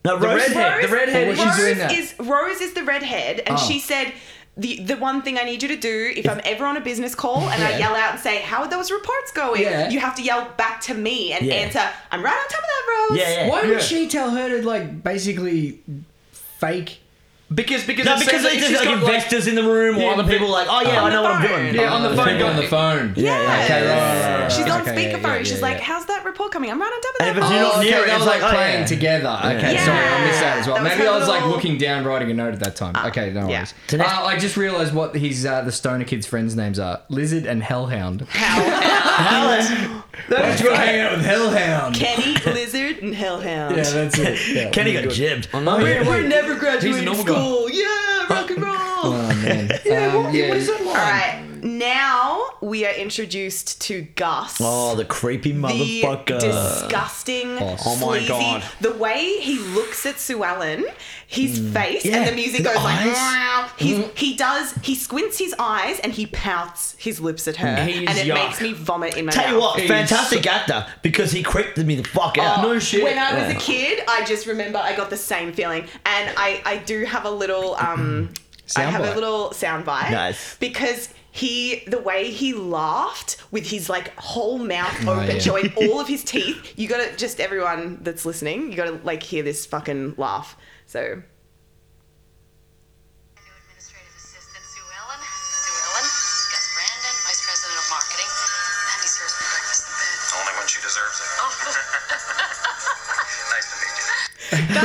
Speaker 1: No, Rose.
Speaker 5: redhead.
Speaker 4: Rose,
Speaker 5: the redhead
Speaker 2: is-
Speaker 4: Rose
Speaker 2: She's doing that.
Speaker 4: is Rose is the redhead, and
Speaker 2: Oh.
Speaker 4: she said. The, the one thing I need you to do if I'm ever on a business call and I
Speaker 2: Yeah.
Speaker 4: yell out and say, How are those reports going?
Speaker 2: Yeah.
Speaker 4: You have to yell back to me and
Speaker 1: Yeah.
Speaker 4: answer, I'm right on top of that, Rose.
Speaker 1: Yeah, yeah.
Speaker 2: Why
Speaker 5: Yeah.
Speaker 2: would she tell her to like basically fake?
Speaker 5: Because, because,
Speaker 1: No,
Speaker 5: it
Speaker 1: because
Speaker 5: seems
Speaker 1: they
Speaker 5: like she's
Speaker 1: just like
Speaker 5: got, like-
Speaker 1: investors in the room or
Speaker 5: Yeah,
Speaker 1: other
Speaker 5: but-
Speaker 1: people like, oh yeah,
Speaker 4: On
Speaker 1: I know
Speaker 4: the
Speaker 1: what I'm
Speaker 4: phone.
Speaker 1: doing.
Speaker 5: Yeah, on the
Speaker 2: Oh,
Speaker 5: phone,
Speaker 2: people
Speaker 5: got-
Speaker 2: on the phone. Yeah.
Speaker 1: yeah,
Speaker 2: Okay,
Speaker 4: Yes.
Speaker 2: right, right, right,
Speaker 4: She's
Speaker 2: right,
Speaker 4: on
Speaker 2: Uh, okay, yeah,
Speaker 4: speakerphone.
Speaker 2: yeah,
Speaker 4: She's
Speaker 2: yeah,
Speaker 4: like,
Speaker 2: yeah.
Speaker 4: "How's that report coming? I'm right on top of
Speaker 1: And
Speaker 4: that."
Speaker 1: if
Speaker 2: *laughs*
Speaker 1: it's you
Speaker 4: box."
Speaker 1: not
Speaker 2: okay,
Speaker 1: near it,
Speaker 2: they
Speaker 1: it's
Speaker 2: were, like,
Speaker 1: like, oh,
Speaker 2: playing
Speaker 1: yeah.
Speaker 2: together. Okay,
Speaker 4: Yeah.
Speaker 2: sorry, I missed that as well.
Speaker 4: That was
Speaker 2: Maybe
Speaker 4: her
Speaker 2: I was like
Speaker 4: little-
Speaker 2: looking down, writing a note at that time. okay, no worries.
Speaker 1: So next-
Speaker 2: Uh, I just realised what his uh, the stoner kid's friends' names are: Lizard and Hellhound.
Speaker 4: *laughs*
Speaker 1: Alan,
Speaker 2: That's right. Hang out with Hellhound.
Speaker 4: Kenny, Lizard, and Hellhound.
Speaker 2: yeah, that's it. Yeah.
Speaker 1: *laughs* Kenny got jibbed.
Speaker 5: We're, we're never
Speaker 4: He's
Speaker 5: graduating
Speaker 4: in
Speaker 2: *laughs*
Speaker 5: school.
Speaker 4: school. Yeah, rock and roll.
Speaker 2: Oh man. Yeah,
Speaker 5: What is that
Speaker 4: All
Speaker 5: line?
Speaker 4: right, now now we are introduced to Gus.
Speaker 1: Oh, the creepy
Speaker 4: the
Speaker 1: motherfucker.
Speaker 4: disgusting,
Speaker 5: Oh my
Speaker 4: sleazy-
Speaker 5: God.
Speaker 4: The way he looks at Sue Ellen, his face,
Speaker 1: Mm. Yeah,
Speaker 4: and the music
Speaker 1: the
Speaker 4: goes like,
Speaker 1: eyes. Mm-hmm.
Speaker 4: "Meow." He's, he does, he squints his eyes and he pouts his lips at her,
Speaker 5: He is
Speaker 4: and it
Speaker 5: yuck.
Speaker 4: makes me vomit in my
Speaker 1: Tell you
Speaker 4: mouth.
Speaker 1: what,
Speaker 2: He's-
Speaker 1: fantastic actor because he creeped me the fuck out.
Speaker 4: Oh,
Speaker 2: No shit.
Speaker 4: When I was
Speaker 1: Yeah.
Speaker 4: a kid, I just remember I got the same feeling, and I I do have a little um I have
Speaker 2: Soundbite.
Speaker 4: a little soundbite
Speaker 1: Nice.
Speaker 4: because. He, the way he laughed with his like whole mouth open,
Speaker 2: yeah.
Speaker 4: showing all of his teeth. You gotta, just everyone that's listening, you gotta like hear this fucking laugh. So,
Speaker 6: New administrative assistant Sue Ellen. Sue Ellen. Gus Brandon, vice president of marketing. And he serves me breakfast in bed.
Speaker 7: Only when she deserves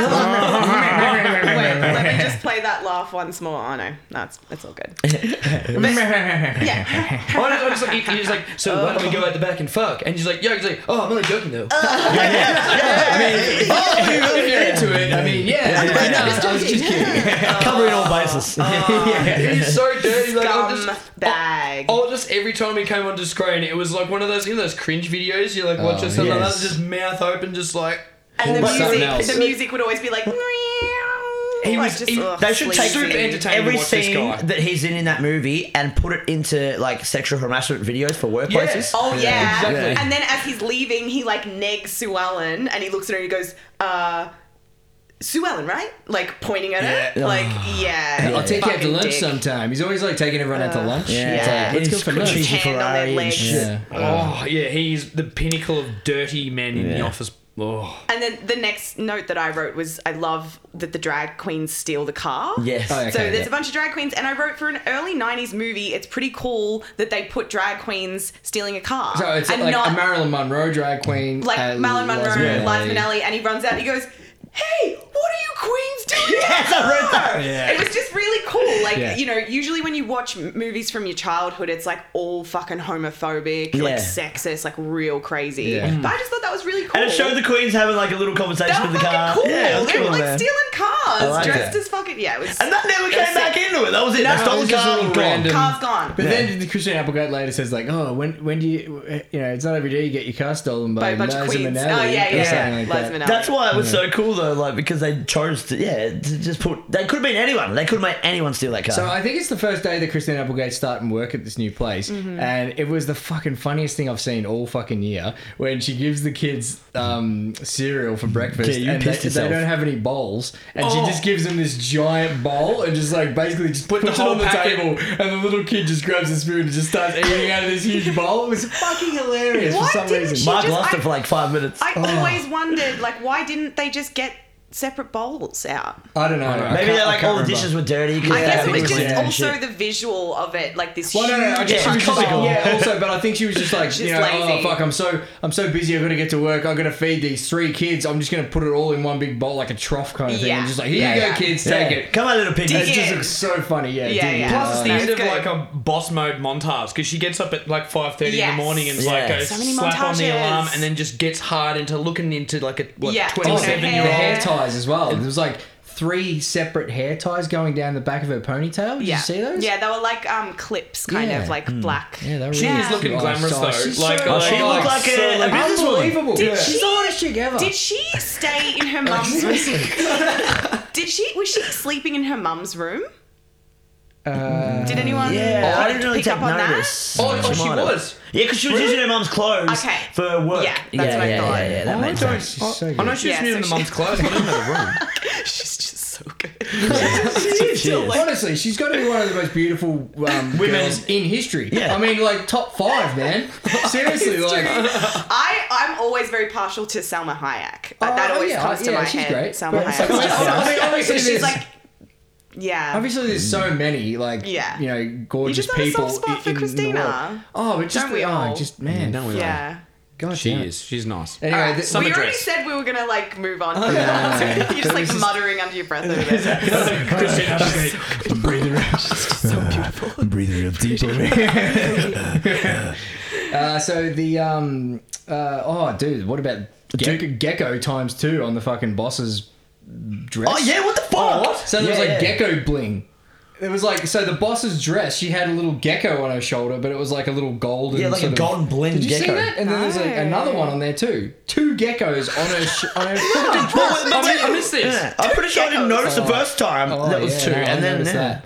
Speaker 7: it. *laughs* nice to meet you.
Speaker 4: wait, let me just play that laugh once more. Oh no, that's it's all good. Yeah,
Speaker 5: Oh, no, no, he's like, he- he's like, so why don't we go out the back and fuck? And he's like, yeah. He's like, oh, I'm only joking though. *laughs* If you're into it, I mean, yeah.
Speaker 2: I was just kidding.
Speaker 1: Covering all bases.
Speaker 5: *laughs* He's so dirty. Like, I'll
Speaker 4: gum
Speaker 5: just,
Speaker 4: bag.
Speaker 5: oh, just every time he came onto screen, it was like one of those, you know, those cringe videos. You like watch
Speaker 2: Oh,
Speaker 5: oh, yourself, and
Speaker 2: yes.
Speaker 5: that's just mouth open, just like.
Speaker 4: and the
Speaker 2: But something
Speaker 4: music,
Speaker 2: else.
Speaker 4: the music would always be like.
Speaker 5: He
Speaker 4: like, oh,
Speaker 5: was- he-
Speaker 4: ugh,
Speaker 1: They should take
Speaker 5: Super
Speaker 4: sleazy.
Speaker 5: entertaining to
Speaker 1: every
Speaker 5: watch this
Speaker 1: scene
Speaker 5: guy.
Speaker 1: that he's in in that movie and put it into like sexual harassment videos for workplaces.
Speaker 4: Oh yeah.
Speaker 5: exactly.
Speaker 4: And then as he's leaving, he like negs Sue Ellen and he looks at her and he goes, uh Sue Ellen, right? Like pointing at her.
Speaker 1: Yeah.
Speaker 4: Like, yeah.
Speaker 2: Ah. I'll take you out to
Speaker 4: fucking
Speaker 2: lunch
Speaker 4: dick. Ah.
Speaker 2: sometime. He's always like taking everyone out to lunch.
Speaker 1: Yeah.
Speaker 2: It's like,
Speaker 4: Yeah.
Speaker 2: let's go
Speaker 1: He's
Speaker 2: for lunch.
Speaker 1: cheesy
Speaker 4: Hand on their
Speaker 1: Ferrari and
Speaker 4: legs.
Speaker 1: shit.
Speaker 2: Yeah.
Speaker 5: Oh yeah, he's the pinnacle of dirty men in the office. Oh,
Speaker 4: And then the next note that I wrote was I love that the drag queens steal the car.
Speaker 1: Yes.
Speaker 2: Oh, yeah.
Speaker 4: so
Speaker 2: Okay,
Speaker 4: there's
Speaker 2: yeah.
Speaker 4: a bunch of drag queens, and I wrote for an early '90s movie. It's pretty cool that they put drag queens stealing a car,
Speaker 2: So it's
Speaker 4: and
Speaker 2: like
Speaker 4: not
Speaker 2: a Marilyn Monroe drag queen.
Speaker 4: like
Speaker 2: and
Speaker 4: Marilyn Monroe,
Speaker 2: Liza
Speaker 4: Liza
Speaker 2: Minnelli.
Speaker 4: Minnelli, and he runs out. and He goes, "Hey, what are you queens
Speaker 1: *laughs*
Speaker 4: doing?"
Speaker 1: Yes, I wrote that.
Speaker 2: Yeah.
Speaker 4: It was just really cool. Like,
Speaker 2: Yeah.
Speaker 4: you know, usually when you watch m- movies from your childhood, it's like all fucking homophobic,
Speaker 1: Yeah. Mm.
Speaker 4: like sexist, like real crazy.
Speaker 2: Yeah.
Speaker 4: But I just thought that was really cool.
Speaker 1: And it showed the Queens having like a little *laughs*
Speaker 4: they
Speaker 1: conversation
Speaker 4: were
Speaker 1: in the
Speaker 4: fucking
Speaker 1: car.
Speaker 4: cool.
Speaker 1: Yeah, it was
Speaker 4: they were
Speaker 1: cool,
Speaker 4: like
Speaker 1: man.
Speaker 4: stealing
Speaker 1: I
Speaker 4: cars,
Speaker 1: liked
Speaker 4: dressed
Speaker 1: it.
Speaker 4: as fucking yeah. It was
Speaker 1: And that never came back into it. That was it.
Speaker 4: No,
Speaker 1: they stole
Speaker 2: it was
Speaker 1: the
Speaker 2: just a
Speaker 1: car
Speaker 2: little
Speaker 1: and gone.
Speaker 2: random-
Speaker 4: cars gone.
Speaker 2: But then the Christian Applegate later says like, "Oh, when when do you you know it's not every day you get your car stolen
Speaker 4: By
Speaker 2: by,
Speaker 4: a bunch
Speaker 2: Liza
Speaker 4: of queens.
Speaker 2: Minnelli
Speaker 4: Oh yeah, yeah,
Speaker 2: or
Speaker 4: yeah.
Speaker 2: something like that."
Speaker 4: Liza Minnelli.
Speaker 1: That's why it
Speaker 2: Mm.
Speaker 1: was so cool though, like because they chose to yeah to just put they could have been anyone. They could have made anyone steal that car.
Speaker 2: So I think it's the first day that Christine Applegate starting work at this new place,
Speaker 1: Mm-hmm.
Speaker 2: and it was the fucking funniest thing I've seen all fucking year when she gives the kids um, cereal for breakfast,
Speaker 1: Yeah, you
Speaker 2: and they,
Speaker 1: pissed
Speaker 2: they
Speaker 1: yourself.
Speaker 2: don't have any bowls, and
Speaker 5: Oh.
Speaker 2: she just gives them this giant bowl and just like basically just puts it
Speaker 5: whole
Speaker 2: on the
Speaker 5: packet-
Speaker 2: table, and the little kid just grabs a spoon and just starts eating out of this huge bowl. It was fucking hilarious
Speaker 4: Why
Speaker 2: for some
Speaker 4: didn't
Speaker 2: reason.
Speaker 4: she
Speaker 1: Mark
Speaker 4: just-
Speaker 1: lost
Speaker 4: I-
Speaker 1: it for like five minutes.
Speaker 4: I always wondered, like, why didn't they just get separate bowls out?
Speaker 2: I don't know. I
Speaker 1: Maybe
Speaker 2: can't-
Speaker 1: they're
Speaker 2: I
Speaker 1: like
Speaker 2: can't
Speaker 1: all the
Speaker 2: remember.
Speaker 1: dishes were dirty. 'cause
Speaker 4: I
Speaker 1: they
Speaker 4: guess
Speaker 1: had
Speaker 4: it was
Speaker 1: people
Speaker 4: just
Speaker 1: cleaning and
Speaker 4: also
Speaker 1: shit.
Speaker 4: the visual of it, like this
Speaker 2: Well,
Speaker 4: huge
Speaker 2: no, no, no. I guess she was
Speaker 4: chunk
Speaker 2: just like,
Speaker 4: bowl.
Speaker 2: yeah. Also, but I think she was just
Speaker 4: *laughs*
Speaker 2: like,
Speaker 4: Just
Speaker 2: you know, oh
Speaker 4: lazy.
Speaker 2: fuck, I'm so, I'm so busy. I've got to get to work. I've got to feed these three kids. I'm just gonna put it all in one big bowl, like a trough kind of thing.
Speaker 4: Yeah.
Speaker 2: And just like, here
Speaker 4: Yeah,
Speaker 2: you
Speaker 4: yeah.
Speaker 2: go, kids,
Speaker 1: Yeah.
Speaker 2: take it.
Speaker 1: Come on, little pig.
Speaker 4: Dig
Speaker 2: It just
Speaker 4: it.
Speaker 2: looks so funny. Yeah,
Speaker 4: Yeah,
Speaker 2: dig it.
Speaker 4: yeah.
Speaker 5: Plus, it's the
Speaker 4: That's
Speaker 5: end of
Speaker 4: good.
Speaker 5: like a boss mode montage because she gets up at like five thirty in
Speaker 4: Yes.
Speaker 5: the morning and
Speaker 1: Yeah.
Speaker 5: like goes
Speaker 4: So many
Speaker 5: slap on the
Speaker 4: montages.
Speaker 5: alarm and then just gets hard into looking into like a what,
Speaker 4: Yeah.
Speaker 2: Oh,
Speaker 5: twenty
Speaker 2: the
Speaker 5: seven year
Speaker 2: hair.
Speaker 5: old.
Speaker 4: Yeah.
Speaker 2: ties as well. There was like three separate hair ties going down the back of her ponytail. Did
Speaker 4: yeah.
Speaker 2: you see those?
Speaker 4: Yeah, they were like um, clips, kind
Speaker 2: Yeah. Hmm.
Speaker 4: of like black.
Speaker 2: Yeah, they were
Speaker 5: She
Speaker 2: really
Speaker 5: is looking
Speaker 2: nice.
Speaker 5: glamorous
Speaker 2: Oh,
Speaker 5: though.
Speaker 2: she's
Speaker 5: like,
Speaker 2: so-
Speaker 5: oh,
Speaker 1: she looked like
Speaker 5: so
Speaker 1: a- a businesswoman.
Speaker 2: unbelievable.
Speaker 4: Did
Speaker 2: Yeah.
Speaker 4: she-
Speaker 2: She's the hottest chick ever.
Speaker 4: Did she stay in
Speaker 2: *laughs*
Speaker 4: her mum's room? Did she? Was she sleeping in her mum's room?
Speaker 2: Uh,
Speaker 4: Oh, Did anyone?
Speaker 1: Yeah,
Speaker 4: or
Speaker 1: Oh, I didn't really
Speaker 4: pick
Speaker 1: take
Speaker 4: up on
Speaker 1: notice.
Speaker 5: Oh, oh, she
Speaker 1: might have.
Speaker 5: was.
Speaker 1: Yeah, because she was using her mum's clothes
Speaker 4: Okay.
Speaker 1: for work.
Speaker 4: Yeah, that's what I
Speaker 1: yeah,
Speaker 4: thought.
Speaker 1: Yeah, yeah, that
Speaker 2: Oh, I
Speaker 1: makes
Speaker 2: don't.
Speaker 1: sense.
Speaker 2: She's so
Speaker 5: I
Speaker 2: good.
Speaker 5: know she was
Speaker 4: Yeah,
Speaker 5: new in
Speaker 4: so
Speaker 5: the mum's clothes. but I don't know
Speaker 4: *laughs*
Speaker 5: the room.
Speaker 4: that? She's just so good.
Speaker 1: *laughs* Cheers.
Speaker 2: Honestly, she's got to be one of the most beautiful um,
Speaker 1: Women.
Speaker 2: women in history.
Speaker 1: Yeah.
Speaker 2: I mean, like top five, man. Seriously, like
Speaker 4: I I'm always very partial to Selma Hayek.
Speaker 2: Oh,
Speaker 4: that always
Speaker 2: yeah,
Speaker 4: comes to
Speaker 2: yeah,
Speaker 4: my
Speaker 2: she's
Speaker 4: head.
Speaker 2: great.
Speaker 4: Selma
Speaker 2: But it's
Speaker 4: Hayek.
Speaker 2: like- *laughs* I mean,
Speaker 4: She's,
Speaker 2: obviously
Speaker 4: she's
Speaker 2: there's-
Speaker 4: like, yeah.
Speaker 2: obviously there's so many like
Speaker 4: Yeah.
Speaker 2: you know gorgeous
Speaker 4: You just have a
Speaker 2: people.
Speaker 4: soft spot
Speaker 2: i-
Speaker 4: for
Speaker 2: in the
Speaker 4: Christina.
Speaker 2: world. Oh, but just
Speaker 4: Don't we
Speaker 2: oh,
Speaker 4: all?
Speaker 2: just man,
Speaker 5: Don't we?
Speaker 4: yeah.
Speaker 2: God,
Speaker 5: Mm. She
Speaker 2: damn it.
Speaker 5: is. She's nice.
Speaker 2: Anyway,
Speaker 4: Alright,
Speaker 2: th-
Speaker 4: we
Speaker 5: summer
Speaker 4: already
Speaker 5: dress.
Speaker 4: said we were gonna like move on. From
Speaker 2: Oh, yeah,
Speaker 4: that. *laughs*
Speaker 2: yeah.
Speaker 4: You're just like muttering under your breath. Over there.
Speaker 2: *laughs* uh, so the um uh, oh dude, what about gecko, gecko times two on the fucking boss's dress?
Speaker 1: Oh yeah, what the fuck?
Speaker 2: So there was
Speaker 1: Yeah,
Speaker 2: like
Speaker 1: yeah.
Speaker 2: gecko bling. It was like so the boss's dress. She had a little gecko on her shoulder, but it was like a little golden.
Speaker 1: Yeah, like a
Speaker 2: sort of-
Speaker 1: golden blend
Speaker 2: Did you see
Speaker 1: gecko.
Speaker 2: that? And then there's like
Speaker 4: No.
Speaker 2: another one on there too. Two geckos on her sh- on her fucking dress.
Speaker 1: *laughs* But wait, but
Speaker 5: I
Speaker 1: wait,
Speaker 5: mi- I missed this.
Speaker 1: yeah, I'm pretty sure I didn't notice the first time.
Speaker 2: Oh,
Speaker 1: that was
Speaker 2: yeah,
Speaker 1: two,
Speaker 2: no, I
Speaker 1: and then
Speaker 2: noticed
Speaker 1: yeah.
Speaker 2: that.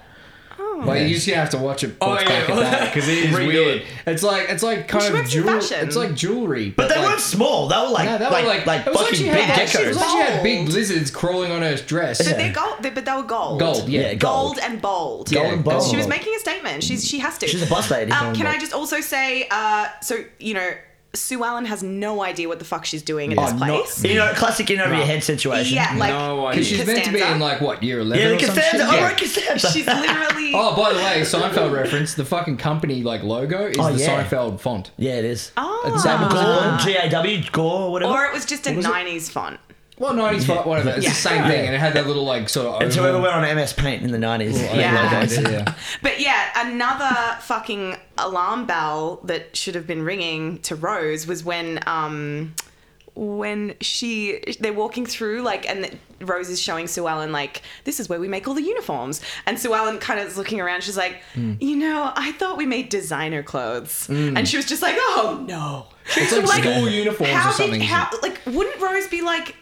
Speaker 2: Well, you just gonna have to watch it.
Speaker 5: Oh,
Speaker 2: watch
Speaker 5: yeah.
Speaker 2: back at that
Speaker 1: *laughs*
Speaker 2: because it is
Speaker 5: Redo
Speaker 2: weird.
Speaker 5: it.
Speaker 2: It's like it's like kind
Speaker 4: she
Speaker 2: of
Speaker 4: works in
Speaker 2: jewelry.
Speaker 4: fashion.
Speaker 2: It's like jewelry,
Speaker 1: But they
Speaker 2: like,
Speaker 1: weren't small. They were like
Speaker 2: No, they
Speaker 1: like,
Speaker 2: were like,
Speaker 1: like
Speaker 2: it was like
Speaker 1: fucking
Speaker 2: she
Speaker 1: big
Speaker 2: had,
Speaker 4: geckos.
Speaker 2: It was like she had big
Speaker 4: Bold.
Speaker 2: lizards crawling on her dress.
Speaker 4: But they're gold. They, but they were gold.
Speaker 2: Gold, yeah,
Speaker 1: Yeah,
Speaker 4: Gold and bold.
Speaker 2: Yeah,
Speaker 1: Golden
Speaker 2: gold.
Speaker 1: bowl.
Speaker 4: She was making a statement. She's she has to.
Speaker 1: She's a boss lady.
Speaker 4: Um, can I just also say? Uh, so you know, Sue Allen has no idea what the fuck she's doing in
Speaker 1: Oh,
Speaker 4: this place.
Speaker 1: not, you know, classic in over your head situation.
Speaker 4: yeah, like
Speaker 5: No idea.
Speaker 2: Because she's meant to be
Speaker 4: Costanza.
Speaker 2: in like what year eleven?
Speaker 1: yeah, the
Speaker 2: or some shit?
Speaker 1: Costanza.
Speaker 2: Yeah.
Speaker 1: I reckon Costanza.
Speaker 4: *laughs* she's literally.
Speaker 2: *laughs* Oh, by the way, Seinfeld reference. The fucking company like logo is
Speaker 1: Oh,
Speaker 2: the
Speaker 1: yeah.
Speaker 2: Seinfeld font.
Speaker 1: *laughs* yeah, it is.
Speaker 4: Ah.
Speaker 1: Is that Gore, G A W, Gore, or whatever.
Speaker 4: Or it was just a '90s font.
Speaker 2: Well, nineties font, whatever. It's
Speaker 4: Yeah.
Speaker 2: the same thing, and it had that little like sort of.
Speaker 1: it's whoever
Speaker 2: oval-
Speaker 1: went on MS Paint in the 90s.
Speaker 4: Yeah.
Speaker 2: Yeah.
Speaker 4: *laughs*
Speaker 2: yeah.
Speaker 4: But yeah, another fucking alarm bell that should have been ringing to Rose was when um when she they're walking through like and Rose is showing Sue Ellen like this is where we make all the uniforms and Sue Ellen kind of is looking around she's like
Speaker 2: Hmm.
Speaker 4: you know I thought we made designer clothes and she was just like oh no
Speaker 2: It's like,
Speaker 4: Like,
Speaker 2: school uniforms
Speaker 4: how
Speaker 2: or something.
Speaker 4: did how like wouldn't Rose be like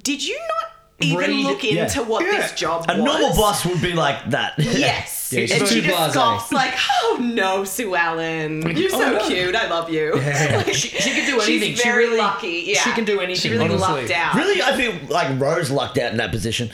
Speaker 4: did you not even
Speaker 2: Read-
Speaker 4: look into
Speaker 1: yeah.
Speaker 4: what this job
Speaker 1: A
Speaker 4: was
Speaker 1: normal boss would be like that.
Speaker 4: Yes.
Speaker 2: Yeah, she's
Speaker 4: and
Speaker 2: too
Speaker 4: she just
Speaker 2: blasé.
Speaker 4: scoffs like, oh no, Sue Ellen. You're so cute. I love you. Like,
Speaker 5: She can do anything.
Speaker 4: She's
Speaker 5: she
Speaker 4: very
Speaker 5: really
Speaker 4: lucky. Yeah.
Speaker 5: She can do anything.
Speaker 4: She really
Speaker 5: honestly.
Speaker 4: lucked
Speaker 1: *laughs*
Speaker 4: out.
Speaker 1: Really, I feel like Rose lucked out in that position.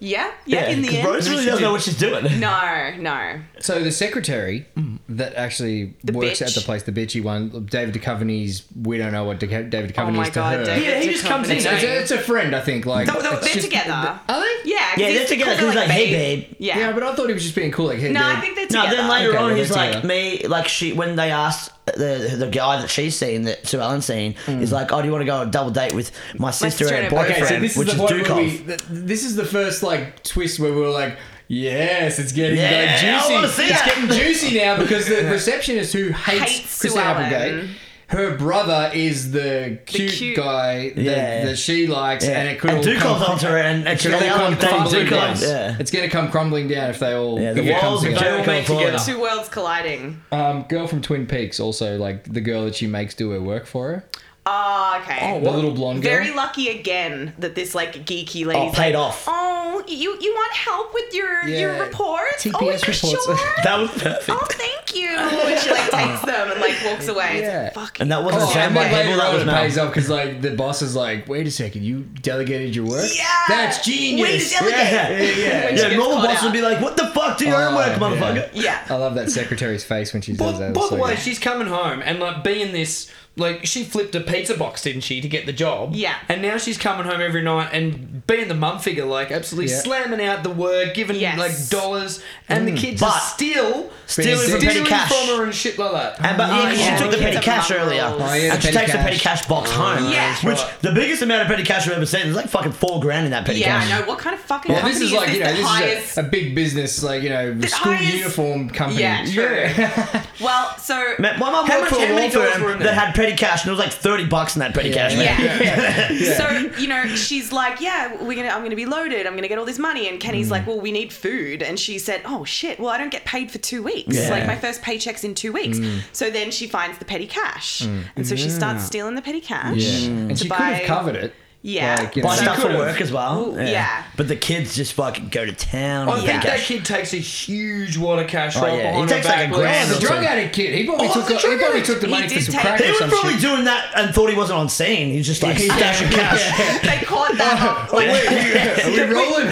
Speaker 4: Yeah. Yeah. in the
Speaker 1: 'cause
Speaker 4: end.
Speaker 1: Rose really doesn't know what she's *laughs* doing.
Speaker 4: no, no.
Speaker 2: So the secretary that actually works
Speaker 4: bitch.
Speaker 2: at the place, the bitchy one, David Duchovny's. We don't know what Duca- David
Speaker 4: Oh
Speaker 2: Duchovny
Speaker 4: my
Speaker 2: is to her.
Speaker 4: god, David.
Speaker 5: Yeah, he just comes in,
Speaker 4: Duchovny.
Speaker 2: It's a,
Speaker 5: eh?
Speaker 2: it's a friend, I think. Like
Speaker 4: No, no,
Speaker 2: it's
Speaker 4: they're
Speaker 2: just-
Speaker 4: together.
Speaker 2: Are they?
Speaker 4: Yeah, 'cause
Speaker 1: Yeah,
Speaker 4: he's
Speaker 1: they're together.
Speaker 4: called her,
Speaker 1: He's like, hey, babe.
Speaker 4: Yeah.
Speaker 2: Yeah, but I thought he was just being cool. Like, hey,
Speaker 4: no,
Speaker 2: dude.
Speaker 4: I think they're
Speaker 1: No,
Speaker 4: together.
Speaker 1: then later
Speaker 2: Okay,
Speaker 1: on,
Speaker 2: well,
Speaker 1: he's
Speaker 2: that's
Speaker 1: like
Speaker 2: together.
Speaker 1: me, like she. When they asked the the guy that she's seen, that Sue Ellen's seen, is like, "Oh, do you want to go on a double date with my sister
Speaker 4: sister
Speaker 1: and
Speaker 4: and her
Speaker 1: boyfriend,
Speaker 4: boyfriend."
Speaker 2: Hmm. Okay, so this
Speaker 1: which
Speaker 2: is
Speaker 1: is
Speaker 2: the point where
Speaker 1: Dukov?"
Speaker 2: we, th- this is the first like twist where we were like, yes, it's getting like,
Speaker 1: Yeah, I
Speaker 2: juicy.
Speaker 1: wanna see
Speaker 2: it's
Speaker 1: that.
Speaker 2: getting juicy now because
Speaker 1: *laughs*
Speaker 2: the receptionist who hates,
Speaker 4: Hates Sue
Speaker 2: Christina
Speaker 4: Allen.
Speaker 2: Applegate. Her brother is the cute,
Speaker 4: cute-
Speaker 2: guy that,
Speaker 1: Yeah.
Speaker 2: that she likes,
Speaker 1: Yeah.
Speaker 2: and it could
Speaker 1: and
Speaker 2: all come
Speaker 1: Dukov's onto her, and and
Speaker 2: It's gonna come
Speaker 1: Ellen
Speaker 2: crumbling
Speaker 1: dating
Speaker 2: down.
Speaker 1: Dukov. Yeah.
Speaker 2: It's gonna come crumbling down if they all
Speaker 1: Yeah, the
Speaker 2: if it comes
Speaker 1: walls of
Speaker 2: together.
Speaker 1: Jericho
Speaker 5: They all make
Speaker 1: fall
Speaker 5: together.
Speaker 1: down.
Speaker 4: Two worlds colliding.
Speaker 2: Um, girl from Twin Peaks, also like the girl that she makes do her work for her.
Speaker 4: Oh, okay.
Speaker 2: the little blonde girl.
Speaker 4: Very lucky again that this like geeky
Speaker 1: Oh,
Speaker 4: lady's
Speaker 1: paid
Speaker 4: like,
Speaker 1: off.
Speaker 4: Oh, you you want help with your your
Speaker 2: Yeah,
Speaker 4: report? oh, yeah,
Speaker 2: TPS reports. *laughs*
Speaker 4: sure.
Speaker 1: That was perfect.
Speaker 4: oh, thank you. And she like takes them and like walks away.
Speaker 2: *laughs* Yeah.
Speaker 4: It's like, fuck.
Speaker 1: And that wasn't
Speaker 2: Oh,
Speaker 1: Sam
Speaker 2: and
Speaker 1: by
Speaker 2: then
Speaker 1: people.
Speaker 2: later
Speaker 1: That
Speaker 2: on
Speaker 1: was
Speaker 2: it
Speaker 1: Mel.
Speaker 2: pays off because like the boss is like, wait a second, you delegated your work?
Speaker 4: Yeah.
Speaker 2: that's genius.
Speaker 4: Way to
Speaker 1: Yeah,
Speaker 4: delegate.
Speaker 1: yeah,
Speaker 4: When she
Speaker 1: Yeah,
Speaker 4: gets
Speaker 1: normal
Speaker 4: caught
Speaker 1: boss
Speaker 4: out.
Speaker 1: would be like, "What the fuck? Do your own
Speaker 2: Oh,
Speaker 1: work,
Speaker 2: yeah.
Speaker 1: motherfucker."
Speaker 2: I
Speaker 4: Yeah.
Speaker 2: love that secretary's face when she
Speaker 5: By,
Speaker 2: does that.
Speaker 5: by
Speaker 2: It's
Speaker 5: the
Speaker 2: so
Speaker 5: way,
Speaker 2: good.
Speaker 5: she's coming home and like being this like she flipped a pizza box, didn't she, to get the job?
Speaker 4: Yeah.
Speaker 5: And now she's coming home every night and being the mum figure, like absolutely
Speaker 2: Yeah.
Speaker 5: slamming out the word, giving
Speaker 4: Yes.
Speaker 5: like dollars, and the kids
Speaker 1: Mm. But-
Speaker 5: are still
Speaker 1: Stealing from
Speaker 2: Stealing
Speaker 1: petty
Speaker 5: stealing
Speaker 1: cash.
Speaker 5: from her and shit like that.
Speaker 1: And, but
Speaker 4: Uh, Yeah,
Speaker 1: oh, 'cause
Speaker 4: yeah.
Speaker 1: she took the
Speaker 4: Yeah.
Speaker 1: petty
Speaker 4: It's a
Speaker 1: cash
Speaker 4: bum
Speaker 1: earlier.
Speaker 4: roll.
Speaker 2: Oh, yeah,
Speaker 1: and
Speaker 2: the
Speaker 1: she
Speaker 2: petty
Speaker 1: takes the
Speaker 2: cash.
Speaker 1: petty cash box home.
Speaker 4: Yeah.
Speaker 5: that's
Speaker 1: Which,
Speaker 5: right.
Speaker 1: the biggest amount of petty cash I've ever seen is like fucking four grand in that petty
Speaker 4: Yeah,
Speaker 1: cash.
Speaker 4: I know. What kind of fucking
Speaker 2: well,
Speaker 4: company
Speaker 2: this is like
Speaker 4: this
Speaker 2: you know
Speaker 4: that
Speaker 2: this
Speaker 4: hires?
Speaker 2: *laughs* is a, a big business like you know school
Speaker 4: hires-
Speaker 2: uniform company.
Speaker 4: yeah, true. well, so
Speaker 1: Man, my mum
Speaker 5: How
Speaker 1: worked
Speaker 5: much-
Speaker 1: for a
Speaker 5: how
Speaker 1: law
Speaker 5: many dollars were
Speaker 1: firm
Speaker 5: in
Speaker 1: that
Speaker 5: there?
Speaker 1: had petty cash, and it was like thirty bucks in that petty cash.
Speaker 2: *laughs*
Speaker 1: man.
Speaker 4: yeah. *laughs* So you know, she's like, "Yeah, we're gonna. I'm gonna be loaded. I'm gonna get all this money." And
Speaker 2: Mm.
Speaker 4: Kenny's like, "Well, we need food." And she said, "Oh shit. Well, I don't get paid for two weeks.
Speaker 1: Yeah.
Speaker 4: Like my first paycheck's in two weeks."
Speaker 2: Mm.
Speaker 4: So then she finds the petty cash, and so she starts stealing the petty cash.
Speaker 2: Yeah. and
Speaker 4: to
Speaker 2: she could
Speaker 4: buy-
Speaker 2: have covered it.
Speaker 4: Yeah.
Speaker 2: Like, you
Speaker 1: Buy
Speaker 2: know,
Speaker 1: stuff for
Speaker 5: could've.
Speaker 1: work as well.
Speaker 4: Ooh, yeah.
Speaker 1: But the kids just fucking go to town.
Speaker 5: I
Speaker 1: on
Speaker 5: think
Speaker 1: petty
Speaker 5: that
Speaker 1: cash.
Speaker 5: kid takes a huge wad of
Speaker 2: Oh,
Speaker 5: cash right
Speaker 1: yeah. He
Speaker 5: behind
Speaker 1: takes,
Speaker 5: her
Speaker 1: like,
Speaker 5: back.
Speaker 1: a grand
Speaker 2: The
Speaker 1: or
Speaker 2: drug
Speaker 1: something.
Speaker 2: addict kid. He probably
Speaker 1: Oh,
Speaker 2: took.
Speaker 1: the
Speaker 2: he
Speaker 1: drug
Speaker 2: probably
Speaker 1: addict.
Speaker 2: took the
Speaker 4: He
Speaker 2: money for
Speaker 4: did
Speaker 2: some
Speaker 4: take-
Speaker 2: crack
Speaker 4: He
Speaker 2: or
Speaker 1: He was
Speaker 2: some
Speaker 1: probably
Speaker 2: shit.
Speaker 1: doing that and thought he wasn't on scene. He was just like stashing cash.
Speaker 4: *laughs* they caught that up. Like,
Speaker 2: Are we rolling?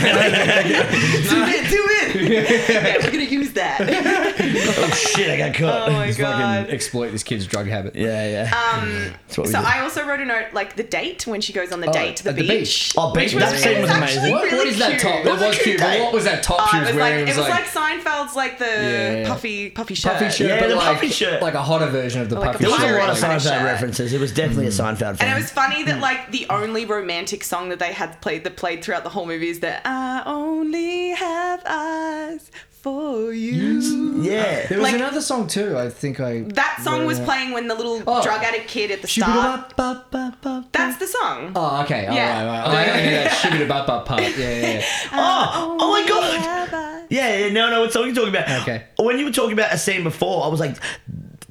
Speaker 4: do it, do
Speaker 2: *laughs*
Speaker 4: it. yeah, we're gonna use that.
Speaker 1: oh shit, I got caught.
Speaker 4: Oh my
Speaker 2: Just fucking
Speaker 4: god.
Speaker 2: exploit this kid's drug habit.
Speaker 1: Yeah, yeah.
Speaker 4: Um,
Speaker 1: That's what we
Speaker 4: so
Speaker 1: did.
Speaker 4: I also wrote a note, like the date when she goes on the date to
Speaker 2: Oh,
Speaker 4: the
Speaker 2: at the
Speaker 4: beach.
Speaker 2: beach.
Speaker 1: oh, beach,
Speaker 4: Which was-
Speaker 1: that scene was
Speaker 4: it's actually
Speaker 1: amazing.
Speaker 2: What, what
Speaker 4: really
Speaker 2: is that
Speaker 4: cute.
Speaker 2: top? That
Speaker 1: was a
Speaker 2: was
Speaker 1: cute
Speaker 2: cute. But
Speaker 1: day.
Speaker 2: what was that top
Speaker 4: Oh,
Speaker 2: she
Speaker 4: it
Speaker 2: was,
Speaker 4: was like
Speaker 2: wearing?
Speaker 4: it was like Seinfeld's like the
Speaker 2: Yeah.
Speaker 4: puffy puffy shirt.
Speaker 2: puffy shirt,
Speaker 1: Yeah,
Speaker 2: but
Speaker 1: the
Speaker 2: like,
Speaker 1: puffy shirt.
Speaker 2: like a hotter version of the
Speaker 4: Like a
Speaker 2: puffy
Speaker 1: There was a
Speaker 2: shirt.
Speaker 1: lot of
Speaker 4: Pirate kind of
Speaker 1: Seinfeld
Speaker 4: shirt.
Speaker 1: references. It was definitely a Seinfeld film.
Speaker 4: And it was funny that like the only romantic song that they had played that played throughout the whole movie is that I only have eyes for you.
Speaker 1: yeah.
Speaker 2: There was
Speaker 4: like-
Speaker 2: another song too. I think I
Speaker 4: That song
Speaker 2: wrote
Speaker 4: was
Speaker 2: it.
Speaker 4: playing when the little
Speaker 2: Oh.
Speaker 4: drug addict kid at the start.
Speaker 2: Shoo-ba-da-ba-ba-ba-ba.
Speaker 4: That's the song.
Speaker 2: Oh, okay.
Speaker 4: Yeah. Uh,
Speaker 2: All right. All right. I only knew that shibida bop bop part. Yeah, yeah, yeah.
Speaker 1: Oh, oh my god.
Speaker 4: Have eyes
Speaker 1: Yeah, yeah, no, no. What song are you talking about?
Speaker 2: Okay.
Speaker 1: When you were talking about a scene before, I was like,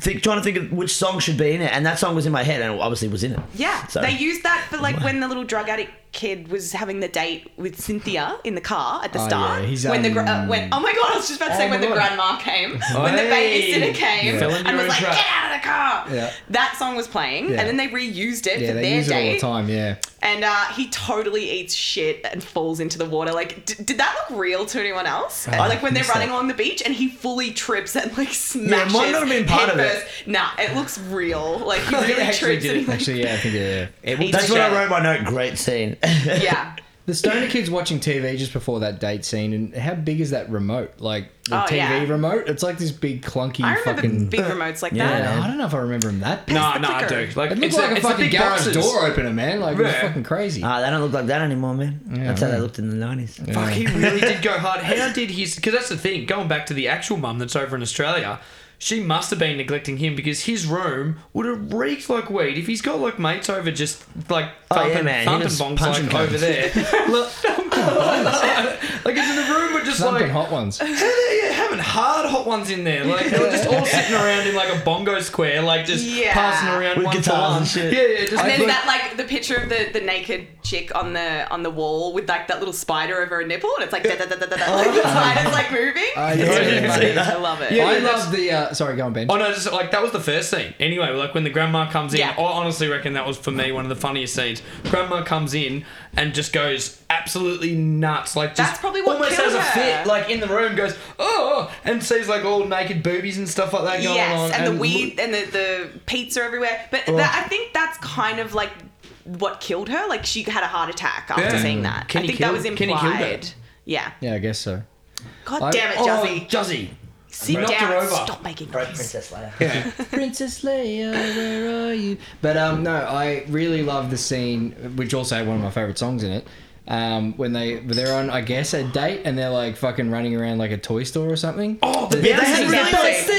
Speaker 1: think, trying to think of which song should be in it, and that song was in my head, and it obviously was in it.
Speaker 4: Yeah,
Speaker 1: So
Speaker 4: they used that for like
Speaker 2: *laughs*
Speaker 4: when the little drug addict kid was having the date with Cynthia in the car at the
Speaker 2: Oh,
Speaker 4: start.
Speaker 2: yeah, he's,
Speaker 4: when the gra- uh,
Speaker 2: um,
Speaker 4: when oh my god, I was just about to say
Speaker 2: Oh
Speaker 4: when
Speaker 2: my
Speaker 4: the
Speaker 2: God.
Speaker 4: grandma came, when the
Speaker 5: Hey.
Speaker 4: babysitter came,
Speaker 5: Fell into
Speaker 4: and
Speaker 5: your
Speaker 4: was
Speaker 5: own
Speaker 4: like,
Speaker 5: trap.
Speaker 4: "Get out of the car."
Speaker 2: Yeah.
Speaker 4: That song was playing,
Speaker 2: Yeah.
Speaker 4: and then they reused it
Speaker 2: Yeah,
Speaker 4: for
Speaker 2: they
Speaker 4: their
Speaker 2: use it all
Speaker 4: date.
Speaker 2: the time. Yeah.
Speaker 4: And uh, he totally eats shit and falls into the water. Like, d- did that look real to anyone else?
Speaker 2: Oh,
Speaker 4: And,
Speaker 1: I
Speaker 4: like when they're
Speaker 1: missed
Speaker 4: running
Speaker 1: that.
Speaker 4: along the beach and he fully trips and like smashes.
Speaker 1: might not have been part of it.
Speaker 4: headfirst. Nah, it looks real. Like
Speaker 2: *laughs*
Speaker 4: he
Speaker 2: They
Speaker 4: really
Speaker 2: actually
Speaker 4: trips
Speaker 2: did
Speaker 4: and
Speaker 2: it.
Speaker 4: he like,
Speaker 2: Actually, yeah, I think yeah. yeah.
Speaker 4: eats
Speaker 1: That's what
Speaker 4: shit.
Speaker 1: I wrote my note. Great scene. *laughs*
Speaker 4: Yeah.
Speaker 2: The stoner
Speaker 4: *laughs*
Speaker 2: kid's watching TV just before that date scene, and how big is that remote? Like the
Speaker 4: Oh,
Speaker 2: TV
Speaker 4: yeah.
Speaker 2: remote? It's like this big clunky
Speaker 4: I remember
Speaker 2: fucking.
Speaker 4: big remotes like
Speaker 2: yeah,
Speaker 4: that.
Speaker 2: I don't know if I remember him that. big.
Speaker 5: No,
Speaker 4: the
Speaker 5: no, I
Speaker 4: clicker.
Speaker 5: do. Like,
Speaker 2: It looked
Speaker 5: it's
Speaker 2: like
Speaker 5: the-
Speaker 2: a
Speaker 5: it's the
Speaker 2: fucking
Speaker 5: big
Speaker 2: garage
Speaker 5: boxes.
Speaker 2: door opener, man. Like it was
Speaker 5: Yeah.
Speaker 2: fucking crazy.
Speaker 1: Ah, they don't look like that anymore, man. That's how
Speaker 2: right.
Speaker 1: they looked in the nineties.
Speaker 5: Fuck, he
Speaker 1: *laughs*
Speaker 5: really did go hard. How did his? Because that's the thing. Going back to the actual mum that's over in Australia, she must have been neglecting him because his room would have reeked like weed. If he's got like mates over, just like
Speaker 1: Oh, yeah,
Speaker 5: thumping,
Speaker 1: man, he
Speaker 5: thumping
Speaker 1: was
Speaker 5: bongs
Speaker 1: punching
Speaker 5: like
Speaker 1: cunts. *laughs*
Speaker 5: over there. Look, like it's in the room, but just
Speaker 2: Something
Speaker 5: like
Speaker 2: hot ones.
Speaker 5: *laughs* they're having hard hot ones in there. Like they were just
Speaker 1: *laughs*
Speaker 5: all sitting around in like a bongo square, like just
Speaker 4: Yeah.
Speaker 5: passing around
Speaker 1: With
Speaker 5: one for
Speaker 1: guitars
Speaker 5: one.
Speaker 1: and shit.
Speaker 5: Yeah, yeah, just
Speaker 4: And then
Speaker 5: like-
Speaker 4: that like the picture of the, the naked chick on the on the wall with like that little spider over her nipple, and it's like da da da da da. da. Like the spider's like moving.
Speaker 2: Uh, yeah,
Speaker 1: didn't
Speaker 2: yeah,
Speaker 1: see
Speaker 2: yeah.
Speaker 4: *laughs* I love it.
Speaker 5: Yeah.
Speaker 2: I
Speaker 5: that's-
Speaker 2: love the. Uh, sorry, go on, Ben.
Speaker 5: Oh no, just like that was the first scene. Anyway, like when the grandma comes in,
Speaker 4: Yeah.
Speaker 5: I honestly reckon that was for me one of the funniest scenes. Grandma comes in and just goes absolutely nuts. Like just
Speaker 4: That's probably what
Speaker 5: almost
Speaker 4: killed
Speaker 5: has a
Speaker 4: her.
Speaker 5: fit, like in the room, goes oh, and sees like all naked boobies and stuff like that going
Speaker 4: yes,
Speaker 5: on.
Speaker 4: and, the
Speaker 5: look-
Speaker 4: weed and the, the pizza everywhere. But that, I think that's kind of like what killed her. Like she had a heart attack after
Speaker 5: Yeah.
Speaker 4: seeing that.
Speaker 5: Kenny
Speaker 4: I think that
Speaker 5: killed-
Speaker 4: was
Speaker 5: Kenny killed her.
Speaker 4: implied. Yeah.
Speaker 2: Yeah, I guess so.
Speaker 4: God
Speaker 2: I-
Speaker 4: damn it,
Speaker 5: Oh,
Speaker 4: Juzzy.
Speaker 5: Juzzy.
Speaker 4: Sit
Speaker 5: knocked her
Speaker 4: down.
Speaker 5: over.
Speaker 4: Stop making noise.
Speaker 1: Princess Leia.
Speaker 5: Yeah.
Speaker 2: Princess Leia, where are you? But um, no, I really love the scene, which also had one of my favorite songs in it. Um, when they they're on, I guess, a date, and they're like fucking running around like a toy store or something.
Speaker 5: Oh, the
Speaker 1: Yeah, they had
Speaker 5: bouncing-
Speaker 1: really
Speaker 4: Bouncing.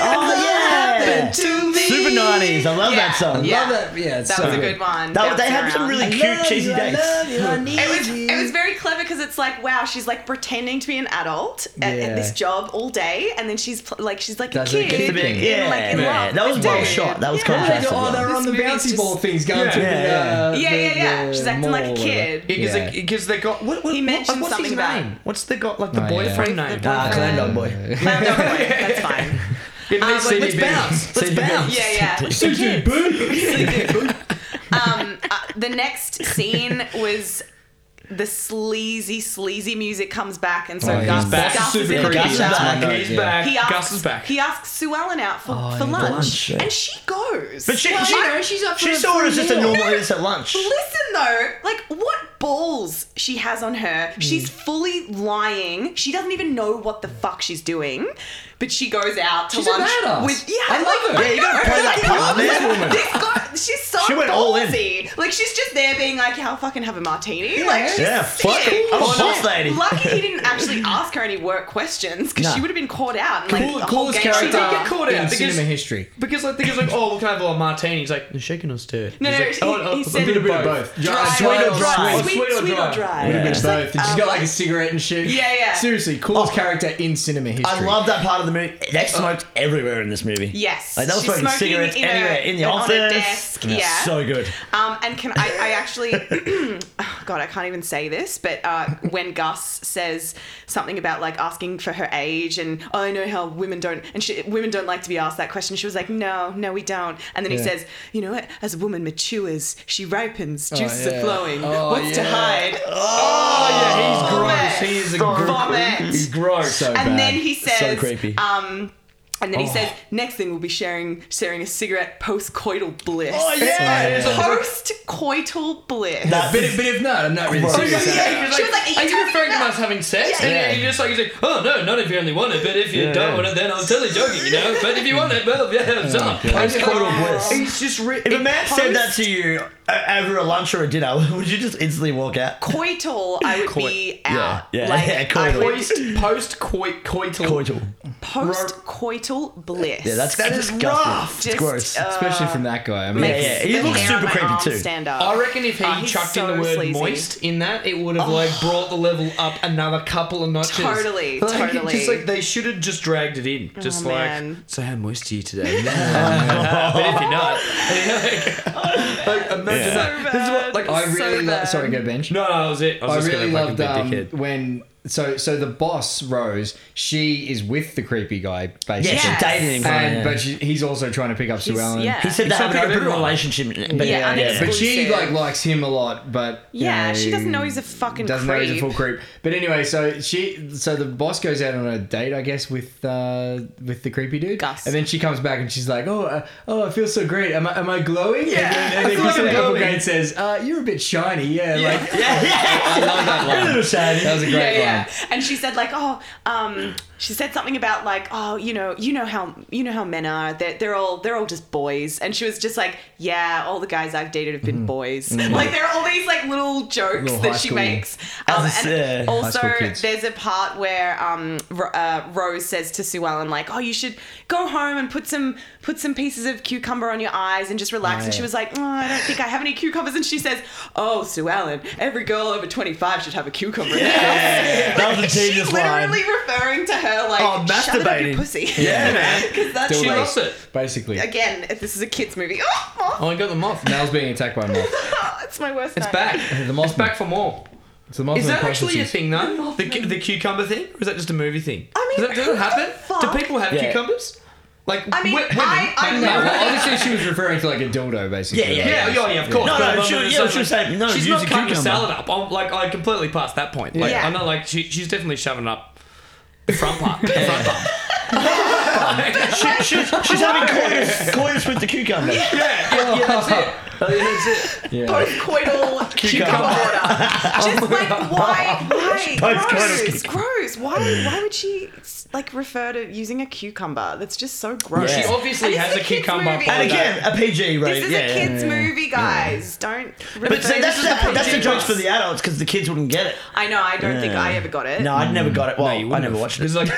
Speaker 1: Oh yeah,
Speaker 4: To me.
Speaker 1: super nineties. I love
Speaker 4: Yeah.
Speaker 1: that song.
Speaker 4: Yeah.
Speaker 2: Love that. Yeah, it's
Speaker 4: That
Speaker 2: so
Speaker 4: was a good one.
Speaker 1: That, they
Speaker 4: Bouncing
Speaker 1: had some
Speaker 4: around.
Speaker 1: really cute cheesy dates.
Speaker 2: *laughs*
Speaker 4: It was, it was very clever because it's like, wow, she's like pretending to be an adult at,
Speaker 2: Yeah.
Speaker 4: at this job all day, and then she's pl- like, she's like
Speaker 2: Does
Speaker 4: a
Speaker 2: it get
Speaker 4: kid.
Speaker 2: the
Speaker 4: in,
Speaker 2: big-
Speaker 4: in, like, in
Speaker 1: Yeah,
Speaker 4: love
Speaker 1: that
Speaker 4: with
Speaker 1: was
Speaker 4: this
Speaker 1: well
Speaker 4: dude.
Speaker 1: shot. That was
Speaker 4: yeah.
Speaker 2: Oh, they
Speaker 1: contrast.
Speaker 2: go- oh, they're
Speaker 4: This
Speaker 2: on the
Speaker 4: movie's
Speaker 2: bouncy
Speaker 4: just-
Speaker 2: ball things going
Speaker 5: Yeah.
Speaker 2: through
Speaker 1: Yeah,
Speaker 2: the,
Speaker 4: yeah.
Speaker 2: uh,
Speaker 4: Yeah, yeah,
Speaker 2: the-
Speaker 4: yeah.
Speaker 2: the
Speaker 4: She's acting like
Speaker 2: mall or
Speaker 4: kid.
Speaker 2: whatever.
Speaker 5: Because
Speaker 2: Yeah.
Speaker 5: they, because they got what, what,
Speaker 4: He
Speaker 5: what-
Speaker 4: mentioned
Speaker 5: what's
Speaker 4: something
Speaker 5: his
Speaker 4: about-
Speaker 5: name? What's the got like the
Speaker 2: Oh, yeah.
Speaker 5: boyfriend
Speaker 4: The
Speaker 5: name?
Speaker 4: boy-
Speaker 1: Ah, Clan Dog Boy.
Speaker 4: Clown dog boy. That's fine.
Speaker 5: Yeah,
Speaker 4: Um,
Speaker 5: CDB.
Speaker 4: let's
Speaker 5: *laughs*
Speaker 4: bounce.
Speaker 1: Let's
Speaker 5: CDB.
Speaker 1: bounce.
Speaker 4: *laughs* Yeah, yeah. *laughs* um, uh, the next scene was the sleazy, sleazy music comes back, and so
Speaker 2: Oh, he's
Speaker 4: Gus,
Speaker 2: back.
Speaker 4: Gus is
Speaker 5: Super
Speaker 4: in
Speaker 5: creepy.
Speaker 4: the
Speaker 1: Gus is
Speaker 4: shower.
Speaker 1: back.
Speaker 5: He's
Speaker 2: Yeah.
Speaker 5: back.
Speaker 4: He asks,
Speaker 5: Gus is back.
Speaker 4: He asks Sue Ellen out for,
Speaker 2: Oh,
Speaker 4: for
Speaker 2: yeah,
Speaker 4: lunch,
Speaker 1: lunch, yeah.
Speaker 4: and she goes.
Speaker 1: But she,
Speaker 4: Well,
Speaker 1: she,
Speaker 4: I-
Speaker 1: she saw it as just a normal it's at lunch.
Speaker 4: Listen though, like what balls she has on her. She's
Speaker 2: Hmm.
Speaker 4: fully lying. She doesn't even know what the fuck she's doing, but she goes out to
Speaker 2: She's a
Speaker 4: lunch
Speaker 2: badass.
Speaker 4: with yeah.
Speaker 2: I love her.
Speaker 4: like, I
Speaker 2: Yeah,
Speaker 1: you gotta
Speaker 4: know.
Speaker 1: play that part,
Speaker 4: This-
Speaker 1: man.
Speaker 4: this guy- she's so
Speaker 1: She went
Speaker 4: ballsy.
Speaker 1: all in.
Speaker 4: Like she's just there being like, "Yeah, I'll fucking have a martini." Like she's
Speaker 1: Yeah, fuck
Speaker 4: sick.
Speaker 1: it. I'm a boss lady.
Speaker 4: Lucky
Speaker 1: *laughs*
Speaker 4: he didn't actually ask her any work questions because
Speaker 1: Nah.
Speaker 4: she would have been caught out. And, like
Speaker 2: Cool-
Speaker 4: the whole
Speaker 2: coolest
Speaker 4: game-
Speaker 2: character
Speaker 4: She did get caught
Speaker 5: out
Speaker 2: in
Speaker 5: because-
Speaker 2: cinema history.
Speaker 5: Because like think it's like, oh, we can have a martini. He's like, shaken or stirred?
Speaker 4: No,
Speaker 5: He's
Speaker 4: no,
Speaker 5: like, "Oh,
Speaker 4: he- he said-
Speaker 5: a bit of
Speaker 2: Bit of
Speaker 5: both.
Speaker 2: both.
Speaker 4: Dry,
Speaker 1: Sweet or
Speaker 4: oh,
Speaker 1: dry?
Speaker 4: Sweet, sweet, or dry.
Speaker 2: Would have been
Speaker 1: Yeah.
Speaker 2: both. And she's
Speaker 4: um,
Speaker 2: got like a cigarette and shit.
Speaker 4: Yeah, yeah.
Speaker 2: Seriously,
Speaker 5: Oh.
Speaker 2: coolest character in cinema history.
Speaker 1: I love that part of the movie. They smoked everywhere in this movie.
Speaker 4: Oh. Yes,
Speaker 1: Like, they were
Speaker 4: she's
Speaker 1: smoking
Speaker 4: smoking
Speaker 1: cigarettes
Speaker 4: in a-
Speaker 1: anywhere, in the
Speaker 4: on a
Speaker 1: office.
Speaker 4: desk, yeah.
Speaker 1: So good.
Speaker 4: Um, and can I, I actually, *clears throat* oh, God, I can't even say this, but uh, when Gus says something about like asking for her age and oh, I know how women don't, and she, women don't like to be asked that question. She was like, no, no, we don't. And then he
Speaker 2: Yeah.
Speaker 4: says, you know, as a woman matures, she ripens, juices
Speaker 2: yeah.
Speaker 4: are flowing.
Speaker 2: Oh,
Speaker 4: What's to
Speaker 2: yeah.
Speaker 4: hide?
Speaker 5: Oh yeah, he's
Speaker 4: Vomit.
Speaker 5: gross. He is a
Speaker 4: Vomit.
Speaker 5: gross. He's gross.
Speaker 2: So
Speaker 4: and
Speaker 2: bad.
Speaker 4: then he says,
Speaker 1: so creepy.
Speaker 4: Um, and then he
Speaker 5: Oh.
Speaker 4: says, next thing we'll be sharing sharing a cigarette post coital bliss.
Speaker 1: oh, yeah.
Speaker 2: Yeah.
Speaker 4: Post coital bliss.
Speaker 1: That-
Speaker 2: But, if- but if not, I'm not really serious.
Speaker 5: Yeah,
Speaker 2: about it.
Speaker 5: he was
Speaker 4: She
Speaker 5: like,
Speaker 4: was like, "Are
Speaker 5: are
Speaker 4: you
Speaker 5: you referring to
Speaker 4: talking
Speaker 5: us having sex? And
Speaker 1: Yeah.
Speaker 5: he- he just like, he's like, oh no, not if you only want it, but if you
Speaker 1: Yeah,
Speaker 5: don't
Speaker 1: yeah.
Speaker 5: want it, then I was totally joking, you know. But if you want it, well, yeah, it's up.
Speaker 1: That's total bliss.
Speaker 5: He's just re-
Speaker 1: If a man said
Speaker 5: post-
Speaker 1: that to you uh, over a lunch or a dinner, *laughs* would you just instantly walk out?
Speaker 4: coital, I would be
Speaker 1: Yeah,
Speaker 4: out.
Speaker 1: yeah,
Speaker 4: like,
Speaker 1: yeah,
Speaker 4: I
Speaker 1: coital.
Speaker 4: would
Speaker 5: post post coital
Speaker 1: Coital.
Speaker 4: post coital. Mental bliss.
Speaker 1: Yeah, that's
Speaker 4: That is
Speaker 1: disgusting.
Speaker 4: rough.
Speaker 1: It's
Speaker 4: Just,
Speaker 1: gross.
Speaker 4: uh,
Speaker 2: especially from that guy. I mean,
Speaker 4: makes
Speaker 1: Yeah, yeah. He
Speaker 4: the
Speaker 1: looks
Speaker 4: hair
Speaker 1: super
Speaker 4: on my
Speaker 1: creepy
Speaker 4: arm
Speaker 1: too.
Speaker 4: Stand up.
Speaker 5: I reckon if he
Speaker 4: Oh, he's
Speaker 5: chucked
Speaker 4: so
Speaker 5: in the word
Speaker 4: sleazy. Oh.
Speaker 5: moist in that, it would have like brought the level up another couple of notches.
Speaker 4: Totally,
Speaker 5: Like, it
Speaker 4: totally. Oh,
Speaker 5: Just like they should have just dragged it in. Just like,
Speaker 4: man.
Speaker 5: so how moist are you
Speaker 4: *laughs*
Speaker 5: today? *laughs* but if you're not, *laughs* like, like, imagine that.
Speaker 4: So
Speaker 5: This is what,
Speaker 4: bad.
Speaker 5: like,
Speaker 2: I
Speaker 4: So
Speaker 2: really lo-
Speaker 4: bad.
Speaker 2: sorry, go bench.
Speaker 5: no, no, that was it. I
Speaker 2: I
Speaker 5: was just
Speaker 2: really
Speaker 5: gonna fucking
Speaker 2: loved
Speaker 5: be a
Speaker 2: um,
Speaker 5: dickhead.
Speaker 2: when so so the boss Rose, she is with the creepy guy basically.
Speaker 1: Yeah,
Speaker 4: Yes.
Speaker 1: she's dating him.
Speaker 2: And,
Speaker 1: yeah.
Speaker 2: but she, he's also trying to pick up Sue
Speaker 4: He's-
Speaker 2: Ellen.
Speaker 4: yeah.
Speaker 1: he said they
Speaker 5: He's
Speaker 1: have an
Speaker 5: something
Speaker 1: open
Speaker 5: everyone-
Speaker 1: relationship. But
Speaker 4: Yeah,
Speaker 1: yeah,
Speaker 4: and it's-
Speaker 2: But she
Speaker 4: Exclusive.
Speaker 2: like likes him a lot, but you
Speaker 4: Yeah,
Speaker 2: know,
Speaker 4: she doesn't know he's a fucking
Speaker 2: doesn't know he's a
Speaker 4: creep.
Speaker 2: full creep. But anyway, so she so the boss goes out on a date, I guess, with uh, with the creepy dude,
Speaker 4: Gus.
Speaker 2: and then she comes back and she's like, "Oh, uh, oh, I feel so great. Am I am I glowing?" Yeah. And
Speaker 4: *laughs*
Speaker 2: then, and then Kristen
Speaker 5: glowing.
Speaker 2: Applegate says, uh, "You're a bit shiny." Yeah,
Speaker 4: *laughs*
Speaker 2: like
Speaker 1: yeah,
Speaker 2: *laughs* I love that line. That was a great
Speaker 4: yeah,
Speaker 2: line.
Speaker 4: yeah. And she said like, oh, um, she said something about like, oh, you know, you know how you know how men are. They're, they're all they're all just boys. And she was just like, yeah, all the guys I've dated have been boys. Like there are all these like little jokes
Speaker 2: Mm-hmm. Little high
Speaker 4: that she
Speaker 2: school-
Speaker 4: makes.
Speaker 1: As
Speaker 4: Um,
Speaker 1: I said,
Speaker 4: and
Speaker 1: high
Speaker 2: school
Speaker 4: also,
Speaker 2: kids.
Speaker 4: there's a part where um, Ro- uh, Rose says to Sue Ellen like, oh, you should go home and put some put some pieces of cucumber on your eyes and just relax. And she
Speaker 2: yeah.
Speaker 4: was like, oh, I don't think I have any cucumbers. And she says, oh, Sue Ellen, every girl over 25 should have a cucumber. in their
Speaker 1: that was a
Speaker 4: She's *laughs*
Speaker 1: genius line.
Speaker 4: literally referring to her like
Speaker 1: Oh,
Speaker 4: shut it up,
Speaker 1: masturbating.
Speaker 4: you pussy. *laughs*
Speaker 1: Yeah, man.
Speaker 4: because that's
Speaker 2: Still
Speaker 5: She
Speaker 2: like-
Speaker 5: lost
Speaker 4: like,
Speaker 5: it.
Speaker 2: Basically,
Speaker 4: again, if this is a kids movie. *laughs* Oh,
Speaker 5: Oh, I got the moth.
Speaker 2: Mel's being attacked by a moth. *laughs*
Speaker 4: oh, it's my worst.
Speaker 5: It's
Speaker 4: nightmare.
Speaker 5: back.
Speaker 2: The
Speaker 5: It's
Speaker 2: moth
Speaker 5: back for more.
Speaker 2: It's the moth
Speaker 5: Is
Speaker 2: and
Speaker 5: that
Speaker 2: the
Speaker 5: actually a
Speaker 2: prostitutes.
Speaker 5: thing though? The, cu- the cucumber thing, or is that just a movie thing?
Speaker 4: I mean,
Speaker 5: does that, does
Speaker 4: who
Speaker 5: it
Speaker 4: the
Speaker 5: happen?
Speaker 4: fuck-
Speaker 5: Do people have
Speaker 1: Yeah.
Speaker 5: cucumbers? Like,
Speaker 4: I mean,
Speaker 5: wo- women?
Speaker 4: I- I
Speaker 5: Like,
Speaker 2: No,
Speaker 4: never-
Speaker 2: well,
Speaker 5: *laughs*
Speaker 2: obviously she was referring to like a dildo, basically.
Speaker 1: Yeah,
Speaker 5: Yeah, yeah, yeah, of course.
Speaker 1: No,
Speaker 5: But
Speaker 1: no,
Speaker 5: I'm
Speaker 1: she-
Speaker 5: not-
Speaker 1: yeah,
Speaker 5: it's not
Speaker 1: she was
Speaker 5: like-
Speaker 1: saying, no,
Speaker 5: she's
Speaker 1: use
Speaker 5: not
Speaker 1: a
Speaker 5: cutting your
Speaker 1: cucumber.
Speaker 5: salad up. I'm like, I completely passed that point. Like,
Speaker 4: Yeah.
Speaker 5: I'm not like she, she's definitely shoving up the front part, the front part. *laughs*
Speaker 1: She- she's, she's having coitus, coitus with the
Speaker 4: *laughs*
Speaker 1: cucumber.
Speaker 5: yeah,
Speaker 2: *laughs*
Speaker 5: yeah, that's it. That's it.
Speaker 2: Yeah.
Speaker 4: *laughs* Post-coital
Speaker 1: *laughs*
Speaker 4: cucumber order. Just like
Speaker 1: Oh
Speaker 4: why? Why?
Speaker 1: Post-coital
Speaker 4: Gross. Gross. Why? Why would she like refer to using a cucumber? That's just so gross.
Speaker 5: She
Speaker 1: Yeah.
Speaker 5: obviously
Speaker 4: And it's
Speaker 5: has
Speaker 4: a
Speaker 5: a
Speaker 4: kids'
Speaker 5: cucumber.
Speaker 4: movie.
Speaker 5: holiday.
Speaker 1: And again, a PG rating.
Speaker 4: This is
Speaker 1: yeah,
Speaker 4: a
Speaker 1: yeah.
Speaker 4: kids' movie, guys. Don't.
Speaker 1: But see, that's the, that's the joke
Speaker 4: jokes
Speaker 1: for the adults because the kids wouldn't get it.
Speaker 4: I know. I don't think I ever got it.
Speaker 1: No, I never got it. Well,
Speaker 5: you
Speaker 1: Oh, I
Speaker 5: wouldn't
Speaker 1: never
Speaker 5: have.
Speaker 1: watched it.
Speaker 5: It's like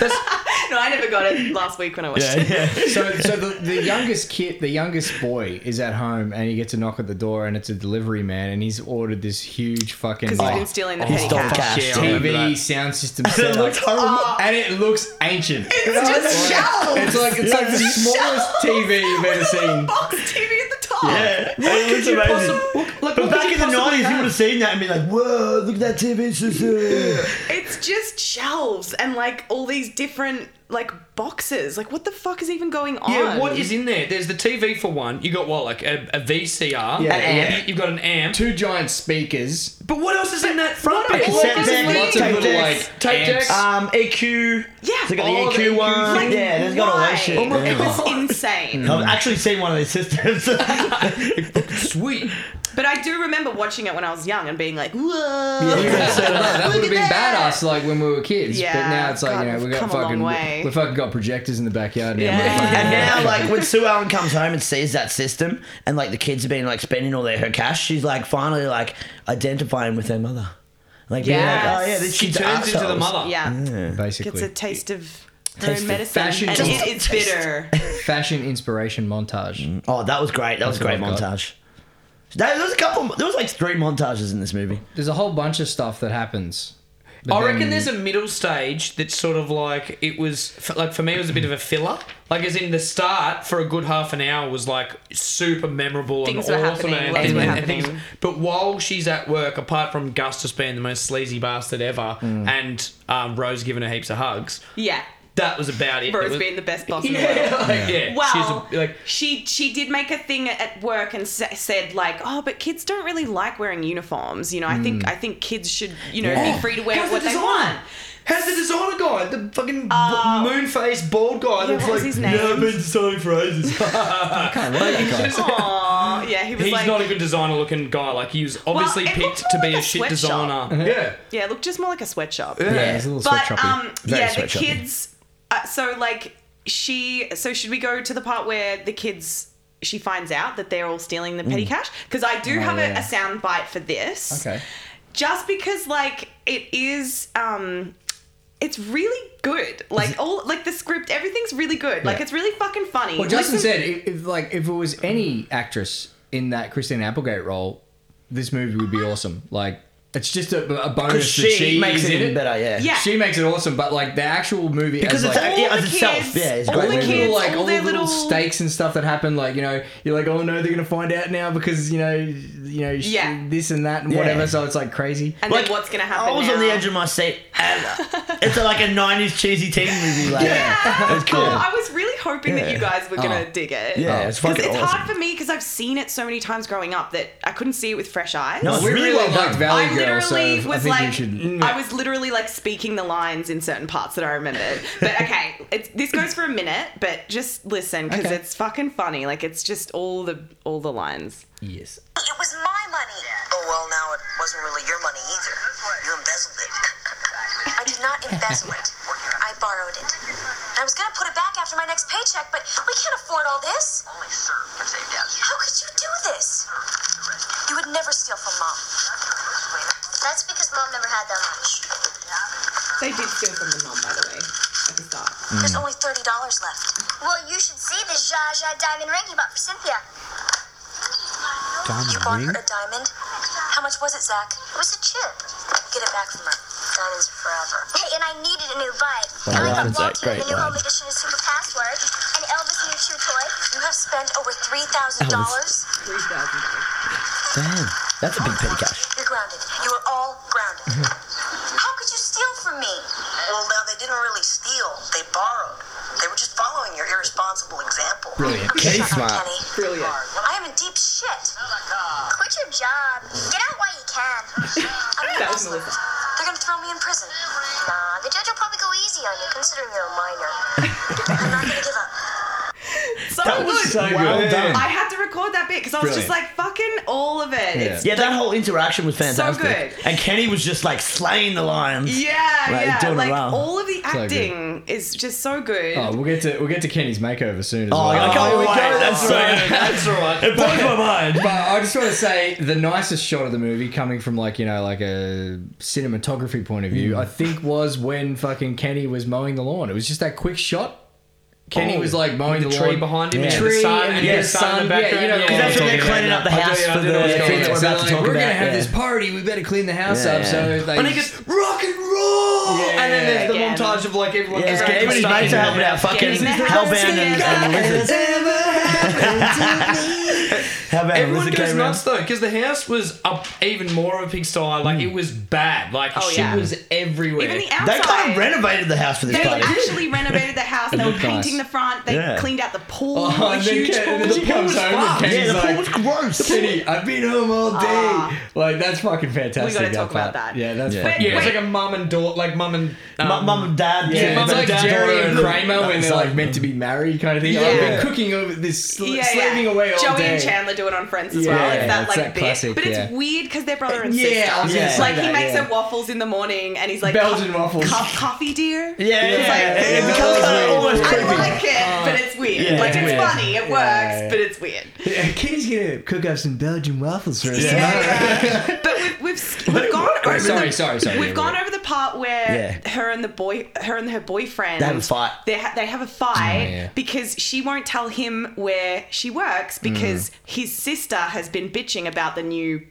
Speaker 5: that's
Speaker 4: *laughs* No, I never got it last week when I watched
Speaker 1: Yeah,
Speaker 4: it.
Speaker 1: yeah.
Speaker 2: So, so the, the youngest kid, the youngest boy, is at home and he gets a knock at the door and it's a delivery man and he's ordered this huge fucking
Speaker 4: Because he's been stealing the
Speaker 5: oh,
Speaker 4: petty
Speaker 1: stole
Speaker 4: cash.
Speaker 1: cash.
Speaker 5: yeah,
Speaker 1: *laughs*
Speaker 5: I remember
Speaker 2: TV
Speaker 5: that.
Speaker 2: sound
Speaker 5: *laughs*
Speaker 2: system set *laughs*
Speaker 1: looks
Speaker 2: like-
Speaker 1: horrible.
Speaker 2: and it looks ancient.
Speaker 4: It's just shells.
Speaker 2: It's like it's like the smallest TV you've ever seen.
Speaker 4: box TV at the top.
Speaker 1: Yeah, it was amazing. but back in the nineties, you would have seen that and be like, "Whoa, look at that TV system!"
Speaker 4: It's just shelves and like all these different like boxes. Like what the fuck is even going on?
Speaker 5: Yeah, what is in there? There's the TV for one. You got what, like a, a VCR?
Speaker 2: Yeah.
Speaker 5: An
Speaker 2: Yeah.
Speaker 5: amp. You've got an amp.
Speaker 2: Two giant speakers,
Speaker 5: But what else is in that front
Speaker 4: what
Speaker 5: bit?
Speaker 4: else
Speaker 5: Like,
Speaker 4: is
Speaker 5: there's
Speaker 4: in there?
Speaker 5: lots of
Speaker 1: Tape
Speaker 5: little
Speaker 1: decks.
Speaker 5: like tape
Speaker 2: Amps.
Speaker 5: decks.
Speaker 1: Um, EQ.
Speaker 4: Yeah.
Speaker 1: so they got
Speaker 5: Oh,
Speaker 1: the
Speaker 5: the
Speaker 1: EQ one.
Speaker 4: Like,
Speaker 1: yeah, there's got all that
Speaker 4: why?
Speaker 1: shit.
Speaker 4: It was *laughs* insane.
Speaker 1: I've actually seen one of these *laughs* systems.
Speaker 5: Sweet.
Speaker 4: But I do remember watching it when I was young and being like, whoa.
Speaker 2: "Oh, that would
Speaker 4: Look
Speaker 2: have
Speaker 4: at
Speaker 2: been
Speaker 4: that.
Speaker 2: badass like when we were kids. but
Speaker 4: Yeah,
Speaker 2: now it's like
Speaker 4: God,
Speaker 2: you know we
Speaker 4: we've
Speaker 2: got
Speaker 4: come a long
Speaker 2: fucking
Speaker 4: way.
Speaker 2: we fucking got projectors in the backyard now.
Speaker 4: Yeah. *laughs*
Speaker 1: And now, like, when Sue Allen comes home and sees that system, and like the kids have been like spending all their her cash, she's like finally like identifying with their mother. Like, being like,
Speaker 4: Yes.
Speaker 1: oh yeah, this
Speaker 5: She
Speaker 1: kid's
Speaker 5: turns into the
Speaker 1: arseholes."
Speaker 5: mother.
Speaker 4: Yeah.
Speaker 2: Basically,
Speaker 4: Gets a taste of her
Speaker 2: Taste
Speaker 4: own
Speaker 2: of
Speaker 4: medicine.
Speaker 2: fashion
Speaker 4: And
Speaker 2: taste.
Speaker 4: it is bitter.
Speaker 2: fashion inspiration montage.
Speaker 1: Oh, that was great. That was a
Speaker 2: That's
Speaker 1: great
Speaker 2: what I've got.
Speaker 1: montage. That, there was a couple. There was like three montages in this movie.
Speaker 2: There's a whole bunch of stuff that happens. But
Speaker 5: I reckon
Speaker 2: then-
Speaker 5: there's a middle stage that's sort of like it was f- like for me it was a bit of a filler. Like as in the start for a good half an hour was like super memorable
Speaker 4: Things were
Speaker 5: and awesome
Speaker 4: happening,
Speaker 5: and,
Speaker 4: loads
Speaker 5: and-
Speaker 4: were
Speaker 5: and
Speaker 4: happening.
Speaker 5: things. But while she's at work, apart from Gus just being the most sleazy bastard ever and um, Rose giving her heaps of hugs,
Speaker 4: Yeah.
Speaker 5: that was about it. There
Speaker 4: Rose
Speaker 5: was- *laughs*
Speaker 4: being the best boss in the world.
Speaker 5: yeah, like, yeah.
Speaker 4: Well,
Speaker 5: she's a, like
Speaker 4: she she did make a thing at work and sa- said like, oh, but kids don't really like wearing uniforms. You know, I think I think kids should you know be free to wear
Speaker 5: Hmm. How's
Speaker 4: what
Speaker 5: the
Speaker 4: they
Speaker 5: designer?
Speaker 4: want.
Speaker 5: How's the designer guy? The fucking
Speaker 4: Uh,
Speaker 5: moon faced bald guy
Speaker 4: yeah,
Speaker 5: that's
Speaker 4: what
Speaker 5: like,
Speaker 4: was his name?
Speaker 5: yeah, I've been designing for
Speaker 4: *laughs*
Speaker 5: ages.
Speaker 4: Aw, yeah, he was
Speaker 5: He's
Speaker 4: like,
Speaker 5: not a good designer looking guy. Like, he was obviously
Speaker 4: it looked
Speaker 5: picked to
Speaker 4: more
Speaker 5: be
Speaker 4: like
Speaker 5: a,
Speaker 4: a
Speaker 5: shit
Speaker 4: sweatshop.
Speaker 2: Oh,
Speaker 5: designer. Yeah.
Speaker 4: yeah, look just more like a sweatshop.
Speaker 2: yeah, there's a little
Speaker 4: But
Speaker 2: sweatshoppy.
Speaker 4: um,
Speaker 1: Very
Speaker 4: yeah, the
Speaker 1: sweatshoppy.
Speaker 4: kids. Uh, so like she. So should we go to the part where the kids? She finds out that they're all stealing
Speaker 5: Mm.
Speaker 4: the petty cash because I
Speaker 5: Oh,
Speaker 4: do have a,
Speaker 2: yeah.
Speaker 4: a sound bite for this.
Speaker 2: okay.
Speaker 4: just because like it is um It's really good. Like all like the script, everything's really good. Like
Speaker 2: Yeah.
Speaker 4: it's really fucking funny.
Speaker 2: Well, Justin
Speaker 4: Listen-
Speaker 2: said if, if like if it was any actress in that Christina Applegate role, this movie would be awesome. Like it's just a, a bonus
Speaker 1: She,
Speaker 2: that she
Speaker 1: makes
Speaker 2: is
Speaker 1: it
Speaker 2: in
Speaker 1: even better, yeah.
Speaker 4: Yeah.
Speaker 2: She makes it awesome, but like the actual movie
Speaker 1: Because
Speaker 2: as,
Speaker 1: it's a- uh,
Speaker 2: like,
Speaker 4: all
Speaker 1: Yeah,
Speaker 4: the
Speaker 1: as itself.
Speaker 4: kids,
Speaker 1: Yeah, it's a
Speaker 4: all
Speaker 1: great
Speaker 4: the
Speaker 1: movie.
Speaker 4: kids,
Speaker 2: little, like all,
Speaker 4: all
Speaker 2: the
Speaker 4: their
Speaker 2: little,
Speaker 4: little
Speaker 2: stakes and stuff that happen. Like you know, you're like, oh no, they're gonna find out now because you know, you know, sh-
Speaker 4: Yeah.
Speaker 2: this and that and
Speaker 1: Yeah.
Speaker 2: whatever. So it's like crazy.
Speaker 4: And then what's gonna happen?
Speaker 1: I was on the
Speaker 4: now.
Speaker 1: edge of *laughs* my seat.
Speaker 4: *laughs*
Speaker 1: And it's like a '90s cheesy teen movie. Like,
Speaker 4: Yeah,
Speaker 1: It's
Speaker 4: *laughs* cool.
Speaker 1: cool.
Speaker 4: I was really hoping that
Speaker 1: Yeah.
Speaker 4: you guys were gonna
Speaker 2: Oh.
Speaker 4: dig it.
Speaker 1: Yeah, it's
Speaker 4: because
Speaker 1: fucking
Speaker 4: it's
Speaker 1: awesome.
Speaker 4: hard for me because I've seen it so many times growing up that I couldn't see it with fresh eyes.
Speaker 1: No, it's
Speaker 2: We
Speaker 1: really
Speaker 2: really
Speaker 1: well done.
Speaker 2: liked Valley
Speaker 4: I
Speaker 2: Girl, so
Speaker 4: literally
Speaker 2: I
Speaker 4: was
Speaker 2: think you
Speaker 4: like,
Speaker 2: should.
Speaker 4: I was literally like speaking the lines in certain parts that I remembered.
Speaker 2: *laughs*
Speaker 4: But okay, it's, this goes for a minute, but just listen because
Speaker 2: Okay.
Speaker 4: it's fucking funny. Like it's just all the all the lines.
Speaker 2: Yes.
Speaker 6: It was my money.
Speaker 7: Oh, well, now it wasn't really your money either. You embezzled it.
Speaker 6: I did not embezzle it. I borrowed it. And I was gonna put it back after my next paycheck, but we can't afford all this.
Speaker 7: Only sir can save debts.
Speaker 6: How could you do this? You would never steal from mom. That's because mom never had that much.
Speaker 4: They did steal from the mom, by the way, at the start.
Speaker 6: There's only $30 left. Well, you should see the Zha Zha diamond ring you bought for Cynthia.
Speaker 5: Diamond
Speaker 6: you bought
Speaker 5: ring?
Speaker 6: her a diamond? How much was it, Zach? It was a chip. Get it back from her. Diamonds are forever. Hey, and I needed a new bike.
Speaker 1: Wow, that's
Speaker 6: I
Speaker 1: a
Speaker 6: got Walter
Speaker 1: great
Speaker 6: the new
Speaker 1: line.
Speaker 6: home edition of Super Password, and Elvis new shoe toy. You have spent over $3,000.
Speaker 4: Three thousand.
Speaker 1: Damn, that's a big petty cash. Mm-hmm.
Speaker 6: You're grounded. You are all grounded. How could you steal from me?
Speaker 7: Well, now they didn't really steal, they borrowed. They were just following your irresponsible example.
Speaker 1: Brilliant. Kenny's
Speaker 6: Shut up,
Speaker 1: smart.
Speaker 6: Kenny.
Speaker 4: Brilliant.
Speaker 6: I am in deep shit. Quit your job. Get out while you can. I'm an
Speaker 4: *laughs* That was
Speaker 6: hustler.
Speaker 4: Melissa.
Speaker 6: They're gonna throw me in prison. Nah, the judge will probably go easy on you considering you're a
Speaker 4: *laughs*
Speaker 6: minor. I'm not gonna give up.
Speaker 4: So
Speaker 1: That was
Speaker 4: good.
Speaker 1: so well
Speaker 2: good.
Speaker 1: done.
Speaker 4: I had to record that bit because I was just
Speaker 2: Brilliant.
Speaker 4: like fucking all of it.
Speaker 2: Yeah.
Speaker 4: It's
Speaker 1: Yeah, that whole interaction was fantastic.
Speaker 4: good.
Speaker 1: And Kenny was just like slaying the lions. *laughs*
Speaker 4: Yeah,
Speaker 1: Like,
Speaker 4: yeah.
Speaker 1: doing it
Speaker 4: like
Speaker 1: well.
Speaker 4: all of the
Speaker 2: good.
Speaker 4: acting is just so good.
Speaker 2: Oh, we'll get to we'll get to Kenny's makeover soon. As
Speaker 1: Oh,
Speaker 2: well.
Speaker 1: I can't
Speaker 2: Oh,
Speaker 1: wait. That's so
Speaker 5: Right, That's alright.
Speaker 1: It blows my mind.
Speaker 2: But I just want to say the nicest shot of the movie, coming from like you know like a cinematography point of view, I think was when fucking Kenny was mowing the lawn. It was just that quick shot. Kenny
Speaker 5: Oh,
Speaker 2: was like mowing
Speaker 5: the
Speaker 2: the
Speaker 5: tree
Speaker 2: lawn.
Speaker 5: behind him
Speaker 2: yeah.
Speaker 5: and the
Speaker 2: tree,
Speaker 5: sun
Speaker 2: and
Speaker 5: and
Speaker 2: yeah,
Speaker 5: the sun in the
Speaker 2: Yeah, you know
Speaker 5: background.
Speaker 2: what I'm
Speaker 5: Yeah,
Speaker 1: That's when
Speaker 2: talking
Speaker 1: they're
Speaker 2: about.
Speaker 1: cleaning up the
Speaker 5: I do-
Speaker 1: house
Speaker 5: I
Speaker 1: for
Speaker 5: do
Speaker 1: the
Speaker 5: know what's
Speaker 2: Yeah,
Speaker 5: going
Speaker 1: thing
Speaker 5: on.
Speaker 1: that we're
Speaker 2: so
Speaker 1: about
Speaker 2: like,
Speaker 1: to talk
Speaker 2: we're
Speaker 1: about.
Speaker 2: gonna have
Speaker 1: yeah.
Speaker 2: this party. We better clean the house
Speaker 1: Yeah,
Speaker 2: up.
Speaker 1: yeah.
Speaker 2: So they
Speaker 5: And it
Speaker 2: just-
Speaker 5: gets rock and roll,
Speaker 2: Yeah,
Speaker 5: and then there's the
Speaker 4: yeah.
Speaker 5: montage of like everyone.
Speaker 1: Yeah, it's
Speaker 5: everyone
Speaker 1: Gabe and his
Speaker 5: stuck
Speaker 1: mates
Speaker 5: in
Speaker 1: are
Speaker 5: it.
Speaker 1: helping out fucking
Speaker 4: Getting the
Speaker 1: Hellband
Speaker 4: house
Speaker 1: and, and
Speaker 4: together.
Speaker 2: *laughs*
Speaker 1: Lizard. Hellband and
Speaker 5: Everyone
Speaker 1: Lizard
Speaker 5: goes
Speaker 1: came around.
Speaker 5: nuts though, because the house was up even more of a pigsty. Like it was bad. Like
Speaker 4: Oh,
Speaker 5: shit
Speaker 4: yeah.
Speaker 5: was everywhere.
Speaker 4: Even the outside.
Speaker 1: They kind of renovated the house for this
Speaker 4: They
Speaker 1: party.
Speaker 4: actually renovated the house. They were
Speaker 2: looked nice.
Speaker 4: painting the front. They
Speaker 1: Yeah.
Speaker 4: cleaned out the pool.
Speaker 2: Oh,
Speaker 4: a
Speaker 2: and then
Speaker 4: huge
Speaker 2: Ken-
Speaker 4: pool.
Speaker 2: and then he comes home and Kenny's
Speaker 1: yeah, the
Speaker 2: like,
Speaker 1: pool was gross.
Speaker 2: Kenny, I've been home all day.
Speaker 4: Aw.
Speaker 2: like that's fucking fantastic.
Speaker 4: We gotta talk
Speaker 2: part.
Speaker 4: about that.
Speaker 2: Yeah, that's
Speaker 1: Yeah.
Speaker 2: fucking.
Speaker 5: yeah, it's
Speaker 4: Wait.
Speaker 5: like a mum and daughter, like mum and um,
Speaker 1: Mu- Mum and dad.
Speaker 2: Yeah,
Speaker 5: Yeah,
Speaker 2: it's
Speaker 5: but
Speaker 2: like
Speaker 5: dad
Speaker 2: Jerry
Speaker 5: daughter
Speaker 2: and
Speaker 5: and-
Speaker 2: Kramer when they're like meant to be married kind of thing. I've
Speaker 4: Yeah.
Speaker 2: been cooking over this, sl- slaving away all
Speaker 4: Joey
Speaker 2: day.
Speaker 4: and Chandler do it on Friends as
Speaker 2: Yeah,
Speaker 4: well. It's
Speaker 2: it's
Speaker 4: that like
Speaker 2: that
Speaker 4: bit,
Speaker 2: classic,
Speaker 4: but it's
Speaker 2: yeah.
Speaker 4: weird because they're brother and
Speaker 2: Yeah,
Speaker 4: sister.
Speaker 2: I was
Speaker 1: gonna say
Speaker 4: like he
Speaker 2: that,
Speaker 4: makes
Speaker 2: yeah.
Speaker 4: her waffles in the morning, and he's like
Speaker 2: Belgian
Speaker 4: "Co-
Speaker 2: waffles."
Speaker 4: co- coffee, dear.
Speaker 1: Yeah,
Speaker 4: It's like,
Speaker 1: yeah,
Speaker 2: yeah,
Speaker 1: it
Speaker 2: yeah.
Speaker 1: becomes kind of
Speaker 2: Yeah.
Speaker 1: almost
Speaker 2: Yeah.
Speaker 4: I
Speaker 1: creepy.
Speaker 4: like
Speaker 2: Uh,
Speaker 4: it, but it's weird.
Speaker 1: Yeah,
Speaker 4: like
Speaker 1: it's
Speaker 4: it's,
Speaker 2: weird.
Speaker 4: funny, it
Speaker 2: Yeah,
Speaker 4: works,
Speaker 2: yeah.
Speaker 4: but it's weird.
Speaker 2: Yeah, Kenny's gonna cook up some Belgian waffles for us
Speaker 4: Yeah,
Speaker 2: tonight.
Speaker 4: yeah. but we've we've, sk- we've gone over
Speaker 2: sorry,
Speaker 4: the,
Speaker 2: sorry, sorry,
Speaker 4: We've
Speaker 2: yeah,
Speaker 4: gone over the part where
Speaker 1: Yeah.
Speaker 4: her and the boy, her and her boyfriend,
Speaker 1: They have a fight.
Speaker 4: They, ha- they have a fight
Speaker 2: Oh, yeah.
Speaker 4: because she won't tell him where she works
Speaker 1: Mm.
Speaker 4: because his sister has been bitching about the new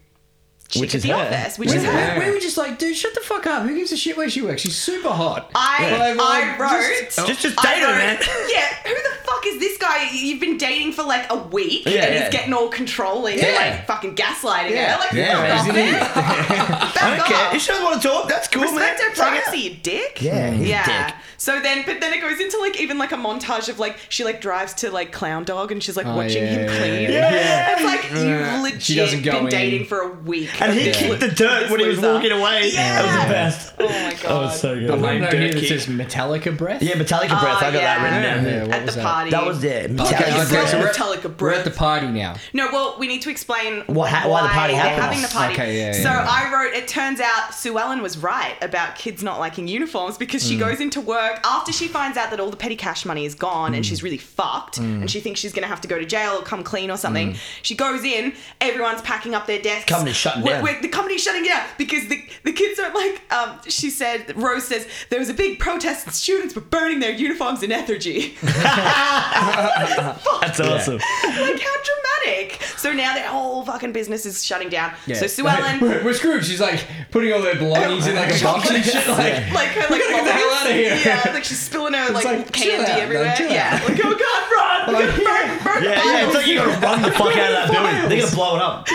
Speaker 4: chick
Speaker 1: Which
Speaker 4: at
Speaker 1: is
Speaker 4: the
Speaker 1: her.
Speaker 4: office, which
Speaker 2: We,
Speaker 4: is her.
Speaker 2: we- we were just like, dude, shut the fuck up. Who gives a shit where she works? She's super hot.
Speaker 4: I
Speaker 2: Like,
Speaker 4: I
Speaker 2: like,
Speaker 4: wrote.
Speaker 1: Just, just
Speaker 4: I
Speaker 1: date her,
Speaker 4: wrote-
Speaker 1: man.
Speaker 4: *laughs* Yeah, who the fuck is this guy? You've been dating for like a week,
Speaker 1: Yeah,
Speaker 4: and
Speaker 1: yeah.
Speaker 4: he's getting all controlling,
Speaker 1: Yeah.
Speaker 4: and like fucking gaslighting
Speaker 2: Yeah.
Speaker 4: her. Like,
Speaker 1: Yeah,
Speaker 4: fuck off,
Speaker 1: isn't
Speaker 4: man.
Speaker 1: he? I
Speaker 4: *laughs* Back
Speaker 1: don't care.
Speaker 4: off.
Speaker 1: If she doesn't want to talk, that's cool, man.
Speaker 4: Respect her
Speaker 1: Fuck it.
Speaker 4: privacy, you dick.
Speaker 1: Yeah, he's a
Speaker 4: yeah.
Speaker 1: dick.
Speaker 4: So then, but then it goes into like even like a montage of like she like drives to like Clown Dog and she's like
Speaker 2: Oh,
Speaker 4: watching
Speaker 2: yeah,
Speaker 4: him
Speaker 2: yeah,
Speaker 4: clean.
Speaker 2: yeah,
Speaker 1: yeah.
Speaker 4: It's like
Speaker 2: Yeah.
Speaker 4: you've legit
Speaker 2: She doesn't go
Speaker 4: been
Speaker 2: in.
Speaker 4: dating for a week.
Speaker 1: And
Speaker 4: of
Speaker 1: he
Speaker 4: this
Speaker 1: kicked the
Speaker 4: loser.
Speaker 1: dirt when he was
Speaker 4: loser.
Speaker 1: walking away.
Speaker 4: Yeah.
Speaker 1: That was the best.
Speaker 4: Oh my god.
Speaker 2: The
Speaker 1: good.
Speaker 2: one
Speaker 5: Lame
Speaker 2: note here
Speaker 5: dirt
Speaker 2: that
Speaker 5: kick.
Speaker 2: says Metallica breath.
Speaker 1: Yeah, Metallica breath. I got
Speaker 4: yeah.
Speaker 1: that written
Speaker 2: Yeah,
Speaker 1: down.
Speaker 2: what
Speaker 4: At the
Speaker 2: was that?
Speaker 4: party.
Speaker 1: That was it.
Speaker 2: Fucking Okay,
Speaker 4: He's
Speaker 2: okay,
Speaker 4: got
Speaker 2: so we're,
Speaker 4: Metallica
Speaker 2: at, we're at
Speaker 4: breath.
Speaker 2: the party now.
Speaker 4: No, well, we need to explain
Speaker 1: Wha- ha- why the party
Speaker 4: they're
Speaker 1: happened.
Speaker 4: having the party.
Speaker 2: Okay, yeah, yeah,
Speaker 4: so
Speaker 2: yeah.
Speaker 4: I wrote. It turns out Sue Ellen was right about kids not liking uniforms because
Speaker 2: Mm.
Speaker 4: she goes into work after she finds out that all the petty cash money is gone
Speaker 2: Mm.
Speaker 4: and she's really fucked and she thinks she's gonna have to go to jail or come clean or
Speaker 2: Mm.
Speaker 4: something. She goes in. Everyone's packing up their desks.
Speaker 1: Company's shutting
Speaker 4: We're-
Speaker 1: down.
Speaker 4: we're- the company's shutting down because the the kids don't like. Um, she said. Rose says there was a big protest and students were burning their uniforms in *laughs* Ethergy.
Speaker 1: That's awesome.
Speaker 4: like how dramatic. So now their whole fucking business is shutting down.
Speaker 2: Yeah.
Speaker 4: So Sue
Speaker 2: Like, *laughs*
Speaker 4: Ellen,
Speaker 2: we're, we're screwed. She's like putting all their belongings in
Speaker 4: *laughs*
Speaker 2: like a box and shit. Like,
Speaker 4: like her, like
Speaker 2: gotta get the hell
Speaker 4: lollies.
Speaker 2: outta here.
Speaker 4: Yeah, like she's spilling her like,
Speaker 2: like, chill
Speaker 4: candy
Speaker 2: out, man,
Speaker 4: everywhere.
Speaker 2: chill
Speaker 4: yeah, like oh god, run!
Speaker 2: *laughs* Like, yeah.
Speaker 4: burn, burn,
Speaker 1: Yeah, yeah, it's like you gotta run the fuck *laughs* out of that building. They're gonna blow it up.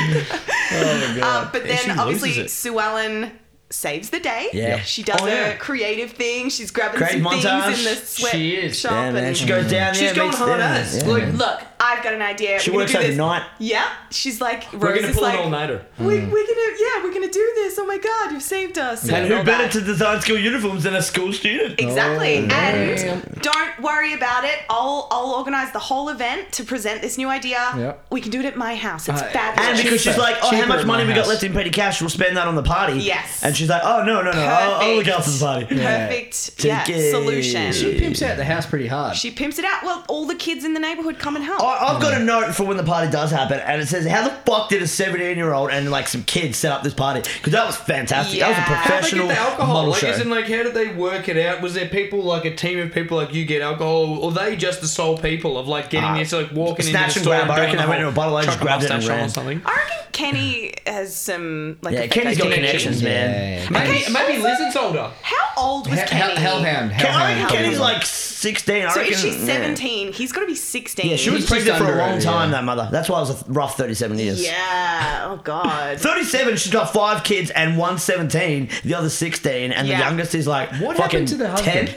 Speaker 4: um,
Speaker 5: she
Speaker 4: but then
Speaker 5: loses
Speaker 4: obviously
Speaker 5: it.
Speaker 4: Sue Ellen. Saves the day.
Speaker 1: Yeah.
Speaker 4: she does
Speaker 1: Oh,
Speaker 4: her
Speaker 1: yeah.
Speaker 4: creative thing. She's grabbing
Speaker 1: Great
Speaker 4: some
Speaker 1: montage.
Speaker 4: things in the sweat
Speaker 2: She is.
Speaker 4: shop,
Speaker 1: Yeah, man,
Speaker 4: and
Speaker 1: she goes down
Speaker 4: she's
Speaker 1: there.
Speaker 4: going
Speaker 1: meets
Speaker 4: hard
Speaker 1: them,
Speaker 4: at us.
Speaker 1: yeah.
Speaker 4: Like, look, I've got an idea.
Speaker 1: She
Speaker 4: We're
Speaker 1: works
Speaker 4: gonna do this.
Speaker 1: overnight.
Speaker 4: Yeah, she's like Rose
Speaker 5: We're gonna
Speaker 4: is
Speaker 5: pull
Speaker 4: like,
Speaker 5: an all nighter.
Speaker 4: We, we're gonna yeah we're gonna do this. Oh my god, you've saved us.
Speaker 1: And who
Speaker 4: all
Speaker 1: better
Speaker 4: that.
Speaker 1: to design school uniforms than a school student?
Speaker 4: Exactly.
Speaker 1: Oh,
Speaker 4: and don't worry about it. I'll I'll organise the whole event to present this new idea.
Speaker 2: Yep.
Speaker 4: We can do it at my house. It's
Speaker 2: Uh,
Speaker 4: fabulous.
Speaker 1: And because she's like, oh, how
Speaker 2: Cheaper
Speaker 1: much
Speaker 2: in
Speaker 1: money
Speaker 2: my
Speaker 1: we got
Speaker 2: house.
Speaker 1: left in petty cash? We'll spend that on the party.
Speaker 4: Yes.
Speaker 1: And she's like, oh no no no, I'll, I'll look
Speaker 4: Perfect.
Speaker 1: after the party.
Speaker 4: perfect
Speaker 1: Yeah.
Speaker 4: yeah,
Speaker 1: Take it.
Speaker 4: solution.
Speaker 2: she pimps out the house pretty hard.
Speaker 4: She pimps it out. Well, all the kids in the neighbourhood come and help.
Speaker 1: I- I've got a note for when the party does happen, and it says, "How the fuck did a 17-year-old and like some kids set up this party? Because that was fantastic. That was
Speaker 4: Yeah.
Speaker 1: a
Speaker 5: How'd they
Speaker 1: professional
Speaker 5: get the alcohol?
Speaker 1: model
Speaker 5: Like,
Speaker 1: show.
Speaker 5: as in, like, how did they work it out? Was there people, like, a team of people, like, you get alcohol? Or they just the sole people of, like, getting
Speaker 1: Ah.
Speaker 5: this, like, walking
Speaker 1: Snatch
Speaker 5: into
Speaker 1: and
Speaker 5: the store
Speaker 1: grab, I
Speaker 5: doing
Speaker 1: reckon
Speaker 5: the
Speaker 1: they went
Speaker 5: whole
Speaker 1: to a bottle, they
Speaker 5: chuck
Speaker 1: just grabbed it and
Speaker 5: mustache on
Speaker 1: ran.
Speaker 5: Or something.
Speaker 4: I reckon Kenny has some like.
Speaker 1: yeah,
Speaker 4: a fake
Speaker 1: Kenny's got
Speaker 4: ID.
Speaker 1: connections, man.
Speaker 2: Yeah.
Speaker 5: Maybe, maybe Lizard's older.
Speaker 4: How old was
Speaker 2: Hell-
Speaker 4: Kenny?
Speaker 2: hell- Hellhound.
Speaker 1: Ken- I
Speaker 2: Hellhound.
Speaker 1: reckon Kenny's like 16. I
Speaker 4: So
Speaker 1: reckon,
Speaker 4: if she's
Speaker 1: yeah.
Speaker 4: 17, he's got to be 16.
Speaker 1: Yeah, she was
Speaker 2: He's just
Speaker 1: pregnant for a
Speaker 2: under
Speaker 1: long
Speaker 2: it,
Speaker 1: time,
Speaker 2: yeah.
Speaker 1: that mother. That's why it was a rough 37 years.
Speaker 4: Yeah. Oh
Speaker 1: *laughs*
Speaker 4: God.
Speaker 1: 37, she's got five kids and one's 17, the other 16, and
Speaker 4: Yeah.
Speaker 1: the youngest is like
Speaker 2: What
Speaker 1: fucking
Speaker 2: happened to the husband?
Speaker 1: 10.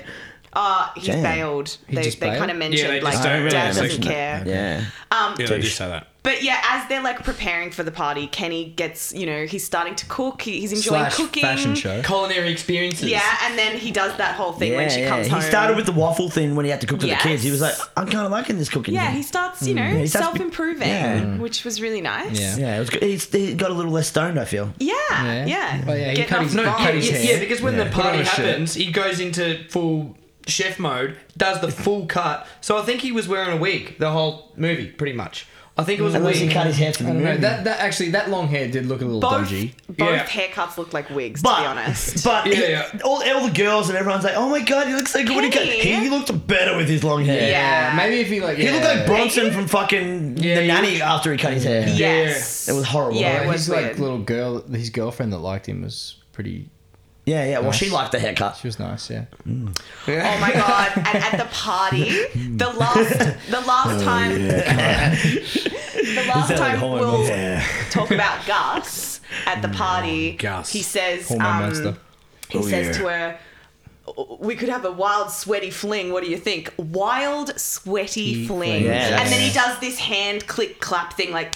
Speaker 4: Uh, he's
Speaker 1: Damn.
Speaker 4: bailed. they
Speaker 2: just
Speaker 4: they
Speaker 2: bailed?
Speaker 4: kind of mentioned
Speaker 5: they just
Speaker 4: like
Speaker 5: don't really
Speaker 4: dad doesn't
Speaker 5: mention
Speaker 4: care.
Speaker 1: Yeah.
Speaker 5: Yeah, they do say that.
Speaker 4: But yeah, as they're like preparing for the party, Kenny gets you know he's starting to cook. He, he's enjoying
Speaker 2: slash
Speaker 4: cooking.
Speaker 2: fashion show.
Speaker 5: Culinary experiences.
Speaker 4: Yeah, and then he does that whole thing when she comes
Speaker 1: he
Speaker 4: home.
Speaker 1: started with the waffle thing when he had to cook for
Speaker 4: Yes.
Speaker 1: the kids. He was like, I'm kind of liking this cooking.
Speaker 4: yeah,
Speaker 1: thing.
Speaker 4: he starts you know
Speaker 1: he starts be-
Speaker 4: self improving,
Speaker 1: Yeah.
Speaker 4: which was really nice.
Speaker 2: Yeah.
Speaker 1: yeah, it was good. He's, he got a little less stoned, I feel.
Speaker 4: yeah,
Speaker 2: Yeah.
Speaker 4: yeah.
Speaker 2: Oh, yeah, he
Speaker 4: Getting
Speaker 2: cut
Speaker 4: off
Speaker 2: his-
Speaker 4: the
Speaker 5: No,
Speaker 2: Cut
Speaker 5: yeah,
Speaker 4: vine.
Speaker 2: his
Speaker 5: yeah,
Speaker 2: hair.
Speaker 5: yeah, because when
Speaker 2: Yeah.
Speaker 5: the
Speaker 2: Put on
Speaker 5: party
Speaker 2: a shirt.
Speaker 5: happens, he goes into full chef mode, does the full cut. So I think he was wearing a wig the whole movie, pretty much. I think it was a
Speaker 1: Unless he
Speaker 5: wig.
Speaker 1: cut his hair for the
Speaker 2: I don't know.
Speaker 1: movie.
Speaker 2: That, that actually, that long hair did look a little
Speaker 4: Both
Speaker 2: dodgy.
Speaker 4: both
Speaker 5: Yeah.
Speaker 4: haircuts look like wigs.
Speaker 1: but,
Speaker 4: to be honest,
Speaker 1: but
Speaker 5: Yeah,
Speaker 1: he-
Speaker 5: yeah.
Speaker 1: All, all the girls and everyone's like, oh my god, he looks so good. when He, cut-
Speaker 4: Kenny.
Speaker 1: he looked better with his long hair.
Speaker 4: Yeah.
Speaker 2: Maybe if he like,
Speaker 1: He
Speaker 2: yeah.
Speaker 1: looked like Bronson
Speaker 4: Maybe.
Speaker 1: from fucking
Speaker 5: Yeah,
Speaker 1: The
Speaker 5: he
Speaker 1: Nanny after he cut his hair.
Speaker 4: yes,
Speaker 1: It was horrible.
Speaker 4: Yeah,
Speaker 2: But his
Speaker 4: it was
Speaker 2: like
Speaker 4: weird.
Speaker 2: little girl, his girlfriend that liked him was pretty.
Speaker 1: Yeah, yeah. Well,
Speaker 2: Nice.
Speaker 1: she liked the haircut.
Speaker 2: She was nice, yeah.
Speaker 4: Oh my god! And at the party, the last, the last time, *laughs* the last
Speaker 1: Sounded
Speaker 4: time
Speaker 1: hormone
Speaker 4: we'll
Speaker 1: monster.
Speaker 4: talk about Gus
Speaker 2: *laughs*
Speaker 4: at the
Speaker 2: Oh,
Speaker 4: party.
Speaker 5: Gus.
Speaker 4: he says,
Speaker 2: Hormone
Speaker 4: um,
Speaker 2: monster.
Speaker 4: he
Speaker 2: Oh,
Speaker 4: says to her, "We could have a wild, sweaty fling. What do you think? Wild, sweaty fling."
Speaker 2: fling.
Speaker 1: Yeah,
Speaker 4: and then he
Speaker 1: that's-
Speaker 4: does this hand click clap thing, like,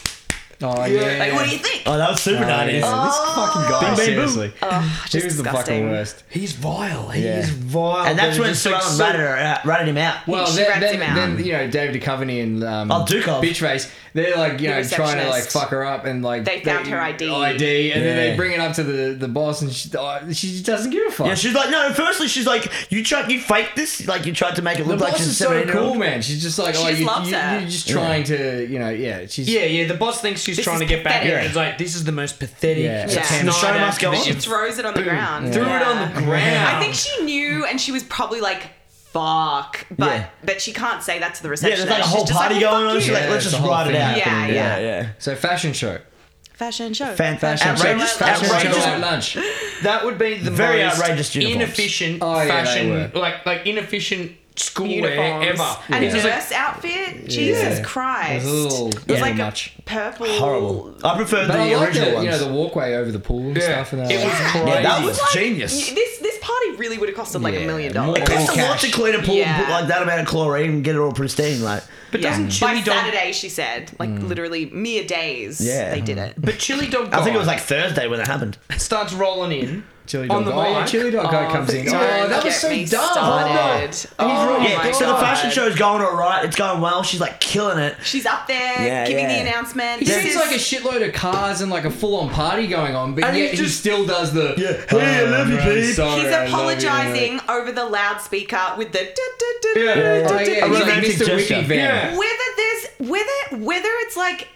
Speaker 2: Oh yeah.
Speaker 4: like "What do you think?"
Speaker 1: Oh, that was super
Speaker 2: Oh, yeah,
Speaker 1: nineties.
Speaker 2: This fucking guy,
Speaker 1: Bing, bing, boom.
Speaker 2: seriously.
Speaker 4: Oh,
Speaker 2: he
Speaker 4: just
Speaker 2: was the
Speaker 4: disgusting.
Speaker 2: fucking worst.
Speaker 5: He's vile. He
Speaker 1: Yeah.
Speaker 5: is vile.
Speaker 1: And that's
Speaker 5: They're
Speaker 1: when
Speaker 5: Oh, just,
Speaker 1: Sue
Speaker 5: like,
Speaker 1: Ellen
Speaker 5: so-
Speaker 1: ratted, her out, ratted him out.
Speaker 2: Well,
Speaker 4: She
Speaker 2: then,
Speaker 4: rats
Speaker 2: then,
Speaker 4: him out.
Speaker 2: then, you know, David Duchovny and um,
Speaker 1: Oh, Duchov.
Speaker 2: Bitch Race, they're like, you
Speaker 4: The
Speaker 2: know, trying to like
Speaker 4: receptionist.
Speaker 2: fuck her up and like.
Speaker 4: They found her ID.
Speaker 2: ID, and then
Speaker 1: Yeah.
Speaker 2: they bring it up to the, the boss, and she, oh, she just doesn't give a fuck.
Speaker 1: Yeah, she's like, no. Firstly, she's like, you tried, you faked this, like you tried to make it
Speaker 2: the
Speaker 1: look like
Speaker 2: boss
Speaker 1: she's
Speaker 2: is so
Speaker 1: seventeen.
Speaker 2: cool, man. She's just like,
Speaker 4: She
Speaker 2: oh,
Speaker 4: just
Speaker 2: you,
Speaker 4: loves
Speaker 2: you,
Speaker 4: her.
Speaker 2: are just trying to, you know, yeah. She's
Speaker 5: Yeah, yeah. The boss thinks she's
Speaker 4: This
Speaker 5: trying to
Speaker 4: is
Speaker 5: get back.
Speaker 4: pathetic.
Speaker 5: Yeah. It's like this is the most pathetic.
Speaker 2: Yeah.
Speaker 5: Zack
Speaker 4: Yeah. The
Speaker 1: show
Speaker 5: Snyder
Speaker 1: must go
Speaker 5: that
Speaker 1: on.
Speaker 5: you've
Speaker 4: She throws it on the ground.
Speaker 5: Threw it on the ground.
Speaker 4: I think she knew, and she was probably like, "Fuck," but
Speaker 1: Yeah.
Speaker 4: but she can't say that to the
Speaker 1: Yeah,
Speaker 4: receptionist.
Speaker 1: there's like a whole
Speaker 4: She's just
Speaker 1: party
Speaker 4: like, "Well,
Speaker 1: going
Speaker 4: fuck
Speaker 1: on.
Speaker 4: you."
Speaker 1: She's like,
Speaker 2: Yeah,
Speaker 1: let's
Speaker 2: it's
Speaker 1: just
Speaker 2: a whole
Speaker 1: write it
Speaker 2: thing
Speaker 1: out.
Speaker 4: happening,
Speaker 1: yeah,
Speaker 4: yeah.
Speaker 1: yeah.
Speaker 2: So fashion show,
Speaker 4: fashion show.
Speaker 1: Fan-
Speaker 2: fashion
Speaker 1: Outrageous-
Speaker 2: show, fashion
Speaker 1: outrageous-
Speaker 2: show at lunch.
Speaker 5: That would be the
Speaker 1: Very
Speaker 5: most
Speaker 1: outrageous uniforms.
Speaker 5: inefficient
Speaker 2: Oh, yeah, they
Speaker 5: fashion,
Speaker 2: were.
Speaker 5: like like inefficient schoolwear
Speaker 4: uniforms
Speaker 5: ever.
Speaker 4: and
Speaker 5: It's
Speaker 4: a
Speaker 5: just like,
Speaker 4: nurse outfit. Jesus
Speaker 2: Yeah.
Speaker 4: Christ!
Speaker 2: It was a little-
Speaker 4: It was
Speaker 2: yeah,
Speaker 4: like
Speaker 2: much.
Speaker 4: a purple.
Speaker 1: Horrible. I prefer
Speaker 2: But
Speaker 1: the
Speaker 2: I like
Speaker 1: original
Speaker 2: the,
Speaker 1: ones.
Speaker 2: you know, the walkway over the pool and
Speaker 5: Yeah.
Speaker 2: stuff. And
Speaker 5: It was
Speaker 2: like,
Speaker 5: crazy.
Speaker 1: yeah, that
Speaker 4: It
Speaker 1: was
Speaker 4: like-
Speaker 1: genius.
Speaker 4: y- This this party really would have costed like
Speaker 2: Yeah,
Speaker 4: a million
Speaker 2: more
Speaker 4: dollars.
Speaker 1: It costs a lot
Speaker 2: Cash.
Speaker 1: to clean a pool and put
Speaker 4: Yeah.
Speaker 1: like that amount of chlorine and get it all pristine. Like,
Speaker 5: But doesn't
Speaker 4: By
Speaker 5: chili dog?
Speaker 4: Saturday, she said, like literally mere days,
Speaker 1: Yeah.
Speaker 4: they did it.
Speaker 5: But chili dog.
Speaker 1: I think it was
Speaker 5: guy
Speaker 1: like Thursday when it happened.
Speaker 5: starts rolling in.
Speaker 2: Chili dog.
Speaker 5: On the
Speaker 2: guy. yeah,
Speaker 5: mic.
Speaker 2: chili dog guy
Speaker 4: Oh,
Speaker 2: comes in. Oh,
Speaker 4: don't
Speaker 2: that was
Speaker 4: get
Speaker 2: so
Speaker 4: me
Speaker 2: dumb.
Speaker 4: started.
Speaker 2: Oh,
Speaker 4: Oh
Speaker 2: he's really
Speaker 4: my
Speaker 1: Yeah,
Speaker 2: good.
Speaker 1: so the
Speaker 4: God.
Speaker 1: fashion show's going all right. It's going well. She's like killing it.
Speaker 4: She's up there
Speaker 1: Yeah,
Speaker 4: giving
Speaker 1: yeah.
Speaker 4: the announcement.
Speaker 2: He
Speaker 4: This
Speaker 2: sees
Speaker 4: is
Speaker 2: like a shitload of cars and like a full-on party going on, but
Speaker 5: And he
Speaker 2: yet he
Speaker 5: just-
Speaker 2: still does the
Speaker 1: Hey, I love you, babe.
Speaker 4: He's apologizing over the loudspeaker with the. duh, duh, duh,
Speaker 5: Yeah.
Speaker 4: duh,
Speaker 5: Yeah,
Speaker 2: Oh, yeah,
Speaker 4: duh, duh, duh,
Speaker 2: he's
Speaker 4: duh.
Speaker 2: like
Speaker 1: Romantic
Speaker 2: Mr. Wiki
Speaker 1: gesture.
Speaker 2: Van.
Speaker 5: Yeah.
Speaker 4: Whether there's whether whether it's like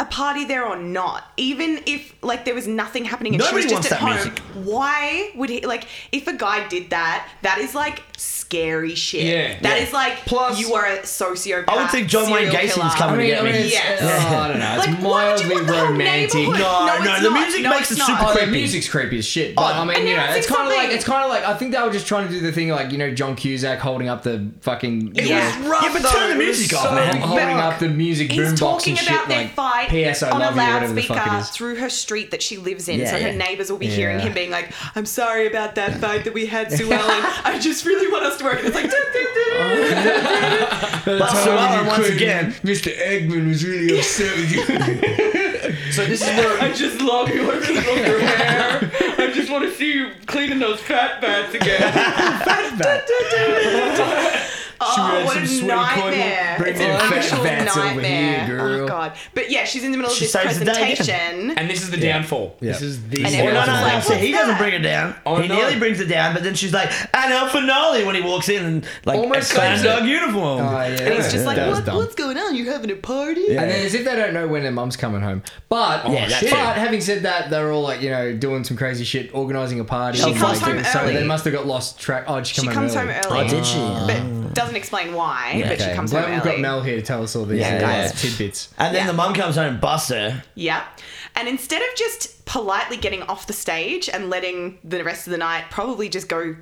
Speaker 4: a party there or not, even if like there was nothing happening and
Speaker 1: Nobody
Speaker 4: she was
Speaker 1: wants
Speaker 4: just at
Speaker 1: that
Speaker 4: home,
Speaker 1: music.
Speaker 4: why would he like if a guy did that? That is like scary shit.
Speaker 5: Yeah.
Speaker 4: That is
Speaker 5: Yeah.
Speaker 4: like
Speaker 5: Plus-
Speaker 4: you are a sociopath.
Speaker 1: I would think John Wayne
Speaker 4: serial
Speaker 1: Gacy's
Speaker 4: killer.
Speaker 2: I
Speaker 1: coming
Speaker 2: mean,
Speaker 1: to
Speaker 2: I
Speaker 1: get
Speaker 2: mean,
Speaker 1: me.
Speaker 2: it's,
Speaker 4: Yes.
Speaker 2: uh, I don't know. It's
Speaker 4: Like, why would you
Speaker 2: mildly
Speaker 4: want the whole
Speaker 2: romantic.
Speaker 4: neighborhood?
Speaker 1: No,
Speaker 4: No,
Speaker 1: no,
Speaker 4: it's
Speaker 1: the
Speaker 4: not.
Speaker 1: music
Speaker 4: No,
Speaker 1: makes it
Speaker 4: it's not.
Speaker 1: super
Speaker 2: Oh, the
Speaker 1: creepy.
Speaker 2: music's creepy as shit. But I mean, you know,
Speaker 4: announcing
Speaker 2: it's kind of like
Speaker 4: something.
Speaker 2: it's kind of like I think they were just trying to do the thing like you know John Cusack holding up the fucking
Speaker 4: It
Speaker 2: yeah.
Speaker 4: was rough.
Speaker 1: Yeah, but turn the
Speaker 4: though. It was
Speaker 1: music
Speaker 2: So
Speaker 1: off, man.
Speaker 2: holding
Speaker 4: Fuck.
Speaker 2: up the music
Speaker 4: He's
Speaker 2: boombox
Speaker 4: talking
Speaker 2: and
Speaker 4: about
Speaker 2: shit
Speaker 4: their
Speaker 2: like
Speaker 4: fight
Speaker 2: PS I
Speaker 4: on
Speaker 2: love you
Speaker 4: a
Speaker 2: or whatever the
Speaker 4: loudspeaker
Speaker 2: fuck it is.
Speaker 4: through her street that she lives in,
Speaker 1: Yeah,
Speaker 4: so
Speaker 1: yeah.
Speaker 4: her neighbors will be hearing
Speaker 2: Yeah.
Speaker 4: him being like, "I'm sorry about that fight that we had,
Speaker 2: *laughs*
Speaker 4: Sue Ellen. I just really want us to work." And it's like, "Doo, doo, doo."
Speaker 2: Oh.
Speaker 1: But Sue Ellen, once
Speaker 2: couldn't-
Speaker 1: again,
Speaker 2: Mr. Eggman was really upset with
Speaker 4: *laughs*
Speaker 2: you.
Speaker 5: So this is where
Speaker 4: I just love you.
Speaker 2: *laughs*
Speaker 4: I just love your hair. I just want to see you cleaning those fat bats again." oh,
Speaker 2: had
Speaker 4: what
Speaker 2: some
Speaker 4: a
Speaker 2: sweaty cornwall.
Speaker 4: nightmare!
Speaker 2: Bring
Speaker 4: It's an
Speaker 2: them fat
Speaker 4: actual
Speaker 2: bats over here,
Speaker 4: nightmare.
Speaker 2: girl.
Speaker 4: Oh god! But yeah, she's in the middle of
Speaker 1: She
Speaker 4: this
Speaker 1: saves the day again.
Speaker 4: presentation.
Speaker 5: *laughs* and this is the downfall.
Speaker 2: Yeah.
Speaker 5: This is the.
Speaker 4: And
Speaker 1: Oh, no, no,
Speaker 4: Everyone's
Speaker 1: no.
Speaker 4: like,
Speaker 1: So he
Speaker 4: "What's
Speaker 1: doesn't
Speaker 4: that?"
Speaker 1: bring it down.
Speaker 5: Oh,
Speaker 1: he
Speaker 5: no.
Speaker 1: nearly brings it down, but then she's like, and El Finale when he walks in and like
Speaker 2: Almost
Speaker 1: a clown
Speaker 2: saves
Speaker 1: dog uniform.
Speaker 4: and he's just like,
Speaker 2: That was
Speaker 4: what,
Speaker 2: dumb.
Speaker 4: "What's going on? You having a party?"
Speaker 2: And then as if they don't know when their mum's coming home. But,
Speaker 1: Yeah, that's it.
Speaker 2: but having said that, they were all like, you know, doing some crazy shit, organising a party.
Speaker 4: She
Speaker 2: and
Speaker 4: comes
Speaker 2: like,
Speaker 4: home
Speaker 2: so
Speaker 4: early.
Speaker 2: they must have got lost track. Oh, did she come
Speaker 4: She
Speaker 2: home
Speaker 4: comes
Speaker 2: early?
Speaker 4: home early.
Speaker 1: Oh, did she?
Speaker 4: but doesn't explain why. but
Speaker 2: Okay,
Speaker 4: she comes
Speaker 2: I'm glad
Speaker 4: home early.
Speaker 2: we've got Mel here to tell us all these
Speaker 1: Yeah,
Speaker 2: uh,
Speaker 1: guys.
Speaker 2: tidbits.
Speaker 1: And then
Speaker 4: Yeah.
Speaker 1: the mum comes home and busts her.
Speaker 4: Yeah, and instead of just politely getting off the stage and letting the rest of the night probably just go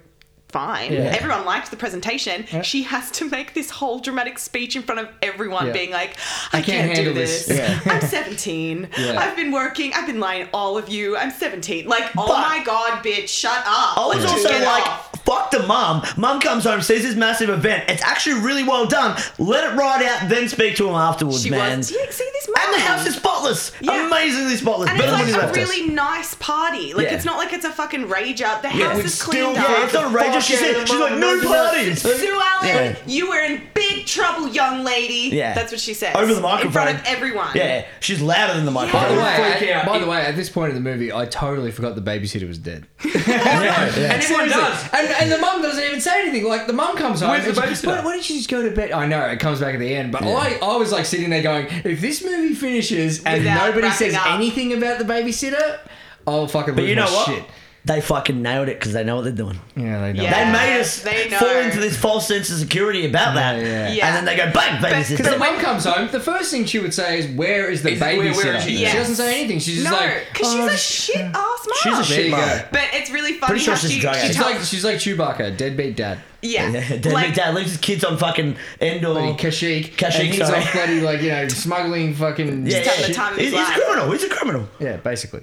Speaker 4: fine,
Speaker 2: Yeah.
Speaker 4: everyone liked the presentation. She has to make this whole dramatic speech in front of everyone,
Speaker 2: Yeah.
Speaker 4: being like, "I,
Speaker 2: can't
Speaker 4: can't,
Speaker 2: handle
Speaker 4: do
Speaker 2: this."
Speaker 4: this.
Speaker 1: *laughs*
Speaker 4: I'm 17.
Speaker 2: Yeah.
Speaker 4: I've been working. I've been lying to all of you. I'm 17. Like, oh
Speaker 1: But-
Speaker 4: my god, bitch, shut up.
Speaker 1: I was
Speaker 4: Like,
Speaker 1: Oh, also
Speaker 4: get
Speaker 1: like,
Speaker 4: off.
Speaker 1: fuck the mum. Mum comes home, sees this massive event. It's actually really well done. Let it ride out, then speak to him afterwards,
Speaker 4: she
Speaker 1: man.
Speaker 4: was. Yeah, see this.
Speaker 1: And the
Speaker 4: mum.
Speaker 1: house is spotless.
Speaker 4: Yeah.
Speaker 1: Amazingly spotless.
Speaker 4: And
Speaker 1: Better than when
Speaker 4: it's
Speaker 1: he
Speaker 4: like a
Speaker 1: left us.
Speaker 4: really nice party. Like
Speaker 1: Yeah.
Speaker 4: it's not like it's a fucking rage out. The house
Speaker 1: it's
Speaker 4: is
Speaker 1: still
Speaker 4: cleaned
Speaker 1: yeah,
Speaker 4: up.
Speaker 1: it's not a rage. She said, she's like, no parties.
Speaker 4: Sue Ellen,
Speaker 1: Yeah.
Speaker 4: you were in big trouble, young lady.
Speaker 1: Yeah.
Speaker 4: That's what she says.
Speaker 1: Over the
Speaker 4: In front
Speaker 1: microphone.
Speaker 4: of everyone.
Speaker 1: Yeah, she's louder than the
Speaker 2: By the
Speaker 1: microphone.
Speaker 2: way,
Speaker 5: freak
Speaker 2: at,
Speaker 5: out.
Speaker 2: by the way, at this point in the movie, I totally forgot the babysitter was dead.
Speaker 5: And everyone does.
Speaker 2: And, and the mum doesn't even say anything. Like the mum comes home.
Speaker 5: Where's the
Speaker 2: and she-
Speaker 5: babysitter?
Speaker 2: Why, why didn't you just go to bed? I know it comes back at the end, but I, I was like sitting there going, if this movie finishes and
Speaker 4: Without
Speaker 2: nobody
Speaker 4: wrapping
Speaker 2: says
Speaker 4: up.
Speaker 2: anything about the babysitter, I'll fucking
Speaker 1: But
Speaker 2: lose
Speaker 1: you know
Speaker 2: my
Speaker 1: what?
Speaker 2: shit.
Speaker 1: They fucking nailed it because they know what they're doing.
Speaker 2: Yeah, they know.
Speaker 4: Yeah.
Speaker 1: They made us
Speaker 4: They know.
Speaker 1: fall into this false sense of security about that.
Speaker 2: yeah.
Speaker 4: Yeah.
Speaker 1: And then they go, bang, baby
Speaker 4: Because
Speaker 1: sister.
Speaker 2: Because the mum comes home, the first thing she would say is, "Where is the
Speaker 5: Is- where- where
Speaker 2: babysitter?"
Speaker 5: is she?
Speaker 2: She
Speaker 4: Yes.
Speaker 2: doesn't say anything. She's just
Speaker 4: No,
Speaker 2: like,
Speaker 4: because
Speaker 2: "Oh,
Speaker 4: she's a shit ass mom.
Speaker 1: She's a
Speaker 2: there
Speaker 1: shit
Speaker 2: you
Speaker 1: mom.
Speaker 2: go."
Speaker 4: But it's really funny
Speaker 1: Pretty sure
Speaker 4: how
Speaker 1: she's
Speaker 4: she,
Speaker 1: drug
Speaker 4: she
Speaker 1: addict.
Speaker 2: She's
Speaker 4: tells,
Speaker 2: like she's like Chewbacca, deadbeat dad.
Speaker 1: *laughs*
Speaker 4: yeah,
Speaker 1: Yeah, dad,
Speaker 4: like,
Speaker 1: dad leaves his kids on fucking Endor.
Speaker 2: Bloody Kashyyyk.
Speaker 1: Kashyyyk,
Speaker 2: and he's
Speaker 1: sorry.
Speaker 2: off bloody like you know smuggling fucking
Speaker 1: Yeah,
Speaker 4: having the
Speaker 1: shit.
Speaker 4: time of
Speaker 1: he's,
Speaker 4: his
Speaker 1: he's
Speaker 4: life.
Speaker 1: a criminal. He's a criminal.
Speaker 2: yeah, basically.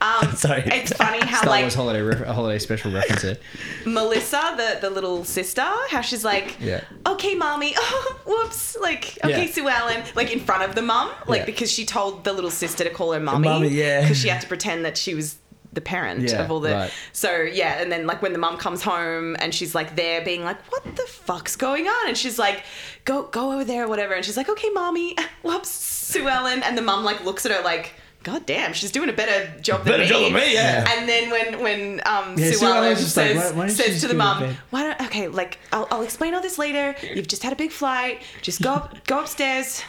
Speaker 4: um,
Speaker 1: Sorry.
Speaker 4: It's funny how
Speaker 2: Star
Speaker 4: like
Speaker 2: Wars holiday re- holiday special reference there.
Speaker 4: Melissa, the, the little sister, how she's like,
Speaker 2: Yeah.
Speaker 4: okay, mommy, *laughs* Oh, whoops, like, okay,
Speaker 2: Yeah.
Speaker 4: Sue Ellen, like in front of the mum, like
Speaker 2: Yeah.
Speaker 4: because she told the little sister to call her mommy,
Speaker 1: mommy, yeah.
Speaker 4: because she had to pretend that she was the parent
Speaker 2: Yeah,
Speaker 4: of all the.
Speaker 2: right.
Speaker 4: So yeah, and then like when the mum comes home and she's like there, being like, what the fuck's going on? And she's like, go go over there, or whatever. And she's like, okay, mommy, *laughs* whoops, Sue Ellen, and the mum like looks at her like. God damn, she's doing a better job than
Speaker 1: Better
Speaker 4: me.
Speaker 1: job than me, yeah.
Speaker 4: And then when when um,
Speaker 2: Yeah,
Speaker 4: Sue
Speaker 2: Sue Ellen's
Speaker 4: Ellen
Speaker 2: just like,
Speaker 4: says,
Speaker 2: "Why- why don't you
Speaker 4: says
Speaker 2: just
Speaker 4: to the
Speaker 2: do it,
Speaker 4: mum,
Speaker 2: babe?"
Speaker 4: why don't okay like I'll, I'll explain all this later you've just had a big flight just go up, go upstairs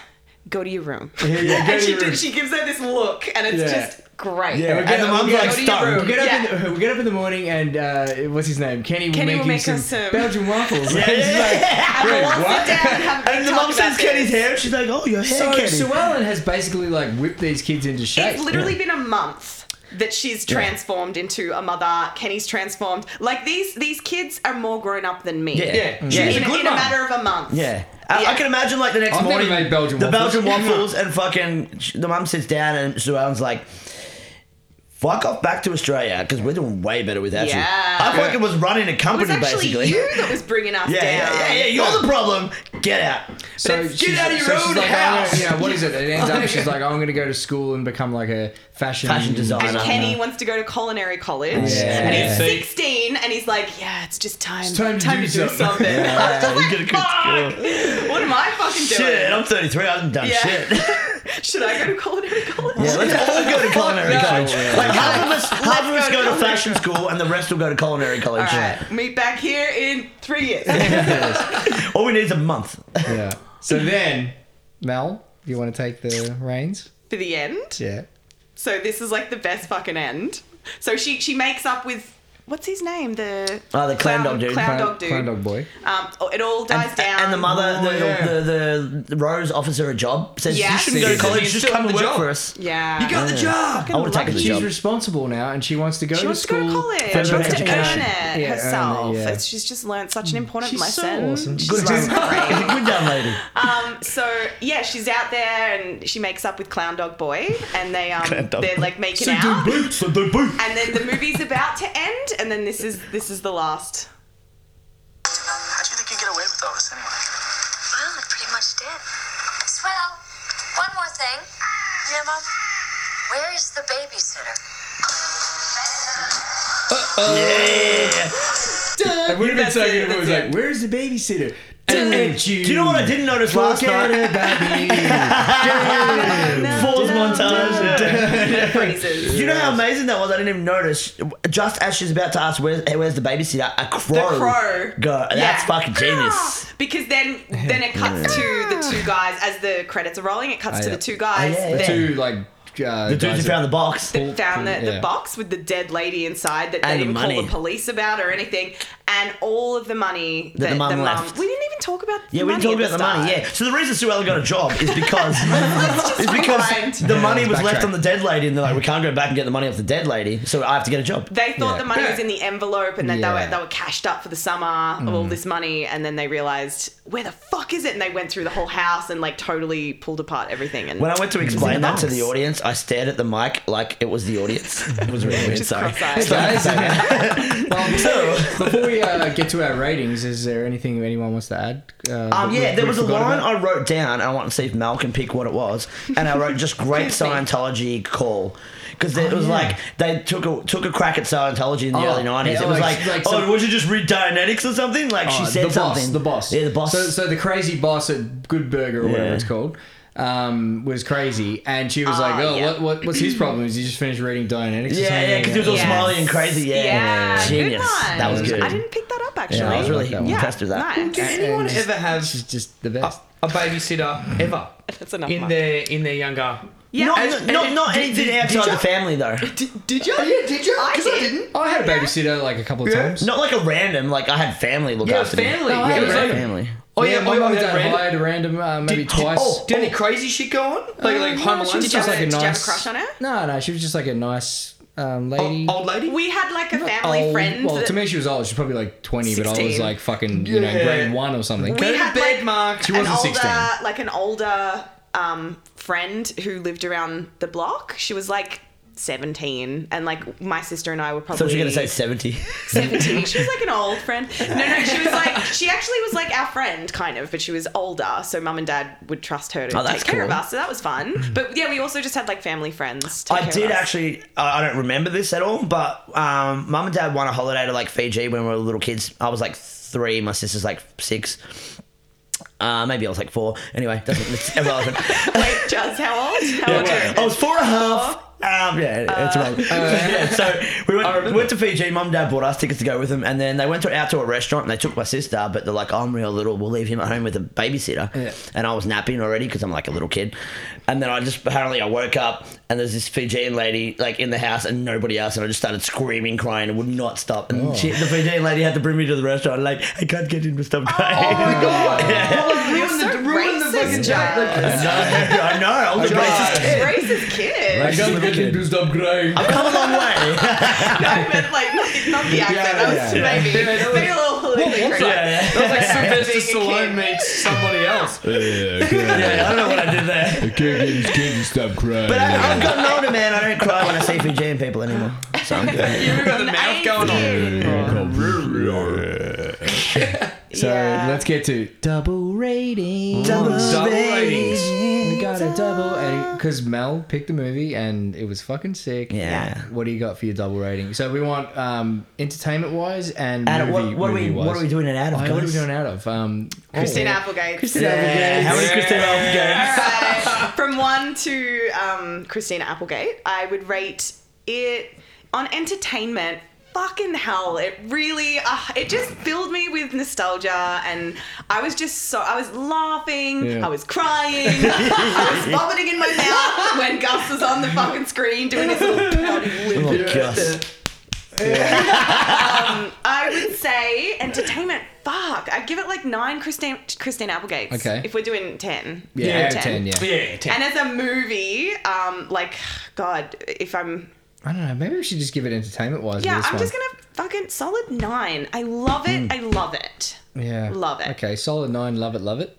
Speaker 4: go to your room
Speaker 2: yeah, go
Speaker 4: *laughs* and
Speaker 2: to
Speaker 4: she
Speaker 2: your
Speaker 4: did-
Speaker 2: room.
Speaker 4: she gives her this look and it's
Speaker 2: Yeah.
Speaker 4: just great
Speaker 1: Yeah. *laughs* And the mum's
Speaker 2: we'll
Speaker 1: like
Speaker 2: get- we'll get-
Speaker 1: stunned.
Speaker 2: We'll get, up
Speaker 4: Yeah.
Speaker 2: in the, *laughs* we'll get up in the morning and uh, what's his name? Kenny will
Speaker 4: Kenny
Speaker 2: make
Speaker 4: will
Speaker 2: you
Speaker 4: make
Speaker 2: some,
Speaker 4: us some-
Speaker 2: Belgian
Speaker 4: *laughs*
Speaker 2: waffles.
Speaker 1: Yeah, yeah, yeah.
Speaker 4: and we'll all
Speaker 2: What?
Speaker 4: sit down and have a
Speaker 1: *laughs*
Speaker 4: big
Speaker 1: And the
Speaker 4: talk
Speaker 1: mum says
Speaker 4: about
Speaker 1: Kenny's
Speaker 4: this.
Speaker 1: hair. and She's like, oh, your hair,
Speaker 2: *laughs* So
Speaker 1: Kenny.
Speaker 2: Sue Ellen has basically like whipped these kids into shape.
Speaker 4: it's literally been a month that she's transformed into a mother Kenny's transformed like these these kids are more grown up than me
Speaker 1: yeah.
Speaker 5: Yeah.
Speaker 1: yeah.
Speaker 5: She's
Speaker 4: in,
Speaker 5: a good
Speaker 4: in a
Speaker 5: mum.
Speaker 4: matter of a month
Speaker 1: Yeah. I, I
Speaker 4: Yeah.
Speaker 1: can imagine like the next
Speaker 2: I've never
Speaker 1: morning,
Speaker 2: made Belgian
Speaker 1: the
Speaker 2: waffles.
Speaker 1: Belgian waffles, and fucking the mum sits down and Sue Ellen's like, fuck off back to Australia because we're doing way better without you.
Speaker 4: Yeah.
Speaker 1: I fucking was running a
Speaker 4: It was
Speaker 1: company
Speaker 4: actually
Speaker 1: basically.
Speaker 4: you that was bringing
Speaker 1: *laughs*
Speaker 4: us
Speaker 1: yeah,
Speaker 4: down.
Speaker 1: yeah, yeah, yeah, You're the problem. Get out.
Speaker 2: So
Speaker 1: Get
Speaker 2: she's-
Speaker 1: out of your
Speaker 2: so she's
Speaker 1: own
Speaker 2: like, "Oh, I'm
Speaker 1: house.
Speaker 2: Gonna, you know, what is it? It ends
Speaker 1: *laughs*
Speaker 2: up she's like, I'm going to go to school and become like a fashion,
Speaker 1: Fashion designer.
Speaker 4: And
Speaker 1: I know.
Speaker 4: Kenny wants to go to culinary college,
Speaker 2: Yeah.
Speaker 4: and he's
Speaker 5: Yeah.
Speaker 4: 16, and he's like, "Yeah, it's just time,
Speaker 2: time to do something."
Speaker 1: Yeah,
Speaker 4: *laughs* I was
Speaker 1: you
Speaker 4: like,
Speaker 1: get a
Speaker 4: "Fuck! What am I fucking
Speaker 1: *laughs* Shit,
Speaker 4: doing?
Speaker 1: I'm 33. I haven't done
Speaker 4: Yeah.
Speaker 1: shit. Yeah,
Speaker 4: Should I go to culinary college?
Speaker 1: let's all go to culinary
Speaker 4: no.
Speaker 1: college. Like half of us, half of us
Speaker 4: go
Speaker 1: go
Speaker 4: to
Speaker 1: to fashion school, and the rest will go to culinary college.
Speaker 4: All right, meet back here in three years."
Speaker 1: All we need is a month.
Speaker 2: Yeah. So then, Mel, do you want to take the reins?
Speaker 4: *laughs* For the end.
Speaker 2: Yeah.
Speaker 4: So this is like the best fucking end. So she she makes up with what's his name? The
Speaker 1: Oh, the clown dog dude.
Speaker 4: Clown
Speaker 1: Clown-
Speaker 4: dog dude.
Speaker 2: Clown dog boy.
Speaker 4: Um, oh, it all dies
Speaker 1: And,
Speaker 4: down.
Speaker 1: and the mother,
Speaker 2: Oh,
Speaker 1: the,
Speaker 2: yeah.
Speaker 1: the, the, the Rose offers her a job. Says
Speaker 4: Yeah.
Speaker 1: you shouldn't go to
Speaker 2: Says you
Speaker 1: college. Just
Speaker 5: still
Speaker 1: come
Speaker 5: have
Speaker 1: and
Speaker 5: the
Speaker 1: work
Speaker 5: job."
Speaker 1: for us.
Speaker 4: Yeah.
Speaker 1: the job. I would have taken the
Speaker 2: She's
Speaker 1: job.
Speaker 2: responsible now, and she wants to go
Speaker 4: she
Speaker 2: to
Speaker 4: wants to
Speaker 2: school.
Speaker 4: go to college. She
Speaker 2: for
Speaker 4: wants
Speaker 2: her
Speaker 4: to earn
Speaker 2: education.
Speaker 4: it
Speaker 2: Yeah, earn it,
Speaker 4: herself.
Speaker 2: yeah. Mm.
Speaker 4: It's- she's just learned such an important
Speaker 2: She's so
Speaker 4: lesson.
Speaker 2: awesome.
Speaker 4: She's
Speaker 1: Good,
Speaker 4: like,
Speaker 1: young- *laughs* good young lady.
Speaker 4: so yeah, she's out there and she makes up with Clown Dog Boy, and they um
Speaker 1: Clown Dog
Speaker 4: they're
Speaker 1: Boy.
Speaker 4: like making out, and then the movie's about to end, and then this is this is the last.
Speaker 7: How do you think you get away with all this anyway?
Speaker 6: Well, it pretty much did. Swell. One more thing. Yeah, Mom. Where is the babysitter?
Speaker 2: It would have been so
Speaker 4: That's
Speaker 2: good
Speaker 4: it,
Speaker 2: if it was
Speaker 4: that's
Speaker 2: like, where's the babysitter? Don't you?
Speaker 1: Do you know what I didn't notice last
Speaker 2: forget
Speaker 1: night?
Speaker 2: about me.
Speaker 1: Fours montage.
Speaker 4: Phrases.
Speaker 1: Do you know how amazing that was? I didn't even notice. Just as she's about to ask, where's, hey, where's the babysitter? A crow.
Speaker 4: crow.
Speaker 1: Go. That's
Speaker 4: Yeah.
Speaker 1: fucking genius.
Speaker 4: Because then, then it cuts to the two guys as the credits are rolling. It cuts
Speaker 2: Oh,
Speaker 4: to
Speaker 2: yeah.
Speaker 4: the two guys
Speaker 1: Oh, yeah,
Speaker 2: The
Speaker 4: that
Speaker 1: yeah.
Speaker 2: two like uh,
Speaker 1: The dude
Speaker 2: guys
Speaker 1: who found the box.
Speaker 4: that found the, the
Speaker 2: Yeah.
Speaker 4: box with the dead lady inside that they
Speaker 1: And the
Speaker 4: didn't call
Speaker 1: money.
Speaker 4: the police about or anything, and all of the money that,
Speaker 1: the mum
Speaker 4: mum-
Speaker 1: left.
Speaker 4: We didn't even talk about.
Speaker 1: Yeah,
Speaker 4: the
Speaker 1: we
Speaker 4: money
Speaker 1: didn't talk
Speaker 4: at
Speaker 1: about the money.
Speaker 4: start.
Speaker 1: Yeah. So the reason Sue Ellen got a job is
Speaker 4: *laughs*
Speaker 1: because is
Speaker 4: rewind.
Speaker 1: because the money
Speaker 2: let's
Speaker 1: was left
Speaker 2: backtrack.
Speaker 1: on the dead lady, and they're like, we can't go back and get the money off the dead lady, so I have to get a job.
Speaker 4: They thought
Speaker 2: Yeah.
Speaker 4: the money was in the envelope and that
Speaker 2: Yeah.
Speaker 4: they were they were cashed up for the summer of
Speaker 1: Mm.
Speaker 4: all this money, and then they realized where the fuck is it? And they went through the whole house and like totally pulled apart everything. And
Speaker 1: When I went to explain that to
Speaker 4: box.
Speaker 1: the audience, I stared at the mic like it was the audience. It was really weird.
Speaker 4: *laughs* Just
Speaker 1: Sorry. *laughs*
Speaker 2: *laughs*
Speaker 4: cross-eyed.
Speaker 2: Guys, um,
Speaker 1: So-
Speaker 2: before we uh, get to our ratings, is there anything anyone wants to add? Uh,
Speaker 1: Um,
Speaker 2: that we-
Speaker 1: yeah, there
Speaker 2: we
Speaker 1: was a
Speaker 2: forgot
Speaker 1: line
Speaker 2: about?
Speaker 1: I wrote down. and I want to see if Mal can pick what it was, and I wrote
Speaker 2: *laughs*
Speaker 1: just great Scientology call because it was
Speaker 2: Oh, yeah.
Speaker 1: like they took a took a crack at Scientology in the
Speaker 2: Oh,
Speaker 1: early nineties.
Speaker 2: yeah,
Speaker 1: it was
Speaker 2: like-
Speaker 1: like,
Speaker 2: like
Speaker 1: oh,
Speaker 2: some-
Speaker 1: would you just read Dianetics or something? Like she
Speaker 2: Oh,
Speaker 1: said
Speaker 2: the
Speaker 1: something.
Speaker 2: Boss, the boss.
Speaker 1: Yeah, the boss.
Speaker 2: So, so the crazy boss at Good Burger or whatever
Speaker 1: Yeah.
Speaker 2: it's called um, was crazy, and she was like, "Oh,
Speaker 4: yeah.
Speaker 2: what, what, what's his problem? Is he just finished reading Dianetics?" or
Speaker 1: yeah,
Speaker 2: something?
Speaker 1: yeah, because he was all
Speaker 4: Yes.
Speaker 1: smiley and crazy. Yeah,
Speaker 4: yeah, good
Speaker 1: genius.
Speaker 4: one.
Speaker 1: That was good.
Speaker 4: I didn't pick that up actually.
Speaker 1: yeah, I was really
Speaker 2: like that one.
Speaker 1: impressed with that.
Speaker 4: Nice.
Speaker 5: Did anyone
Speaker 2: And just-
Speaker 5: ever have
Speaker 2: she's just the
Speaker 5: a,
Speaker 2: best.
Speaker 5: a
Speaker 2: *laughs*
Speaker 5: babysitter ever
Speaker 4: *laughs* That's enough.
Speaker 5: in
Speaker 4: Mark.
Speaker 5: their in their younger?
Speaker 4: Yeah.
Speaker 1: Not, not,
Speaker 4: And-
Speaker 1: not, not
Speaker 5: did-
Speaker 1: anything
Speaker 5: did- did
Speaker 1: outside
Speaker 5: ya?
Speaker 1: the family
Speaker 2: *laughs*
Speaker 1: though.
Speaker 5: Did, Oh, did you?
Speaker 2: yeah, did you?
Speaker 4: I 'Cause I Oh, did.
Speaker 2: didn't. I had a babysitter like a couple of times.
Speaker 1: Not like a random. Like I had family look
Speaker 5: Yeah,
Speaker 1: after me.
Speaker 5: family.
Speaker 2: No, I
Speaker 5: it was
Speaker 2: had
Speaker 5: like,
Speaker 2: a
Speaker 1: family.
Speaker 5: oh yeah,
Speaker 2: my mum and
Speaker 5: had
Speaker 2: dad
Speaker 5: random-
Speaker 2: hired a random uh, maybe
Speaker 5: Did-
Speaker 2: twice.
Speaker 5: Oh, did any crazy shit go on? Like
Speaker 2: no,
Speaker 5: like Home
Speaker 2: she
Speaker 5: Alone
Speaker 2: was
Speaker 4: did you,
Speaker 5: stuff?
Speaker 2: just
Speaker 4: have,
Speaker 2: like
Speaker 4: a,
Speaker 2: a
Speaker 4: did you have a
Speaker 2: nice-
Speaker 4: crush on her?
Speaker 2: No, no, she was just like a nice um, lady.
Speaker 5: Old lady.
Speaker 4: We had like a family
Speaker 2: old-
Speaker 4: friend.
Speaker 2: Well,
Speaker 4: that-
Speaker 2: to me, she was old. She was probably like 20, but I
Speaker 4: 16.
Speaker 2: was like fucking, you know,
Speaker 5: Yeah.
Speaker 2: grade one or something.
Speaker 4: we
Speaker 5: to
Speaker 4: had
Speaker 5: bed,
Speaker 4: like
Speaker 5: Mark. She
Speaker 4: an
Speaker 2: wasn't
Speaker 4: older,
Speaker 2: 16.
Speaker 4: like an older um, friend who lived around the block. She was like. 17 and like my sister and I were
Speaker 1: So
Speaker 4: probably
Speaker 1: you're
Speaker 2: Oh,
Speaker 1: gonna say seventy?
Speaker 4: 17 she was like an old friend no no she was like she actually was like our friend kind of but she was older so mum and dad would trust her to
Speaker 1: Oh, that's
Speaker 4: take care of
Speaker 1: cool.
Speaker 4: us so that was fun but yeah we also just had like family friends take
Speaker 1: I
Speaker 4: care of
Speaker 1: did
Speaker 4: us.
Speaker 1: actually. I I don't remember this at all, but um, mum and dad won a holiday to like Fiji when we were little kids. I was like three, my sister's like six. Uh, maybe I was like four. Anyway, doesn't *laughs* it's irrelevant.
Speaker 4: wait Jazz how old how old are you?
Speaker 1: I was four and a half. Um, yeah, it's irrelevant. yeah, *laughs* so we went, we went to Fiji. Mum and dad bought us tickets to go with them, and then they went to, out to a restaurant and they took my sister. But they're like, "I'm real little. We'll leave him at home with a babysitter."
Speaker 2: Yeah.
Speaker 1: And I was napping already because I'm like a little kid. And then I just apparently I woke up and there's this Fijian lady like in the house and nobody else, and I just started screaming, crying, and would not stop. And she, the Fijian lady had to bring me to the restaurant. Like I can't get in to stop crying.
Speaker 5: God!
Speaker 4: You're
Speaker 5: ruined the-
Speaker 4: so
Speaker 5: ruined the
Speaker 4: racist,
Speaker 5: fucking
Speaker 4: Jazz.
Speaker 1: I know, *laughs*
Speaker 2: Oh.
Speaker 1: I know. I was a racist kid.
Speaker 4: racist kid.
Speaker 2: I
Speaker 1: Little kid.
Speaker 2: stop crying.
Speaker 1: I've come a long way. *laughs*
Speaker 4: I meant like not the, not the accent.
Speaker 2: Yeah,
Speaker 4: that was
Speaker 2: yeah, yeah.
Speaker 4: maybe maybe a little absolutely
Speaker 2: Well,
Speaker 4: crazy.
Speaker 1: Yeah,
Speaker 5: *laughs* That was like
Speaker 4: *laughs*
Speaker 5: Sylvester
Speaker 4: Being a
Speaker 5: Stallone
Speaker 4: kid.
Speaker 5: meets somebody
Speaker 1: *laughs*
Speaker 5: else.
Speaker 1: yeah, I don't know what I did there.
Speaker 8: I can't get these kids to stop crying.
Speaker 1: But I, I've gotten older, man. I don't cry when I see Fijian people anymore. So I'm good.
Speaker 5: You've got the
Speaker 4: I
Speaker 5: mouth going on.
Speaker 4: did.
Speaker 1: Oh,
Speaker 2: So
Speaker 4: Yeah.
Speaker 2: let's get to double rating.
Speaker 5: Double ratings.
Speaker 2: We got a double because Mel picked the movie and it was fucking sick.
Speaker 1: Yeah.
Speaker 2: What do you got for your double rating? So we want um, entertainment wise and
Speaker 1: Out of
Speaker 2: movie,
Speaker 1: what, what, are we,
Speaker 2: movie-wise.
Speaker 1: what are we doing it out of?
Speaker 2: Oh, what are we
Speaker 1: guys?
Speaker 2: doing out of? Um,
Speaker 4: Christine Applegate.
Speaker 1: Yeah, How many
Speaker 5: Yeah.
Speaker 1: Christina Applegate?
Speaker 2: *laughs*
Speaker 4: Alright, From one to um, Christina Applegate, I would rate it on entertainment. Fucking hell! It really, uh, it just filled me with nostalgia, and I was just so I was laughing,
Speaker 2: Yeah.
Speaker 4: I was crying, *laughs* I was vomiting in my mouth when Gus was on the fucking screen doing his little *laughs* pouty lip.
Speaker 1: Oh, Gus.
Speaker 4: I would say entertainment. Fuck, I give it like nine Christine Christine Applegates.
Speaker 2: Okay.
Speaker 4: if we're doing ten,
Speaker 2: Yeah,
Speaker 5: Yeah,
Speaker 2: out of 10, yeah.
Speaker 5: Yeah, ten.
Speaker 4: And as a movie, um, like, God, if I'm,
Speaker 2: I don't know. Maybe we should just give it entertainment wise.
Speaker 4: yeah,
Speaker 2: this
Speaker 4: I'm
Speaker 2: one.
Speaker 4: just gonna fucking solid nine. I love it.
Speaker 5: Hmm.
Speaker 4: I love it.
Speaker 2: Yeah.
Speaker 4: Love it.
Speaker 2: Okay, solid nine. Love it. Love it.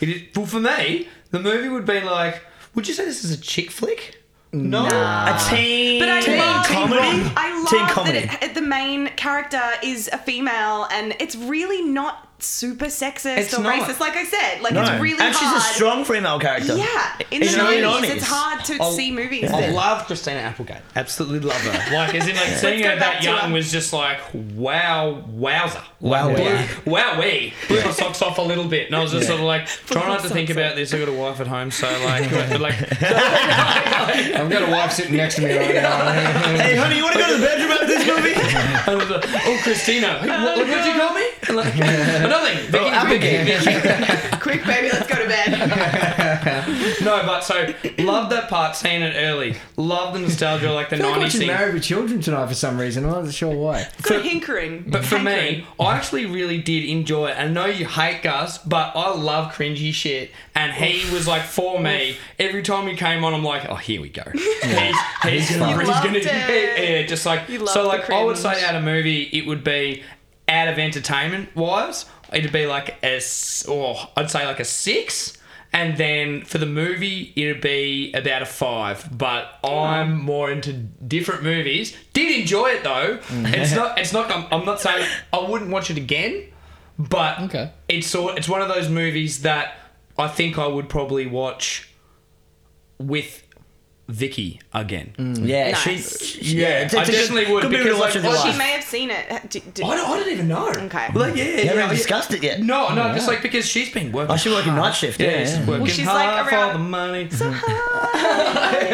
Speaker 5: It is, well, for me, the movie would be like, would you say this is a chick flick? No.
Speaker 1: A teen,
Speaker 4: But I
Speaker 1: teen
Speaker 4: love,
Speaker 1: comedy.
Speaker 4: I love
Speaker 1: teen comedy.
Speaker 4: that it, the main character is a female, and it's really not super sexist
Speaker 5: It's
Speaker 4: or
Speaker 5: not.
Speaker 4: racist. Like I said, like it's really
Speaker 1: and
Speaker 4: hard.
Speaker 1: she's a strong female character.
Speaker 4: yeah, in
Speaker 1: It's
Speaker 4: the
Speaker 1: really
Speaker 4: nineties,
Speaker 1: nice.
Speaker 4: it's hard to
Speaker 5: I'll-
Speaker 4: see movies.
Speaker 5: I
Speaker 4: that-
Speaker 5: love Christina Applegate. Absolutely love her. *laughs* Like, as in, like, seeing
Speaker 4: go
Speaker 5: her
Speaker 4: back
Speaker 5: that
Speaker 4: to
Speaker 5: young
Speaker 4: her.
Speaker 5: was just like, wow, wowza.
Speaker 1: Wow,
Speaker 5: Blew-
Speaker 1: yeah.
Speaker 5: Wowee. Blew my socks off a little bit. And I was just sort of
Speaker 4: *laughs*
Speaker 5: like, trying not to think about this. I've got a wife at home, so like, *laughs* but, like
Speaker 2: I've got a wife sitting next to me right
Speaker 5: *laughs*
Speaker 2: now. *laughs*
Speaker 1: Hey, honey, you want to go to the bedroom after this movie?
Speaker 5: I was like, oh, Christina. What, what, what'd you call me? Like, nothing. Vicky, Vicky, Vicky.
Speaker 4: *laughs* Quick, baby, let's go to
Speaker 5: *laughs*
Speaker 4: bed.
Speaker 5: No, but so love that part, seeing it early. Love the nostalgia, like the
Speaker 2: I'm
Speaker 5: '90s
Speaker 2: watching
Speaker 5: thing.
Speaker 2: Married with Children tonight for some reason. I'm not sure why.
Speaker 4: It's got hinkering.
Speaker 5: But for
Speaker 4: Hankering.
Speaker 5: me, I actually really did enjoy it. I know you hate Gus, but I love cringy shit. And he was like, for me, every time he came on, I'm like, oh, here we go. He's, he's, gonna, he's
Speaker 4: loved
Speaker 5: gonna, *laughs*
Speaker 4: it.
Speaker 5: yeah, just like
Speaker 4: You
Speaker 5: so.
Speaker 4: loved
Speaker 5: Like
Speaker 4: the
Speaker 5: I would
Speaker 4: cringe.
Speaker 5: say, out of movie, it would be out of entertainment wise, it'd be like a s- or I'd say like a six. And then for the movie, it'd be about a five. But I'm more into different movies. Did enjoy it though. It's not. It's not. I'm, I'm not saying I wouldn't watch it again. But
Speaker 2: Okay.
Speaker 5: it's sort. It's one of those movies that I think I would probably watch with Vicky again.
Speaker 1: Yeah,
Speaker 4: Nice.
Speaker 1: she's yeah. it's-
Speaker 5: I
Speaker 1: it's a good-
Speaker 5: definitely would,
Speaker 1: Good movie to
Speaker 5: because,
Speaker 1: watch
Speaker 5: like,
Speaker 1: with your
Speaker 5: what
Speaker 4: She
Speaker 1: wife.
Speaker 4: may have seen it. Did- did-
Speaker 5: I, don't, I don't even know.
Speaker 4: Okay.
Speaker 5: Like yeah,
Speaker 1: You
Speaker 5: yeah,
Speaker 1: haven't
Speaker 5: yeah.
Speaker 1: discussed it yet.
Speaker 5: No, no, just like because she's been working.
Speaker 1: Oh, she's working
Speaker 5: hard.
Speaker 1: night shift.
Speaker 5: Yeah,
Speaker 1: Yeah,
Speaker 5: she's
Speaker 1: yeah.
Speaker 5: working
Speaker 4: she's, like,
Speaker 5: hard for
Speaker 4: around-
Speaker 5: the
Speaker 4: *laughs*
Speaker 5: money. *laughs*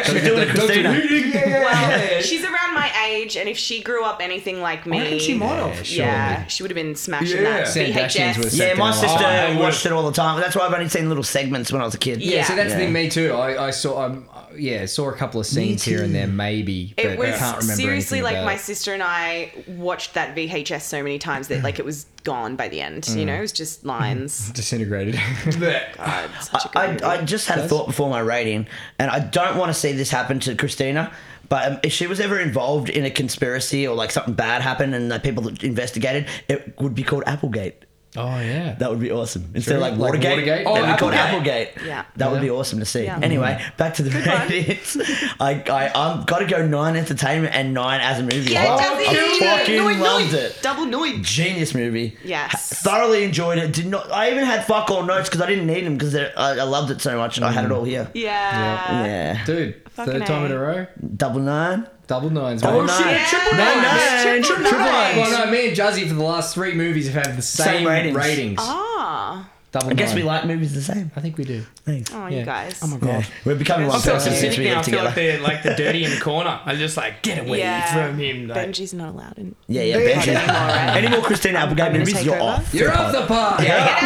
Speaker 1: She's doing a Christina. *laughs*
Speaker 4: Well, she's around my age, and if she grew up anything like me,
Speaker 5: I think she might have.
Speaker 4: yeah, she would have been smashing
Speaker 5: Yeah.
Speaker 4: that
Speaker 2: Kardashians
Speaker 4: VHS.
Speaker 2: was-
Speaker 1: Yeah, my
Speaker 2: Second
Speaker 1: sister
Speaker 5: one.
Speaker 1: watched it all the time. That's why I've only seen little segments when I was a kid.
Speaker 4: Yeah.
Speaker 2: Yeah, so that's the
Speaker 1: Yeah.
Speaker 2: thing. Me too. I, I saw. Um, uh, yeah, saw a couple of scenes here and there, maybe. But
Speaker 4: It was
Speaker 2: I can't remember
Speaker 4: seriously
Speaker 2: anything
Speaker 4: like
Speaker 2: about
Speaker 4: my
Speaker 2: it.
Speaker 4: sister and I watched that VHS so many times that like it was gone by the end.
Speaker 2: Mm.
Speaker 4: You know, it was
Speaker 2: *laughs*
Speaker 4: just lines.
Speaker 2: disintegrated.
Speaker 4: God, such a good
Speaker 1: I,
Speaker 4: movie.
Speaker 1: I just had a thought before my rating, and I don't want to see this happen to Christina. But um, if she was ever involved in a conspiracy or like something bad happened and like, people investigated, it would be called Applegate.
Speaker 2: oh yeah.
Speaker 1: That would be awesome. Instead of
Speaker 2: Sure.
Speaker 1: like
Speaker 2: Like
Speaker 1: Watergate,
Speaker 2: Watergate?
Speaker 1: oh,
Speaker 5: Oh,
Speaker 1: would be called
Speaker 5: Applegate.
Speaker 1: Applegate.
Speaker 4: Yeah.
Speaker 1: That would be awesome to see.
Speaker 4: Yeah. Mm-hmm.
Speaker 1: Anyway, back to the
Speaker 4: one.
Speaker 1: ratings. I, I, I'm got to go nine entertainment and nine as a movie.
Speaker 4: yeah,
Speaker 1: I,
Speaker 4: Double
Speaker 1: I
Speaker 4: Noid,
Speaker 1: fucking
Speaker 4: Noid,
Speaker 1: loved
Speaker 4: Noid,
Speaker 1: it.
Speaker 4: Double Noid.
Speaker 1: Genius movie.
Speaker 4: Yes.
Speaker 1: Thoroughly enjoyed it. Did not. I even had fuck all notes because I didn't need them because I, I loved it so much. I had it
Speaker 4: Mm.
Speaker 1: all here.
Speaker 4: Yeah.
Speaker 1: Yeah.
Speaker 2: Dude,
Speaker 4: Fucking
Speaker 2: third time
Speaker 4: A.
Speaker 2: in a row,
Speaker 1: Double nine.
Speaker 2: double nines.
Speaker 1: Double
Speaker 5: Oh,
Speaker 2: mate.
Speaker 1: nine.
Speaker 4: Yeah.
Speaker 1: Triple nine.
Speaker 4: Nine.
Speaker 1: Triple
Speaker 4: Triple
Speaker 1: nine.
Speaker 4: nine.
Speaker 2: Well, no, me and Juzzy for the last three movies have had the same, ratings.
Speaker 1: ratings.
Speaker 4: Ah.
Speaker 2: Double
Speaker 1: I guess
Speaker 2: nine.
Speaker 1: we like movies the same.
Speaker 2: I think we do.
Speaker 1: Thanks.
Speaker 4: Oh,
Speaker 2: Yeah.
Speaker 4: you guys.
Speaker 1: Yeah. We're becoming
Speaker 5: I
Speaker 1: one
Speaker 5: feel
Speaker 1: person
Speaker 5: so
Speaker 1: since
Speaker 5: sick
Speaker 1: we
Speaker 5: now. I
Speaker 1: live
Speaker 5: feel
Speaker 1: together.
Speaker 5: like they're like the dirty in the corner. I'm just like, get away
Speaker 4: Yeah.
Speaker 5: from him. Like,
Speaker 4: Benji's not allowed in.
Speaker 1: yeah, yeah. Benji. Any more Christina Applegate
Speaker 4: gonna
Speaker 1: movies?
Speaker 4: take
Speaker 1: You're
Speaker 4: over.
Speaker 1: off.
Speaker 2: You're off the park.
Speaker 4: Get out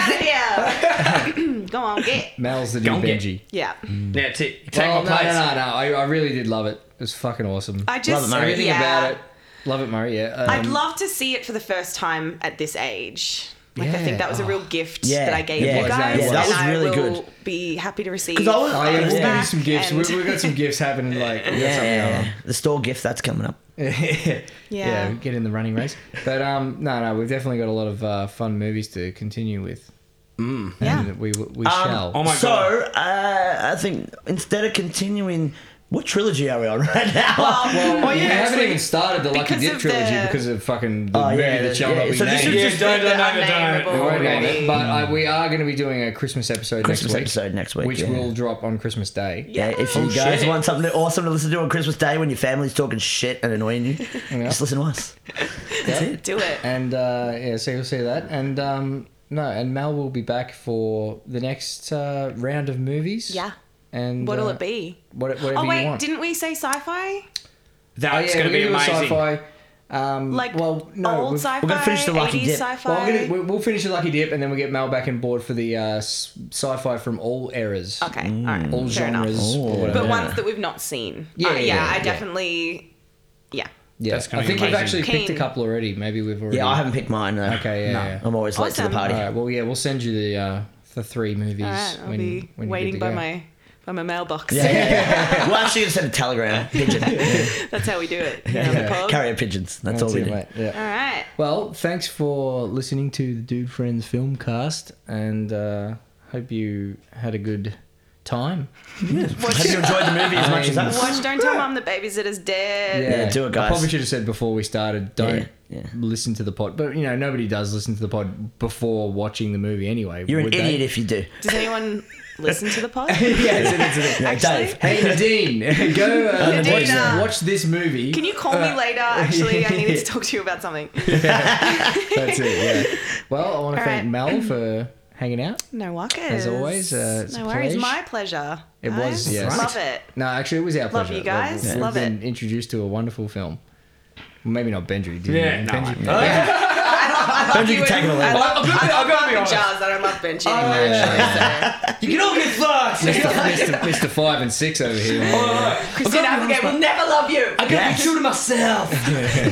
Speaker 1: *laughs*
Speaker 4: of here. *coughs* Go on, get.
Speaker 2: Mel's the new
Speaker 5: Don't get-
Speaker 2: Benji.
Speaker 4: Yeah.
Speaker 2: Mm.
Speaker 5: yeah, t- take
Speaker 2: Well,
Speaker 5: my place.
Speaker 2: No, no, no, no. I, I really did love it. It was fucking awesome.
Speaker 4: I just
Speaker 1: Murray.
Speaker 2: Everything
Speaker 4: yeah.
Speaker 2: about it. Love it, Murray. Yeah. Um,
Speaker 4: I'd love to see it for the first time at this age. Like I think
Speaker 2: Yeah.
Speaker 4: that was a real gift that I gave
Speaker 1: yeah,
Speaker 4: you guys,
Speaker 2: exactly.
Speaker 1: Yeah, that
Speaker 4: and
Speaker 1: was
Speaker 4: I
Speaker 1: really
Speaker 4: will
Speaker 1: good.
Speaker 4: be happy to receive.
Speaker 1: 'Cause I was-
Speaker 2: Oh, yeah,
Speaker 1: Thanks,
Speaker 2: we'll give you
Speaker 4: back
Speaker 2: some gifts.
Speaker 4: and-
Speaker 2: We, we've got some gifts happening. Like, we got something going on.
Speaker 1: Yeah, the store gift that's coming up. *laughs*
Speaker 2: yeah.
Speaker 4: *laughs* Yeah.
Speaker 2: get in the running race. But um, no, no, we've definitely got a lot of uh, fun movies to continue with. Mm. And
Speaker 4: Yeah.
Speaker 2: we we shall.
Speaker 5: Oh my
Speaker 1: so,
Speaker 5: God.
Speaker 1: uh, I think instead of continuing, what trilogy are we on *laughs* right now?
Speaker 2: oh yeah, we haven't
Speaker 5: actually,
Speaker 2: even started the Lucky
Speaker 4: because
Speaker 2: Dip
Speaker 4: of
Speaker 2: trilogy
Speaker 4: the-
Speaker 2: because of fucking the
Speaker 1: Oh,
Speaker 2: movie
Speaker 1: yeah,
Speaker 2: that shall
Speaker 1: yeah,
Speaker 2: not be
Speaker 1: so this
Speaker 2: named.
Speaker 1: is
Speaker 5: Yeah,
Speaker 1: just Mm.
Speaker 5: don't,
Speaker 4: the
Speaker 5: don't name it, don't
Speaker 4: unnameable.
Speaker 5: name
Speaker 2: We
Speaker 5: it.
Speaker 2: won't name it,
Speaker 4: already.
Speaker 2: but uh, we are going to be doing a Christmas episode
Speaker 1: Christmas
Speaker 2: next week.
Speaker 1: episode next week,
Speaker 2: which
Speaker 1: yeah.
Speaker 2: will drop on Christmas Day.
Speaker 1: Yeah, if you
Speaker 2: Oh,
Speaker 1: guys
Speaker 2: shit.
Speaker 1: want something awesome to listen to on Christmas Day when your family's talking shit and annoying you, just listen to us. That's it.
Speaker 4: Do it.
Speaker 2: And uh, yeah, so you'll see that. And um, no, and Mel will be back for the next uh, round of movies.
Speaker 4: Yeah.
Speaker 2: And
Speaker 4: What'll
Speaker 2: uh,
Speaker 4: it be?
Speaker 2: What, whatever
Speaker 4: Oh
Speaker 2: you
Speaker 4: wait,
Speaker 2: want.
Speaker 4: didn't we say sci-fi?
Speaker 2: Oh,
Speaker 5: That's
Speaker 2: yeah,
Speaker 5: going to
Speaker 2: we're
Speaker 5: be
Speaker 2: gonna do a
Speaker 5: amazing.
Speaker 2: Sci-fi. Um,
Speaker 4: Like
Speaker 2: well, no,
Speaker 4: old
Speaker 2: we've-
Speaker 4: sci-fi,
Speaker 1: gonna finish the Lucky
Speaker 4: 80s
Speaker 1: Dip.
Speaker 4: sci-fi.
Speaker 2: Well, we're gonna, we- we'll finish the lucky dip, and then we get Mel back on board for the uh, s- sci-fi from all eras,
Speaker 4: okay, all right,
Speaker 2: Mm. all
Speaker 4: fair
Speaker 2: genres,
Speaker 4: enough.
Speaker 2: or whatever.
Speaker 4: But ones that we've not seen.
Speaker 2: Yeah,
Speaker 4: Uh,
Speaker 2: yeah,
Speaker 4: yeah,
Speaker 2: yeah,
Speaker 4: I
Speaker 2: yeah.
Speaker 4: definitely, yeah.
Speaker 2: yeah,
Speaker 5: That's
Speaker 2: I
Speaker 5: gonna be
Speaker 2: think we've
Speaker 5: amazing.
Speaker 2: actually picked a
Speaker 4: Keen.
Speaker 2: couple already. Maybe we've already.
Speaker 1: Yeah, I haven't picked mine. Though.
Speaker 2: Okay, yeah,
Speaker 1: No,
Speaker 2: yeah.
Speaker 1: I'm always late to the
Speaker 4: Awesome.
Speaker 1: party.
Speaker 2: All right. Well, yeah, we'll send you the uh, the three movies
Speaker 4: All right, I'll
Speaker 2: when,
Speaker 4: be
Speaker 2: when you're
Speaker 4: waiting
Speaker 2: good to
Speaker 4: by
Speaker 2: go.
Speaker 4: my by my mailbox.
Speaker 1: Well, actually, you send a telegram pigeon. *laughs*
Speaker 4: That's how we do it. Yeah, the pub.
Speaker 1: Carrier pigeons. That's, all
Speaker 2: That's
Speaker 1: we
Speaker 2: it,
Speaker 1: do.
Speaker 2: mate. Yeah.
Speaker 4: All right.
Speaker 2: Well, thanks for listening to the Dude Friends Filmcast, and uh, hope you had a good time.
Speaker 1: Hope you enjoyed the movie as much as
Speaker 2: I'm-
Speaker 1: us.
Speaker 4: Watch Don't Tell Mom the Babysitter's Dead.
Speaker 1: Yeah, do it,
Speaker 2: I
Speaker 1: guys.
Speaker 2: probably should have said before we started, don't
Speaker 1: Yeah, yeah.
Speaker 2: listen to the pod. But you know, nobody does listen to the pod before watching the movie anyway.
Speaker 1: You're an
Speaker 2: would they?
Speaker 1: idiot if you do.
Speaker 4: Does anyone listen to the
Speaker 2: *laughs*
Speaker 4: pod?
Speaker 2: yeah, it's an incident.
Speaker 1: Yeah,
Speaker 4: Actually-
Speaker 1: Dave.
Speaker 2: Hey Nadine, *laughs* go uh, watch,
Speaker 4: Nadine.
Speaker 2: watch this movie.
Speaker 4: Can you call me
Speaker 2: Uh,
Speaker 4: later? Actually, I
Speaker 2: *laughs*
Speaker 4: needed to talk to you about something.
Speaker 2: That's it. Yeah. Well, I want to
Speaker 4: All
Speaker 2: thank
Speaker 4: right.
Speaker 2: Mel for hanging out.
Speaker 4: No worries.
Speaker 2: As always, uh, it's a
Speaker 4: no worries.
Speaker 2: pleasure.
Speaker 4: My pleasure.
Speaker 2: It was,
Speaker 4: guys.
Speaker 2: yes.
Speaker 4: Love it.
Speaker 2: No, actually, it was our
Speaker 4: Love
Speaker 2: pleasure.
Speaker 4: you guys.
Speaker 2: We've
Speaker 4: Love
Speaker 2: been introduced to a wonderful film. Maybe not Benji. Did
Speaker 5: Yeah, Oh,
Speaker 2: you?
Speaker 5: no,
Speaker 2: Benji.
Speaker 5: I-
Speaker 1: Don't you
Speaker 4: and-
Speaker 1: take it away.
Speaker 4: I love,
Speaker 5: I've got-
Speaker 4: I
Speaker 5: I've got to
Speaker 4: love
Speaker 5: be
Speaker 4: Mark and
Speaker 5: honest.
Speaker 4: Jars. I don't love Benji anymore, actually.
Speaker 5: You can all get fucked.
Speaker 2: Mr. Mr. Five and Six over here.
Speaker 5: Oh,
Speaker 4: So. Christine Applegate will never love you.
Speaker 5: I got to be true to myself.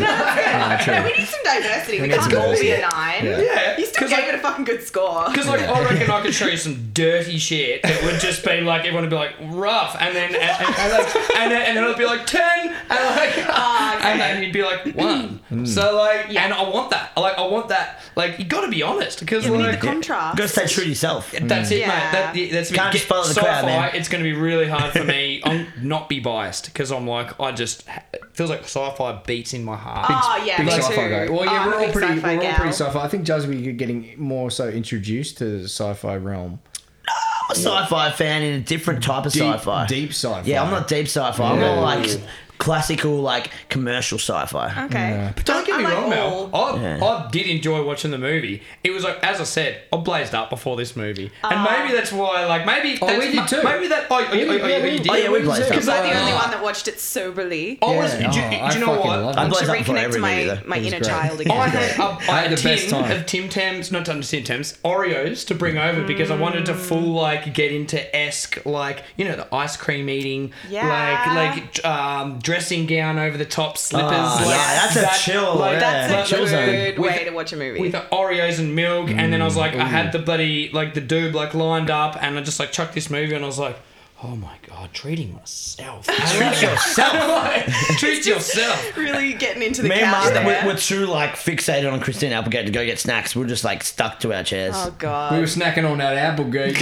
Speaker 4: No, we need some diversity. We
Speaker 2: need
Speaker 4: can't
Speaker 2: some
Speaker 4: all be
Speaker 2: diversity.
Speaker 4: a nine.
Speaker 2: Yeah.
Speaker 5: Yeah,
Speaker 4: You still
Speaker 5: 'cause
Speaker 4: gave
Speaker 5: like-
Speaker 4: it a fucking good score.
Speaker 5: Because like I reckon I could show you some dirty shit that would just be like everyone would be like rough, and then and, and, and, like, and, then, and then it'd be like ten, and like and then you'd be
Speaker 1: Mm.
Speaker 5: like one. So like, and I want that. I Like I want that. Like you got to be honest, because
Speaker 4: We need
Speaker 5: like
Speaker 4: the contrast.
Speaker 1: Go stay true to yourself.
Speaker 5: *laughs* that's it,
Speaker 4: Yeah.
Speaker 5: mate. That, yeah, that's me.
Speaker 1: Can't just
Speaker 5: Get-
Speaker 1: follow the crowd,
Speaker 5: sci-fi,
Speaker 1: man.
Speaker 5: It's going to be really
Speaker 1: *laughs*
Speaker 5: hard for me. I'm not be biased because I'm like I just it feels like sci-fi beats in my heart.
Speaker 4: Oh yeah,
Speaker 2: Big
Speaker 4: me
Speaker 2: sci-fi
Speaker 4: too.
Speaker 2: guy. Well,
Speaker 4: Oh,
Speaker 2: yeah,
Speaker 4: I'm a
Speaker 2: we're all
Speaker 4: big
Speaker 2: pretty,
Speaker 4: sci-fi
Speaker 2: we're all
Speaker 4: gal.
Speaker 2: pretty sci-fi. I think Jazz, we're getting more so introduced to the sci-fi realm.
Speaker 1: I'm a sci-fi fan in a different type of
Speaker 2: Deep-
Speaker 1: sci-fi.
Speaker 2: deep sci-fi.
Speaker 1: Yeah, I'm not deep sci-fi. I'm
Speaker 2: Yeah.
Speaker 1: not like classical, like commercial sci-fi.
Speaker 4: Okay.
Speaker 5: But don't get
Speaker 4: I
Speaker 5: me
Speaker 4: like "Oh."
Speaker 5: wrong,
Speaker 4: all-
Speaker 5: Mel.
Speaker 2: Oh,
Speaker 5: I,
Speaker 1: Yeah.
Speaker 5: I did enjoy watching the movie. It was like, as I said, I blazed up before this movie, and
Speaker 4: Uh-huh.
Speaker 5: maybe that's why. Like, maybe
Speaker 2: Oh,
Speaker 5: that's,
Speaker 2: we did too.
Speaker 5: Maybe that. Oh, oh, oh, oh,
Speaker 2: yeah,
Speaker 5: oh, you did.
Speaker 1: Oh, yeah, we blazed
Speaker 2: did.
Speaker 1: up.
Speaker 4: Because I'm the only one that watched it soberly.
Speaker 5: I was.
Speaker 2: Yeah.
Speaker 5: do,
Speaker 2: Oh,
Speaker 5: you-
Speaker 2: I
Speaker 5: do you know
Speaker 2: fucking
Speaker 5: what?
Speaker 2: love
Speaker 1: I
Speaker 2: it.
Speaker 1: blazed
Speaker 4: to
Speaker 1: up before every
Speaker 4: reconnect
Speaker 1: movie
Speaker 4: my,
Speaker 1: though.
Speaker 4: my
Speaker 2: It was
Speaker 4: inner
Speaker 2: great.
Speaker 4: child
Speaker 5: I
Speaker 4: again. *laughs*
Speaker 5: had, a, I
Speaker 2: I
Speaker 5: had
Speaker 2: had
Speaker 5: a
Speaker 2: the best
Speaker 5: tin
Speaker 2: time.
Speaker 5: of Tim Tams, not Tim Tim Tams, Oreos to bring over because I wanted
Speaker 4: Mm.
Speaker 5: to full like get into esque like you know the ice cream eating,
Speaker 4: Yeah.
Speaker 5: like like um, dressing gown over the top slippers.
Speaker 1: Ah,
Speaker 5: like,
Speaker 1: yeah, that's a chill, yeah.
Speaker 4: That's a
Speaker 5: like,
Speaker 4: good
Speaker 5: with-
Speaker 4: way to watch a movie.
Speaker 5: with uh, Mm. the Oreos and milk, and then I was like, I had the bloody like the dude like lined up, and I just like chucked this movie, and I was like, oh my god, treating myself, *laughs* treat yourself, *laughs* treat yourself.
Speaker 4: *laughs* really getting into the
Speaker 1: Me and
Speaker 4: couch
Speaker 1: Mark
Speaker 4: there.
Speaker 1: were, were too like fixated on Christine Applegate to go get snacks. We were just like stuck to our chairs.
Speaker 4: oh
Speaker 2: We were
Speaker 4: god.
Speaker 2: snacking on that Applegate.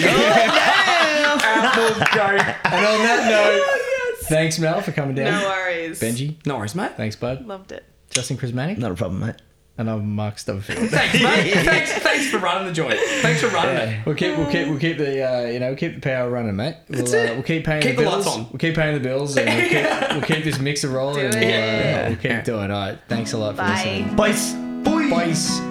Speaker 5: *laughs*
Speaker 2: Applegate. And on that
Speaker 5: *laughs*
Speaker 2: note, thanks Mel for coming down.
Speaker 4: No worries.
Speaker 2: Benji,
Speaker 5: No worries, mate.
Speaker 2: thanks bud.
Speaker 4: Loved it.
Speaker 2: Justin Chrismanic,
Speaker 1: Not a problem, mate.
Speaker 2: and I'm Mark Stubblefield.
Speaker 5: Thanks, mate. *laughs* thanks, thanks for running the joint. Thanks for running it.
Speaker 2: We'll keep, we'll keep, we'll keep the, uh, you know, we'll keep the power running, mate. We'll,
Speaker 5: That's
Speaker 2: uh,
Speaker 5: it.
Speaker 2: we'll keep paying
Speaker 5: Keep
Speaker 2: the
Speaker 5: the
Speaker 2: bills.
Speaker 5: lights on.
Speaker 2: We'll keep paying the bills, and
Speaker 5: *laughs*
Speaker 2: we'll keep, we'll keep this mixer rolling, and
Speaker 4: Do it.
Speaker 2: we'll, uh, we'll keep doing. All right, thanks a lot for
Speaker 4: Bye.
Speaker 2: listening.
Speaker 1: Boys.
Speaker 2: Peace.